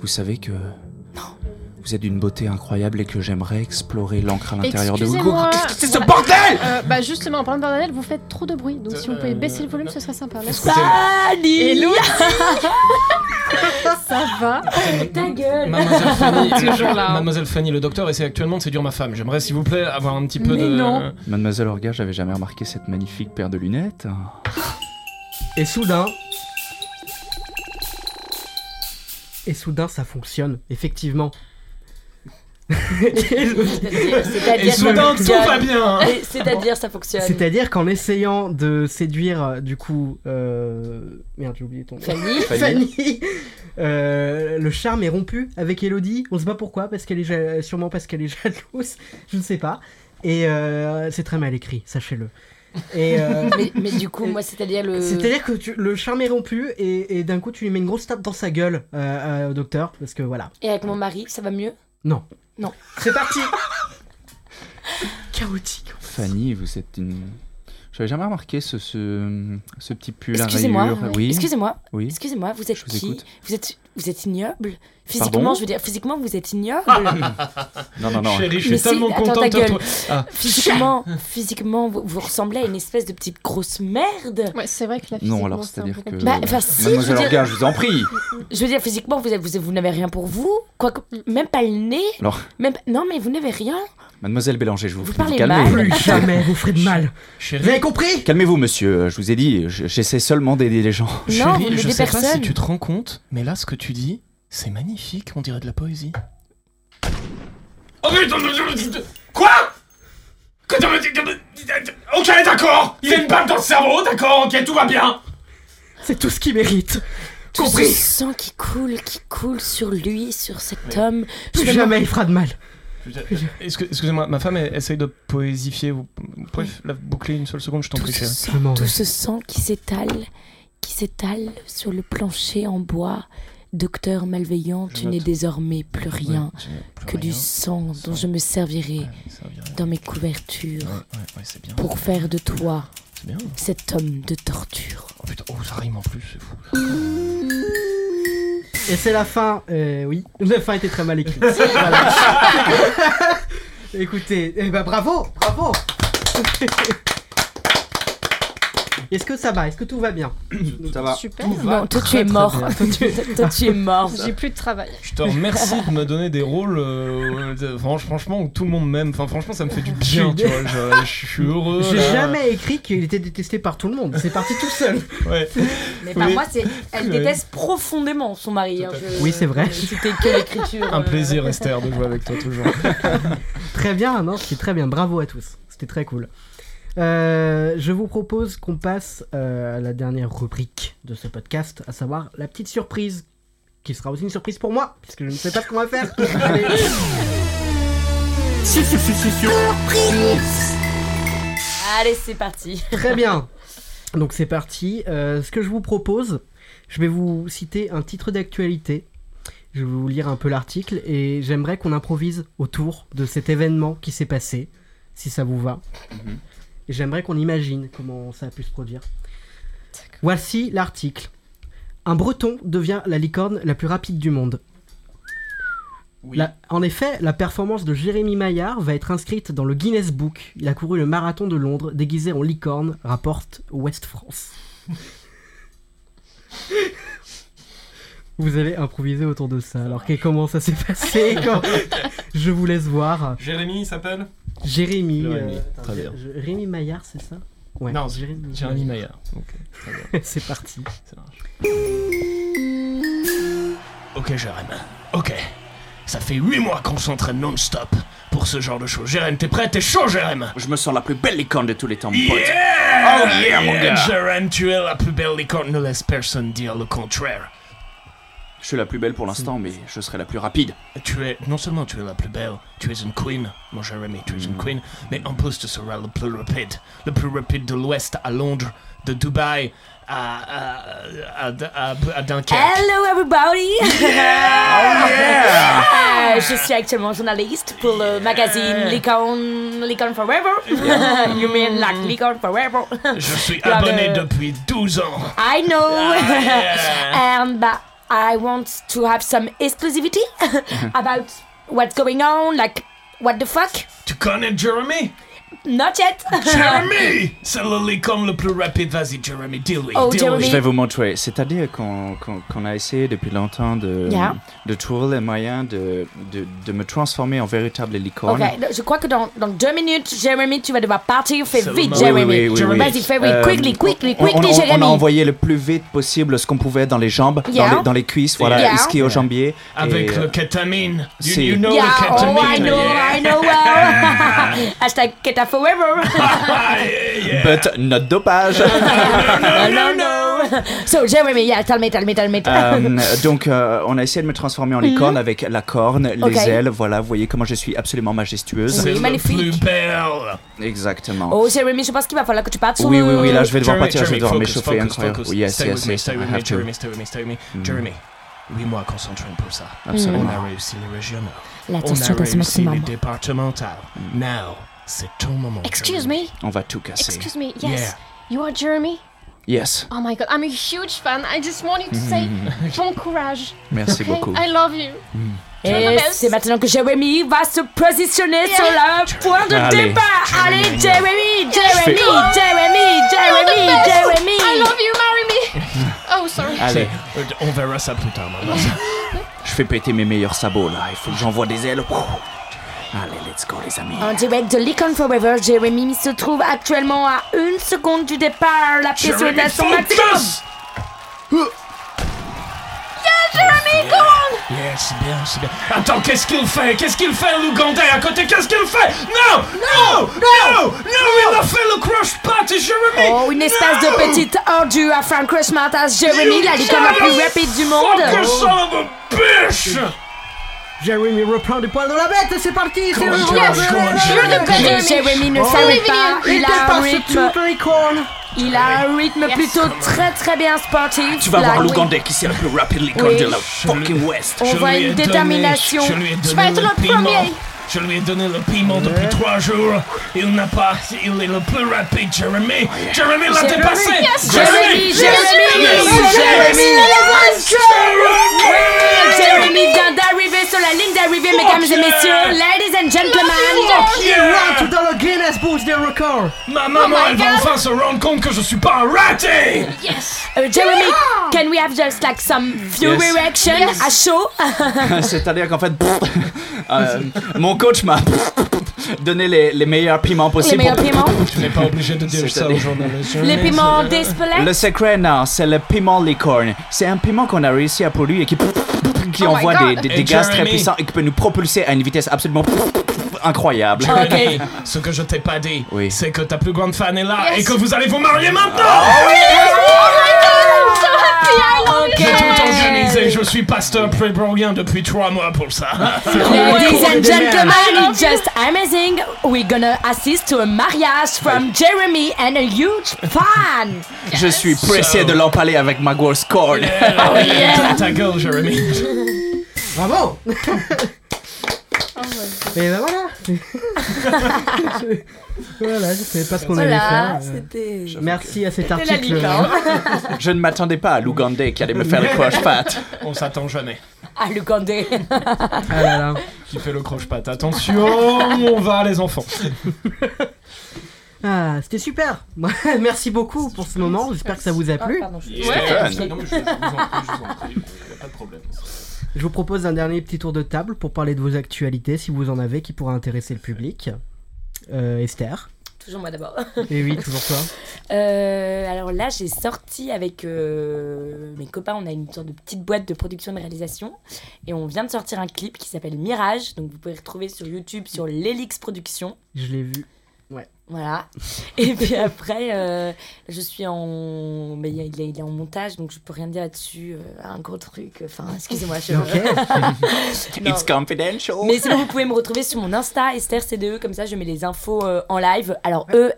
Vous savez que. Vous êtes d'une beauté incroyable et que j'aimerais explorer l'encre à l'intérieur de vous.
Excusez-moi.
Qu'est-ce que c'est ce
Voilà.
bordel
Euh, bah justement, en parlant de bordel, vous faites trop de bruit, donc si vous pouvez
Euh,
baisser le volume,
non.
ce serait sympa. Merci.
Ah,
Salut
Ça va
Ta gueule
Mademoiselle Fanny,
Toujours là.
Mademoiselle Fanny, le docteur essaie actuellement de séduire ma femme. J'aimerais, s'il vous plaît, avoir un petit peu
Mais
de.
non.
Mademoiselle Orga, j'avais jamais remarqué cette magnifique paire de lunettes.
euh. Et soudain. Et soudain, ça fonctionne, effectivement.
C'est-à-dire
sous-
ça
dans tout va
fonctionne.
bien. hein.
Et C'est-à-dire ça fonctionne.
C'est-à-dire qu'en essayant de séduire, euh, du coup. euh, Merde, j'ai oublié ton nom.
Fanny,
Fanny Euh, Le charme est rompu avec Elodie. On sait pas pourquoi, parce qu'elle est ja- euh, sûrement parce qu'elle est jalouse. Je ne sais pas. Et euh, c'est très mal écrit, sachez-le. Et. euh,
mais, euh, mais du coup, moi, c'est-à-dire le.
C'est-à-dire que tu- le charme est rompu et, et d'un coup tu lui mets une grosse tape dans sa gueule euh, euh, au docteur parce que voilà.
Et avec mon mari, ça va mieux
C'est parti Chaotique.
Fanny, vous êtes une. J'avais jamais remarqué ce, ce, ce petit pull à
Excusez-moi.
rayures. Oui,
Excusez-moi.
oui.
Excusez-moi, vous êtes
Je vous
qui
écoute.
Vous êtes vous êtes ignoble Physiquement,
Pardon Ah,
je veux dire, physiquement vous êtes ignoble.
Non, non, non.
Chérie, je
Mais si,
suis tellement
attends,
content
ta
de te
gueule.
retrouver. Ah.
physiquement, physiquement vous, vous ressemblez à une espèce de petite grosse merde.
Ouais, c'est vrai que la
Non,
physiquement,
alors,
c'est un
c'est-à-dire
peu
que-
compliqué.
Bah, enfin, si, je veux,
Mademoiselle
dire,
Orga, je vous en prie.
je veux dire, physiquement, vous, êtes- vous, vous n'avez rien pour vous. Quoi même pas le nez.
Alors,
Même, non, mais vous n'avez rien.
mademoiselle Bélanger, je vous,
Vous
prie
parlez
de calmer.
mal.
Plus jamais vous ferez de mal. Vous
Chérie,
avez compris
Calmez-vous, monsieur. Je vous ai dit, je- j'essaie seulement d'aider les gens.
Non, vous
chérie, je
n'êtes
sais pas si
personne.
tu te rends compte, mais là, ce que tu dis, c'est magnifique. On dirait de la poésie. Oh, mais attends, attends, attends, Quoi Attends, attends, attends, Ok, Oh, d'accord. Il a une balle dans le cerveau, d'accord. Ok, tout va bien.
C'est tout ce qu'il mérite.
Tout ce
Compris.
sang qui coule, qui coule sur lui, sur cet homme.
Plus
Je me-
jamais il fera de mal.
Excuse- Excusez-moi, ma femme elle, essaye de poésifier. Vous, vous pouvez la boucler une seule seconde, je t'en
Tout
prie.
ce
chérie.
Je m'en
sang,
vais.
tout ce sang qui s'étale, qui s'étale sur le plancher en bois. Docteur malveillant,
Je
tu
note.
n'es désormais plus rien
Ouais, j'ai plus
que du
rien.
sang
Sang.
dont je me servirai
Ouais, ça revient.
dans mes
Ouais,
couvertures
ouais, ouais, c'est bien.
pour faire de toi
C'est bien.
cet homme de torture.
Oh putain, oh, ça rime en plus, c'est fou.
Et c'est la fin. Euh, oui, la fin était très mal écrite. Voilà. Écoutez, eh ben, bravo, bravo. Est-ce que ça va Est-ce que tout va bien
Ça
Ah,
va.
Super.
Non, toi tu es mort. Toi tu- toi, tu es mort.
J'ai plus de travail.
Je te remercie de me donner des rôles, euh, de- franch- franchement, où tout le monde m'aime. Enfin, franchement, ça me fait du bien, tu vois. Je, je suis heureux.
J'ai
Oh là.
jamais écrit qu'il était détesté par tout le monde. C'est parti tout seul.
Ouais.
Mais
par Oui. moi,
c'est.
elle Ouais. déteste
profondément son mari.
hein, Tout à
Oui, c'est vrai.
C'était que l'écriture. euh,
Un plaisir, Esther, de jouer avec toi toujours.
Très bien, non, c'était très bien. Bravo à tous. C'était très cool. Euh, je vous propose qu'on passe euh, à la dernière rubrique de ce podcast, à savoir la petite surprise, qui sera aussi une surprise pour moi, puisque je ne sais pas ce qu'on va faire. Allez.
Allez, c'est parti.
Très bien. Donc c'est parti. Euh, ce que je vous propose, je vais vous citer un titre d'actualité. Je vais vous lire un peu l'article et j'aimerais qu'on improvise autour de cet événement qui s'est passé, si ça vous va. Et j'aimerais qu'on imagine comment ça a pu se produire. Voici l'article. Un breton devient la licorne la plus rapide du monde. La- en effet, la performance de Jérémy Maillard va être inscrite dans le Guinness Book. Il a couru le marathon de Londres déguisé en licorne, rapporte Ouest France. vous allez improviser autour de ça. Alors, que- comment ça s'est passé quand- Je vous laisse voir.
Jérémy, il s'appelle
Jérémy. euh,
Jérémy,
attends,
très bien.
Jé- Jérémy Maillard, c'est ça Ouais.
Non,
Jérémy.
Jérémy Maillard. Ok,
c'est parti.
ça marche. Ok, Jérémy. Ok. Ça fait 8 mois qu'on s'entraîne non-stop pour ce genre de choses. Jérémy, t'es prêt T'es chaud, Jérémy
Je me sens la plus belle licorne de tous les temps, mon pote.
Yeah!
Oh yeah, mon gars.
Jérém, tu es la plus belle licorne, ne laisse personne dire le contraire.
Je suis la plus belle pour l'instant, mais je serai la plus rapide.
Tu es, non seulement tu es la plus belle, tu es une queen, mon Jérémy, tu es une
Mm.
queen, mais en plus tu seras le plus rapide. Le plus rapide de l'Ouest à Londres, de Dubaï à, à, à, à- à Dunkerque.
Hello everybody.
Yeah!
Euh, je suis actuellement journaliste pour le magazine Licorn, Licorn Forever. Ah. Mm. you mean like Licorn Forever?
Je suis
Dans
abonné
le-
depuis 12 ans.
I know.
Ah,
Yeah.
and but I want to have some exclusivity
Mm-hmm.
about what's going on, like what the fuck.
Tu connais Jeremy
Not yet
Jeremy C'est le licon le plus rapide, vas-y Jeremy, deal with
Oh,
deal
Jeremy.
with.
Je vais vous montrer. C'est-à-dire qu'on qu'on- qu'on a essayé depuis longtemps de,
Yeah.
de trouver les moyens de, de, de me transformer en véritable licorne.
Ok, je crois que dans, dans deux minutes, Jeremy, tu vas devoir partir. Fais
Seulement.
vite,
Oui,
Jeremy.
oui, oui, oui, oui.
Vas-y, fais vite.
Euh,
quickly, quickly,
On, on-
quickly,
on- on
Jeremy.
a envoyé le plus vite possible ce qu'on pouvait dans les jambes,
Yeah.
dans, les, dans les cuisses, voilà,
Yeah.
ce qui est au jambier.
Avec
Et,
le ketamine. You,
si.
you know
Yeah,
le ketamine.
oh, I know,
yeah.
I know well. Hashtag Keta forever.
But not dopage
no, no, no. So, Jeremy, yeah, tell me, tell me, tell me.
Euh, donc, euh, on a essayé de me transformer en licorne avec la corne, les
Mhm. Ok.
ailes. Voilà, vous voyez comment je suis absolument majestueuse.
C'est le
magnifique.
plus belle.
Exactement.
Oh, Jeremy, je pense qu'il va falloir que tu partes sur
oui,
le...
oui, oui, là, je vais devoir
Jeremy,
partir, je
Jeremy,
vais devoir
focus,
m'échauffer.
focus,
Incroyable.
focus.
Yes,
stay
yes,
with me,
yes.
stay
I
with
have
me,
to. Hmm.
Jeremy, stay with me, stay with me. Jeremy, oui, moi, concentrons pour ça.
Absolument.
On
Mhm.
a réussi les régionaux.
La
On a
tension dans ce
réussi les
maximum.
départementales.
Hmm.
Now, c'est ton moment.
Excuse
Jeremy.
me,
On va tout casser.
excuse me,
Yeah.
yes. You are Jeremy?
Yes,
Oh my god, I'm a huge fan. I just wanted to say bon courage.
merci
okay?
beaucoup.
I love you.
Et c'est maintenant que Jeremy va se positionner sur le point de
Allez.
départ. Allez, Jeremy,
fais-
Jeremy, Jeremy, Jeremy, Jeremy.
I love you, marry me. Oh, sorry.
Allez,
Euh, On verra ça plus tard, maman.
je fais péter mes meilleurs sabots là. Il faut que j'envoie des ailes. Ouh. Allez, let's go, les amis.
En direct de Lincoln Forever, Jeremy se trouve actuellement à une seconde du départ. La pression est à son maximum.
Yeah, c'est bien, c'est bien. Attends, qu'est-ce qu'il fait Qu'est-ce qu'il fait, l'Ougandais à côté Qu'est-ce qu'il fait Non Non Non Non Il a fait le crush pat et Jeremy
Oh, une espèce de petite ordure à Frank Christmas à Jeremy, la licorne la plus rapide du
Fucker
monde.
son of a bitch
Jeremy reprend du poil de la bête et c'est parti C'est le
Jeremy,
roi.
go on, Jeremy.
Mais Jeremy ne s'arrête pas, Oh. il a un
dépasse
rythme
toutes les cornes
Il a un rythme plutôt très très bien sportif.
Tu vas
là.
voir l'Ougandais qui s'est le plus rapide licorne
Oui.
de la fucking West.
On
Je
voit
lui ai
une
donné-
détermination.
je lui ai
Tu
donné
vas être le
piment.
premier.
Je lui ai donné le piment depuis trois jours. Il n'a pas. Il est le plus rapide, Jeremy. Jeremy l'a dépassé.
Jeremy, Jeremy, Jeremy,
Jeremy.
Jeremy vient d'arriver sur la ligne
Oh,
d'arrivée, mesdames et messieurs, ladies and gentlemen.
Il rentre dans le Guinness Book des records
Ma
Oh
maman, elle va enfin se rendre compte que je suis pas un raté.
Euh, Jeremy, can we have just like some viewer
Yes.
reaction à chaud?
C'est-à-dire qu'en fait, euh, mon coach m'a donné les, les meilleurs piments
Les
possibles.
meilleurs
pour-
piments,
Tu n'es pas obligé de dire ça aux journalistes.
les piments Oh d'Espelette.
Le secret, non, c'est le piment licorne. C'est un piment qu'on a réussi à produire et qui, qui
Oh my
envoie
God.
des, des-
Et
des gaz
Jeremy.
très puissants et qui peut nous propulser à une vitesse absolument incroyable.
Jeremy, ce que je t'ai pas dit,
Oui.
c'est que ta plus grande fan est là et que vous allez vous marier maintenant.
Ah
J'ai tout organisé, je suis pasteur prébrogien depuis trois mois pour ça.
Ladies and gentlemen, it's just amazing. We're gonna assist to a marriage from Jeremy and a huge fan.
Je suis pressé
So-
de l'en parler avec ma grosse corne.
Ta- Ta gueule, Jérémy.
Bravo
Oh,
Mais ben voilà Voilà, je savais pas ce qu'on allait faire. Euh,
c'était.
Merci à cet
la
article.
licorne.
Je ne m'attendais pas à l'Ougandais qui allait me faire le crush fat.
On s'attend jamais.
Ah, le Gandé.
Ah là là.
Qui fait le croche-patte. Attention, on va les enfants.
Ah, c'était super Merci beaucoup pour ce moment, j'espère que ça vous a plu. Je vous propose un dernier petit tour de table pour parler de vos actualités, si vous en avez, qui pourraient intéresser le public. Euh, Esther
Toujours moi d'abord.
Et oui, toujours toi.
Euh, alors là, j'ai sorti avec euh, mes copains, on a une sorte de petite boîte de production et de réalisation, et on vient de sortir un clip qui s'appelle Mirage, donc vous pouvez le retrouver sur YouTube sur l'Elix Production.
Je l'ai vu.
Voilà. Et puis après, euh, je suis en. Mais il est- il est, il est en montage, donc je peux rien dire là-dessus. euh, un gros truc. Enfin, excusez-moi, je. Non.
It's confidential.
Mais sinon, vous pouvez me retrouver sur mon Insta, Esther CDE, comme ça je mets les infos euh, en live. Alors, E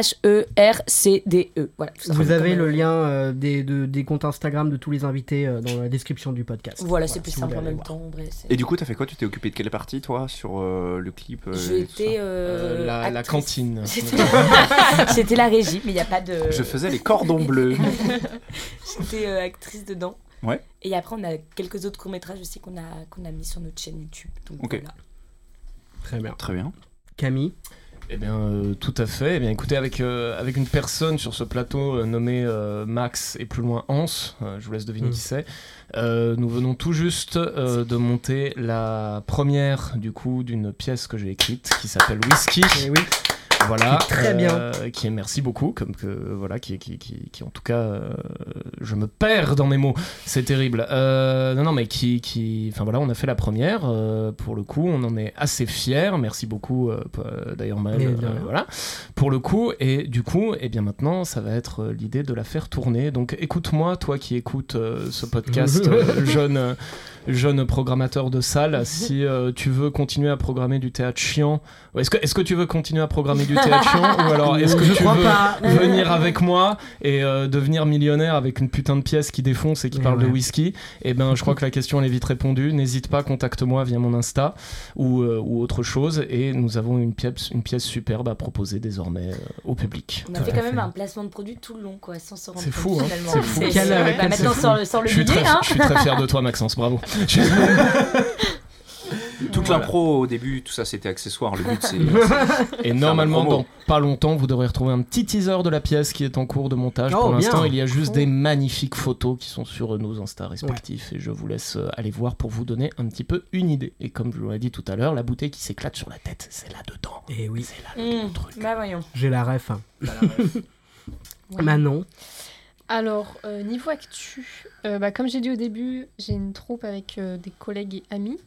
E-S-T-H-E-R-C-D-E. E, Voilà. tout simplement.
Vous avez
Comme,
le
euh,
lien euh, des, de- des comptes Instagram de tous les invités euh, dans la description du podcast.
Voilà, c'est plus
si vous
simple
voulez
en
aller
même
voir.
temps. en vrai, c'est-
Et du coup, t'as fait quoi Tu t'es occupé de quelle partie, toi, sur euh, le clip euh,
J'ai
et tout ça
été. euh,
la, la
actrice.
cantine.
J'étais j'étais la régie, mais il n'y a pas
euh,
de.
Je faisais les cordons bleus.
J'étais euh, actrice dedans.
Ouais.
Et après, on a quelques autres courts-métrages aussi qu'on a, qu'on a mis sur notre chaîne YouTube. Donc
Ok.
voilà.
Très bien.
Très bien.
Camille
Eh bien, euh, tout à fait. Eh bien, écoutez, avec, euh, avec une personne sur ce plateau euh, nommée euh, Max et plus loin Hans, euh, je vous laisse deviner
Mm.
qui c'est, euh, nous venons tout juste euh, de monter la première, du coup, d'une pièce que j'ai écrite qui s'appelle Whisky.
Eh oui.
Voilà, euh,
Qui est très
Qui est merci beaucoup, comme que voilà, qui qui, qui, qui en tout cas, euh, je me perds dans mes mots. C'est terrible. Euh, non non, mais qui qui, enfin voilà, on a fait la première euh, pour le coup, on en est assez fiers. Merci beaucoup euh, p- euh, d'ailleurs Maël.
Mais de
euh,
rien.
voilà pour le coup et du coup, et bien maintenant, ça va être euh, l'idée de la faire tourner. Donc écoute-moi, toi qui écoutes euh, ce podcast, euh, jeune. euh, Jeune programmateur de salle, si euh, tu veux continuer à programmer du théâtre chiant Ouais, Est-ce que, est-ce que tu veux continuer à programmer du théâtre chiant, ou alors est-ce que
Je
tu
crois
veux
pas.
venir avec moi et euh, devenir millionnaire avec une putain de pièce qui défonce et qui
Mais
parle de
ouais.
whisky Eh ben, je crois que la question elle est vite répondue. N'hésite pas, contacte-moi via mon Insta ou, euh, ou autre chose et nous avons une pièce, une pièce superbe à proposer désormais euh, au public.
On a fait
à
quand
fait.
même un placement de produit tout le long, quoi, sans se rendre
C'est
compte.
fou, hein.
finalement.
C'est fou.
C'est-
Quel,
bah,
euh, quel-
maintenant,
c'est
sans le, sans le
Je suis,
bidet,
très,
hein.
je suis très fier de toi, Maxence. Bravo. Je-
Toute
Voilà.
l'impro au début, tout ça c'était accessoire. Le but c'est.
Et normalement,
promo.
dans pas longtemps, vous devrez retrouver un petit teaser de la pièce qui est en cours de montage.
Oh,
Pour
bien. Oh.
l'instant, il y a juste des magnifiques photos qui sont sur nos Insta respectifs. Et je vous laisse euh, aller voir pour vous donner un petit peu une idée. Et comme je vous l'ai dit tout à l'heure, la bouteille qui s'éclate sur la tête, c'est là-dedans.
Et Eh oui,
C'est là
Mmh, Bah voyons.
j'ai la ref. hein.
Ouais.
Manon,
Alors, euh, niveau actu, euh, bah, comme j'ai dit au début, j'ai une troupe avec euh, des collègues et amis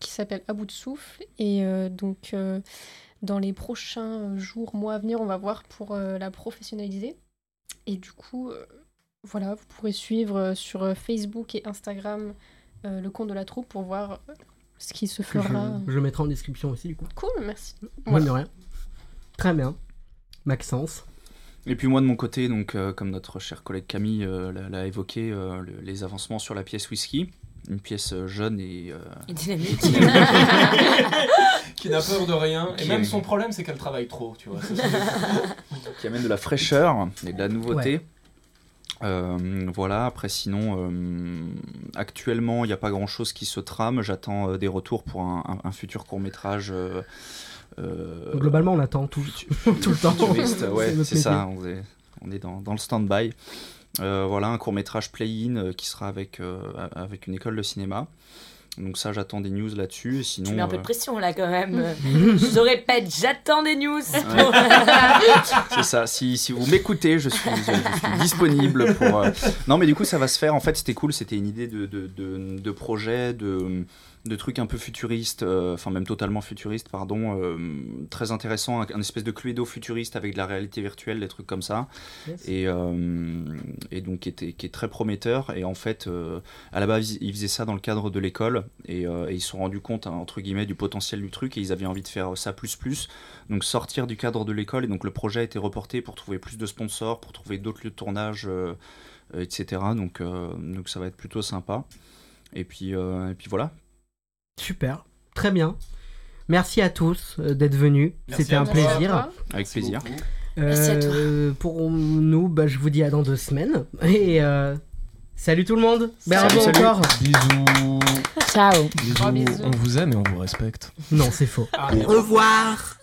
qui s'appelle À bout de souffle. Et euh, donc, euh, dans les prochains jours, mois à venir, on va voir pour euh, la professionnaliser. Et du coup, euh, voilà, vous pourrez suivre euh, sur euh, Facebook et Instagram euh, le compte de la troupe pour voir euh, ce qui se
que je,
fera.
je mettrai en description aussi, du coup.
Cool, merci.
Mine
Voilà.
de rien. Très bien. Maxence.
Et puis moi de mon côté, donc euh, comme notre chère collègue Camille euh, l'a- l'a évoqué, euh, le- les avancements sur la pièce whisky, une pièce euh, jeune et euh,
Ah.
Et dynamique.
Qui n'a peur de rien.
Et même son
problème, c'est qu'elle travaille trop. Tu vois.
qui amène de la fraîcheur et de la nouveauté. Euh, voilà, après sinon, euh, actuellement, il n'y a pas grand-chose qui se trame. J'attends euh, des retours pour un, un- un futur court-métrage. euh, euh,
Globalement, on attend tout, tout le temps.
Futuriste, ouais,
C'est notre
c'est ça, on est, on est dans, dans le stand-by. Euh, voilà, un court-métrage play-in euh, qui sera avec, euh, avec une école de cinéma. Donc ça, j'attends des news là-dessus. et Sinon,
Tu mets un peu de
euh,
pression là quand même. je te répète, j'attends des news.
c'est ça. Si, si vous m'écoutez, je suis, je suis disponible pour. euh, Non, mais du coup, ça va se faire. En fait, c'était cool. C'était une idée de, de, de, de projet, de, de trucs un peu futuriste, euh, enfin même totalement futuriste, pardon. euh, très intéressant, un, un espèce de cluedo futuriste avec de la réalité virtuelle, des trucs comme ça.
Yes.
Et, euh, et donc qui, était, qui est très prometteur. Et en fait, euh, à la base, ils faisaient ça dans le cadre de l'école et, euh, et ils se sont rendus compte hein, entre guillemets du potentiel du truc et ils avaient envie de faire ça plus plus. Donc sortir du cadre de l'école et donc le projet a été reporté pour trouver plus de sponsors, pour trouver d'autres lieux de tournage, euh, euh, etc. Donc, euh, donc ça va être plutôt sympa. Et puis, euh, et puis voilà.
Super. Très bien. Merci à tous euh, d'être venus.
Merci
C'était
à
un
toi.
plaisir.
Avec plaisir.
Merci à toi.
Euh, pour nous, bah, je vous dis à dans deux semaines. Et euh, salut tout le monde. Bravo
salut.
encore.
Bisous.
Ciao.
Gros bisous.
Oh,
On vous aime et on vous respecte.
Non, c'est faux. Au revoir.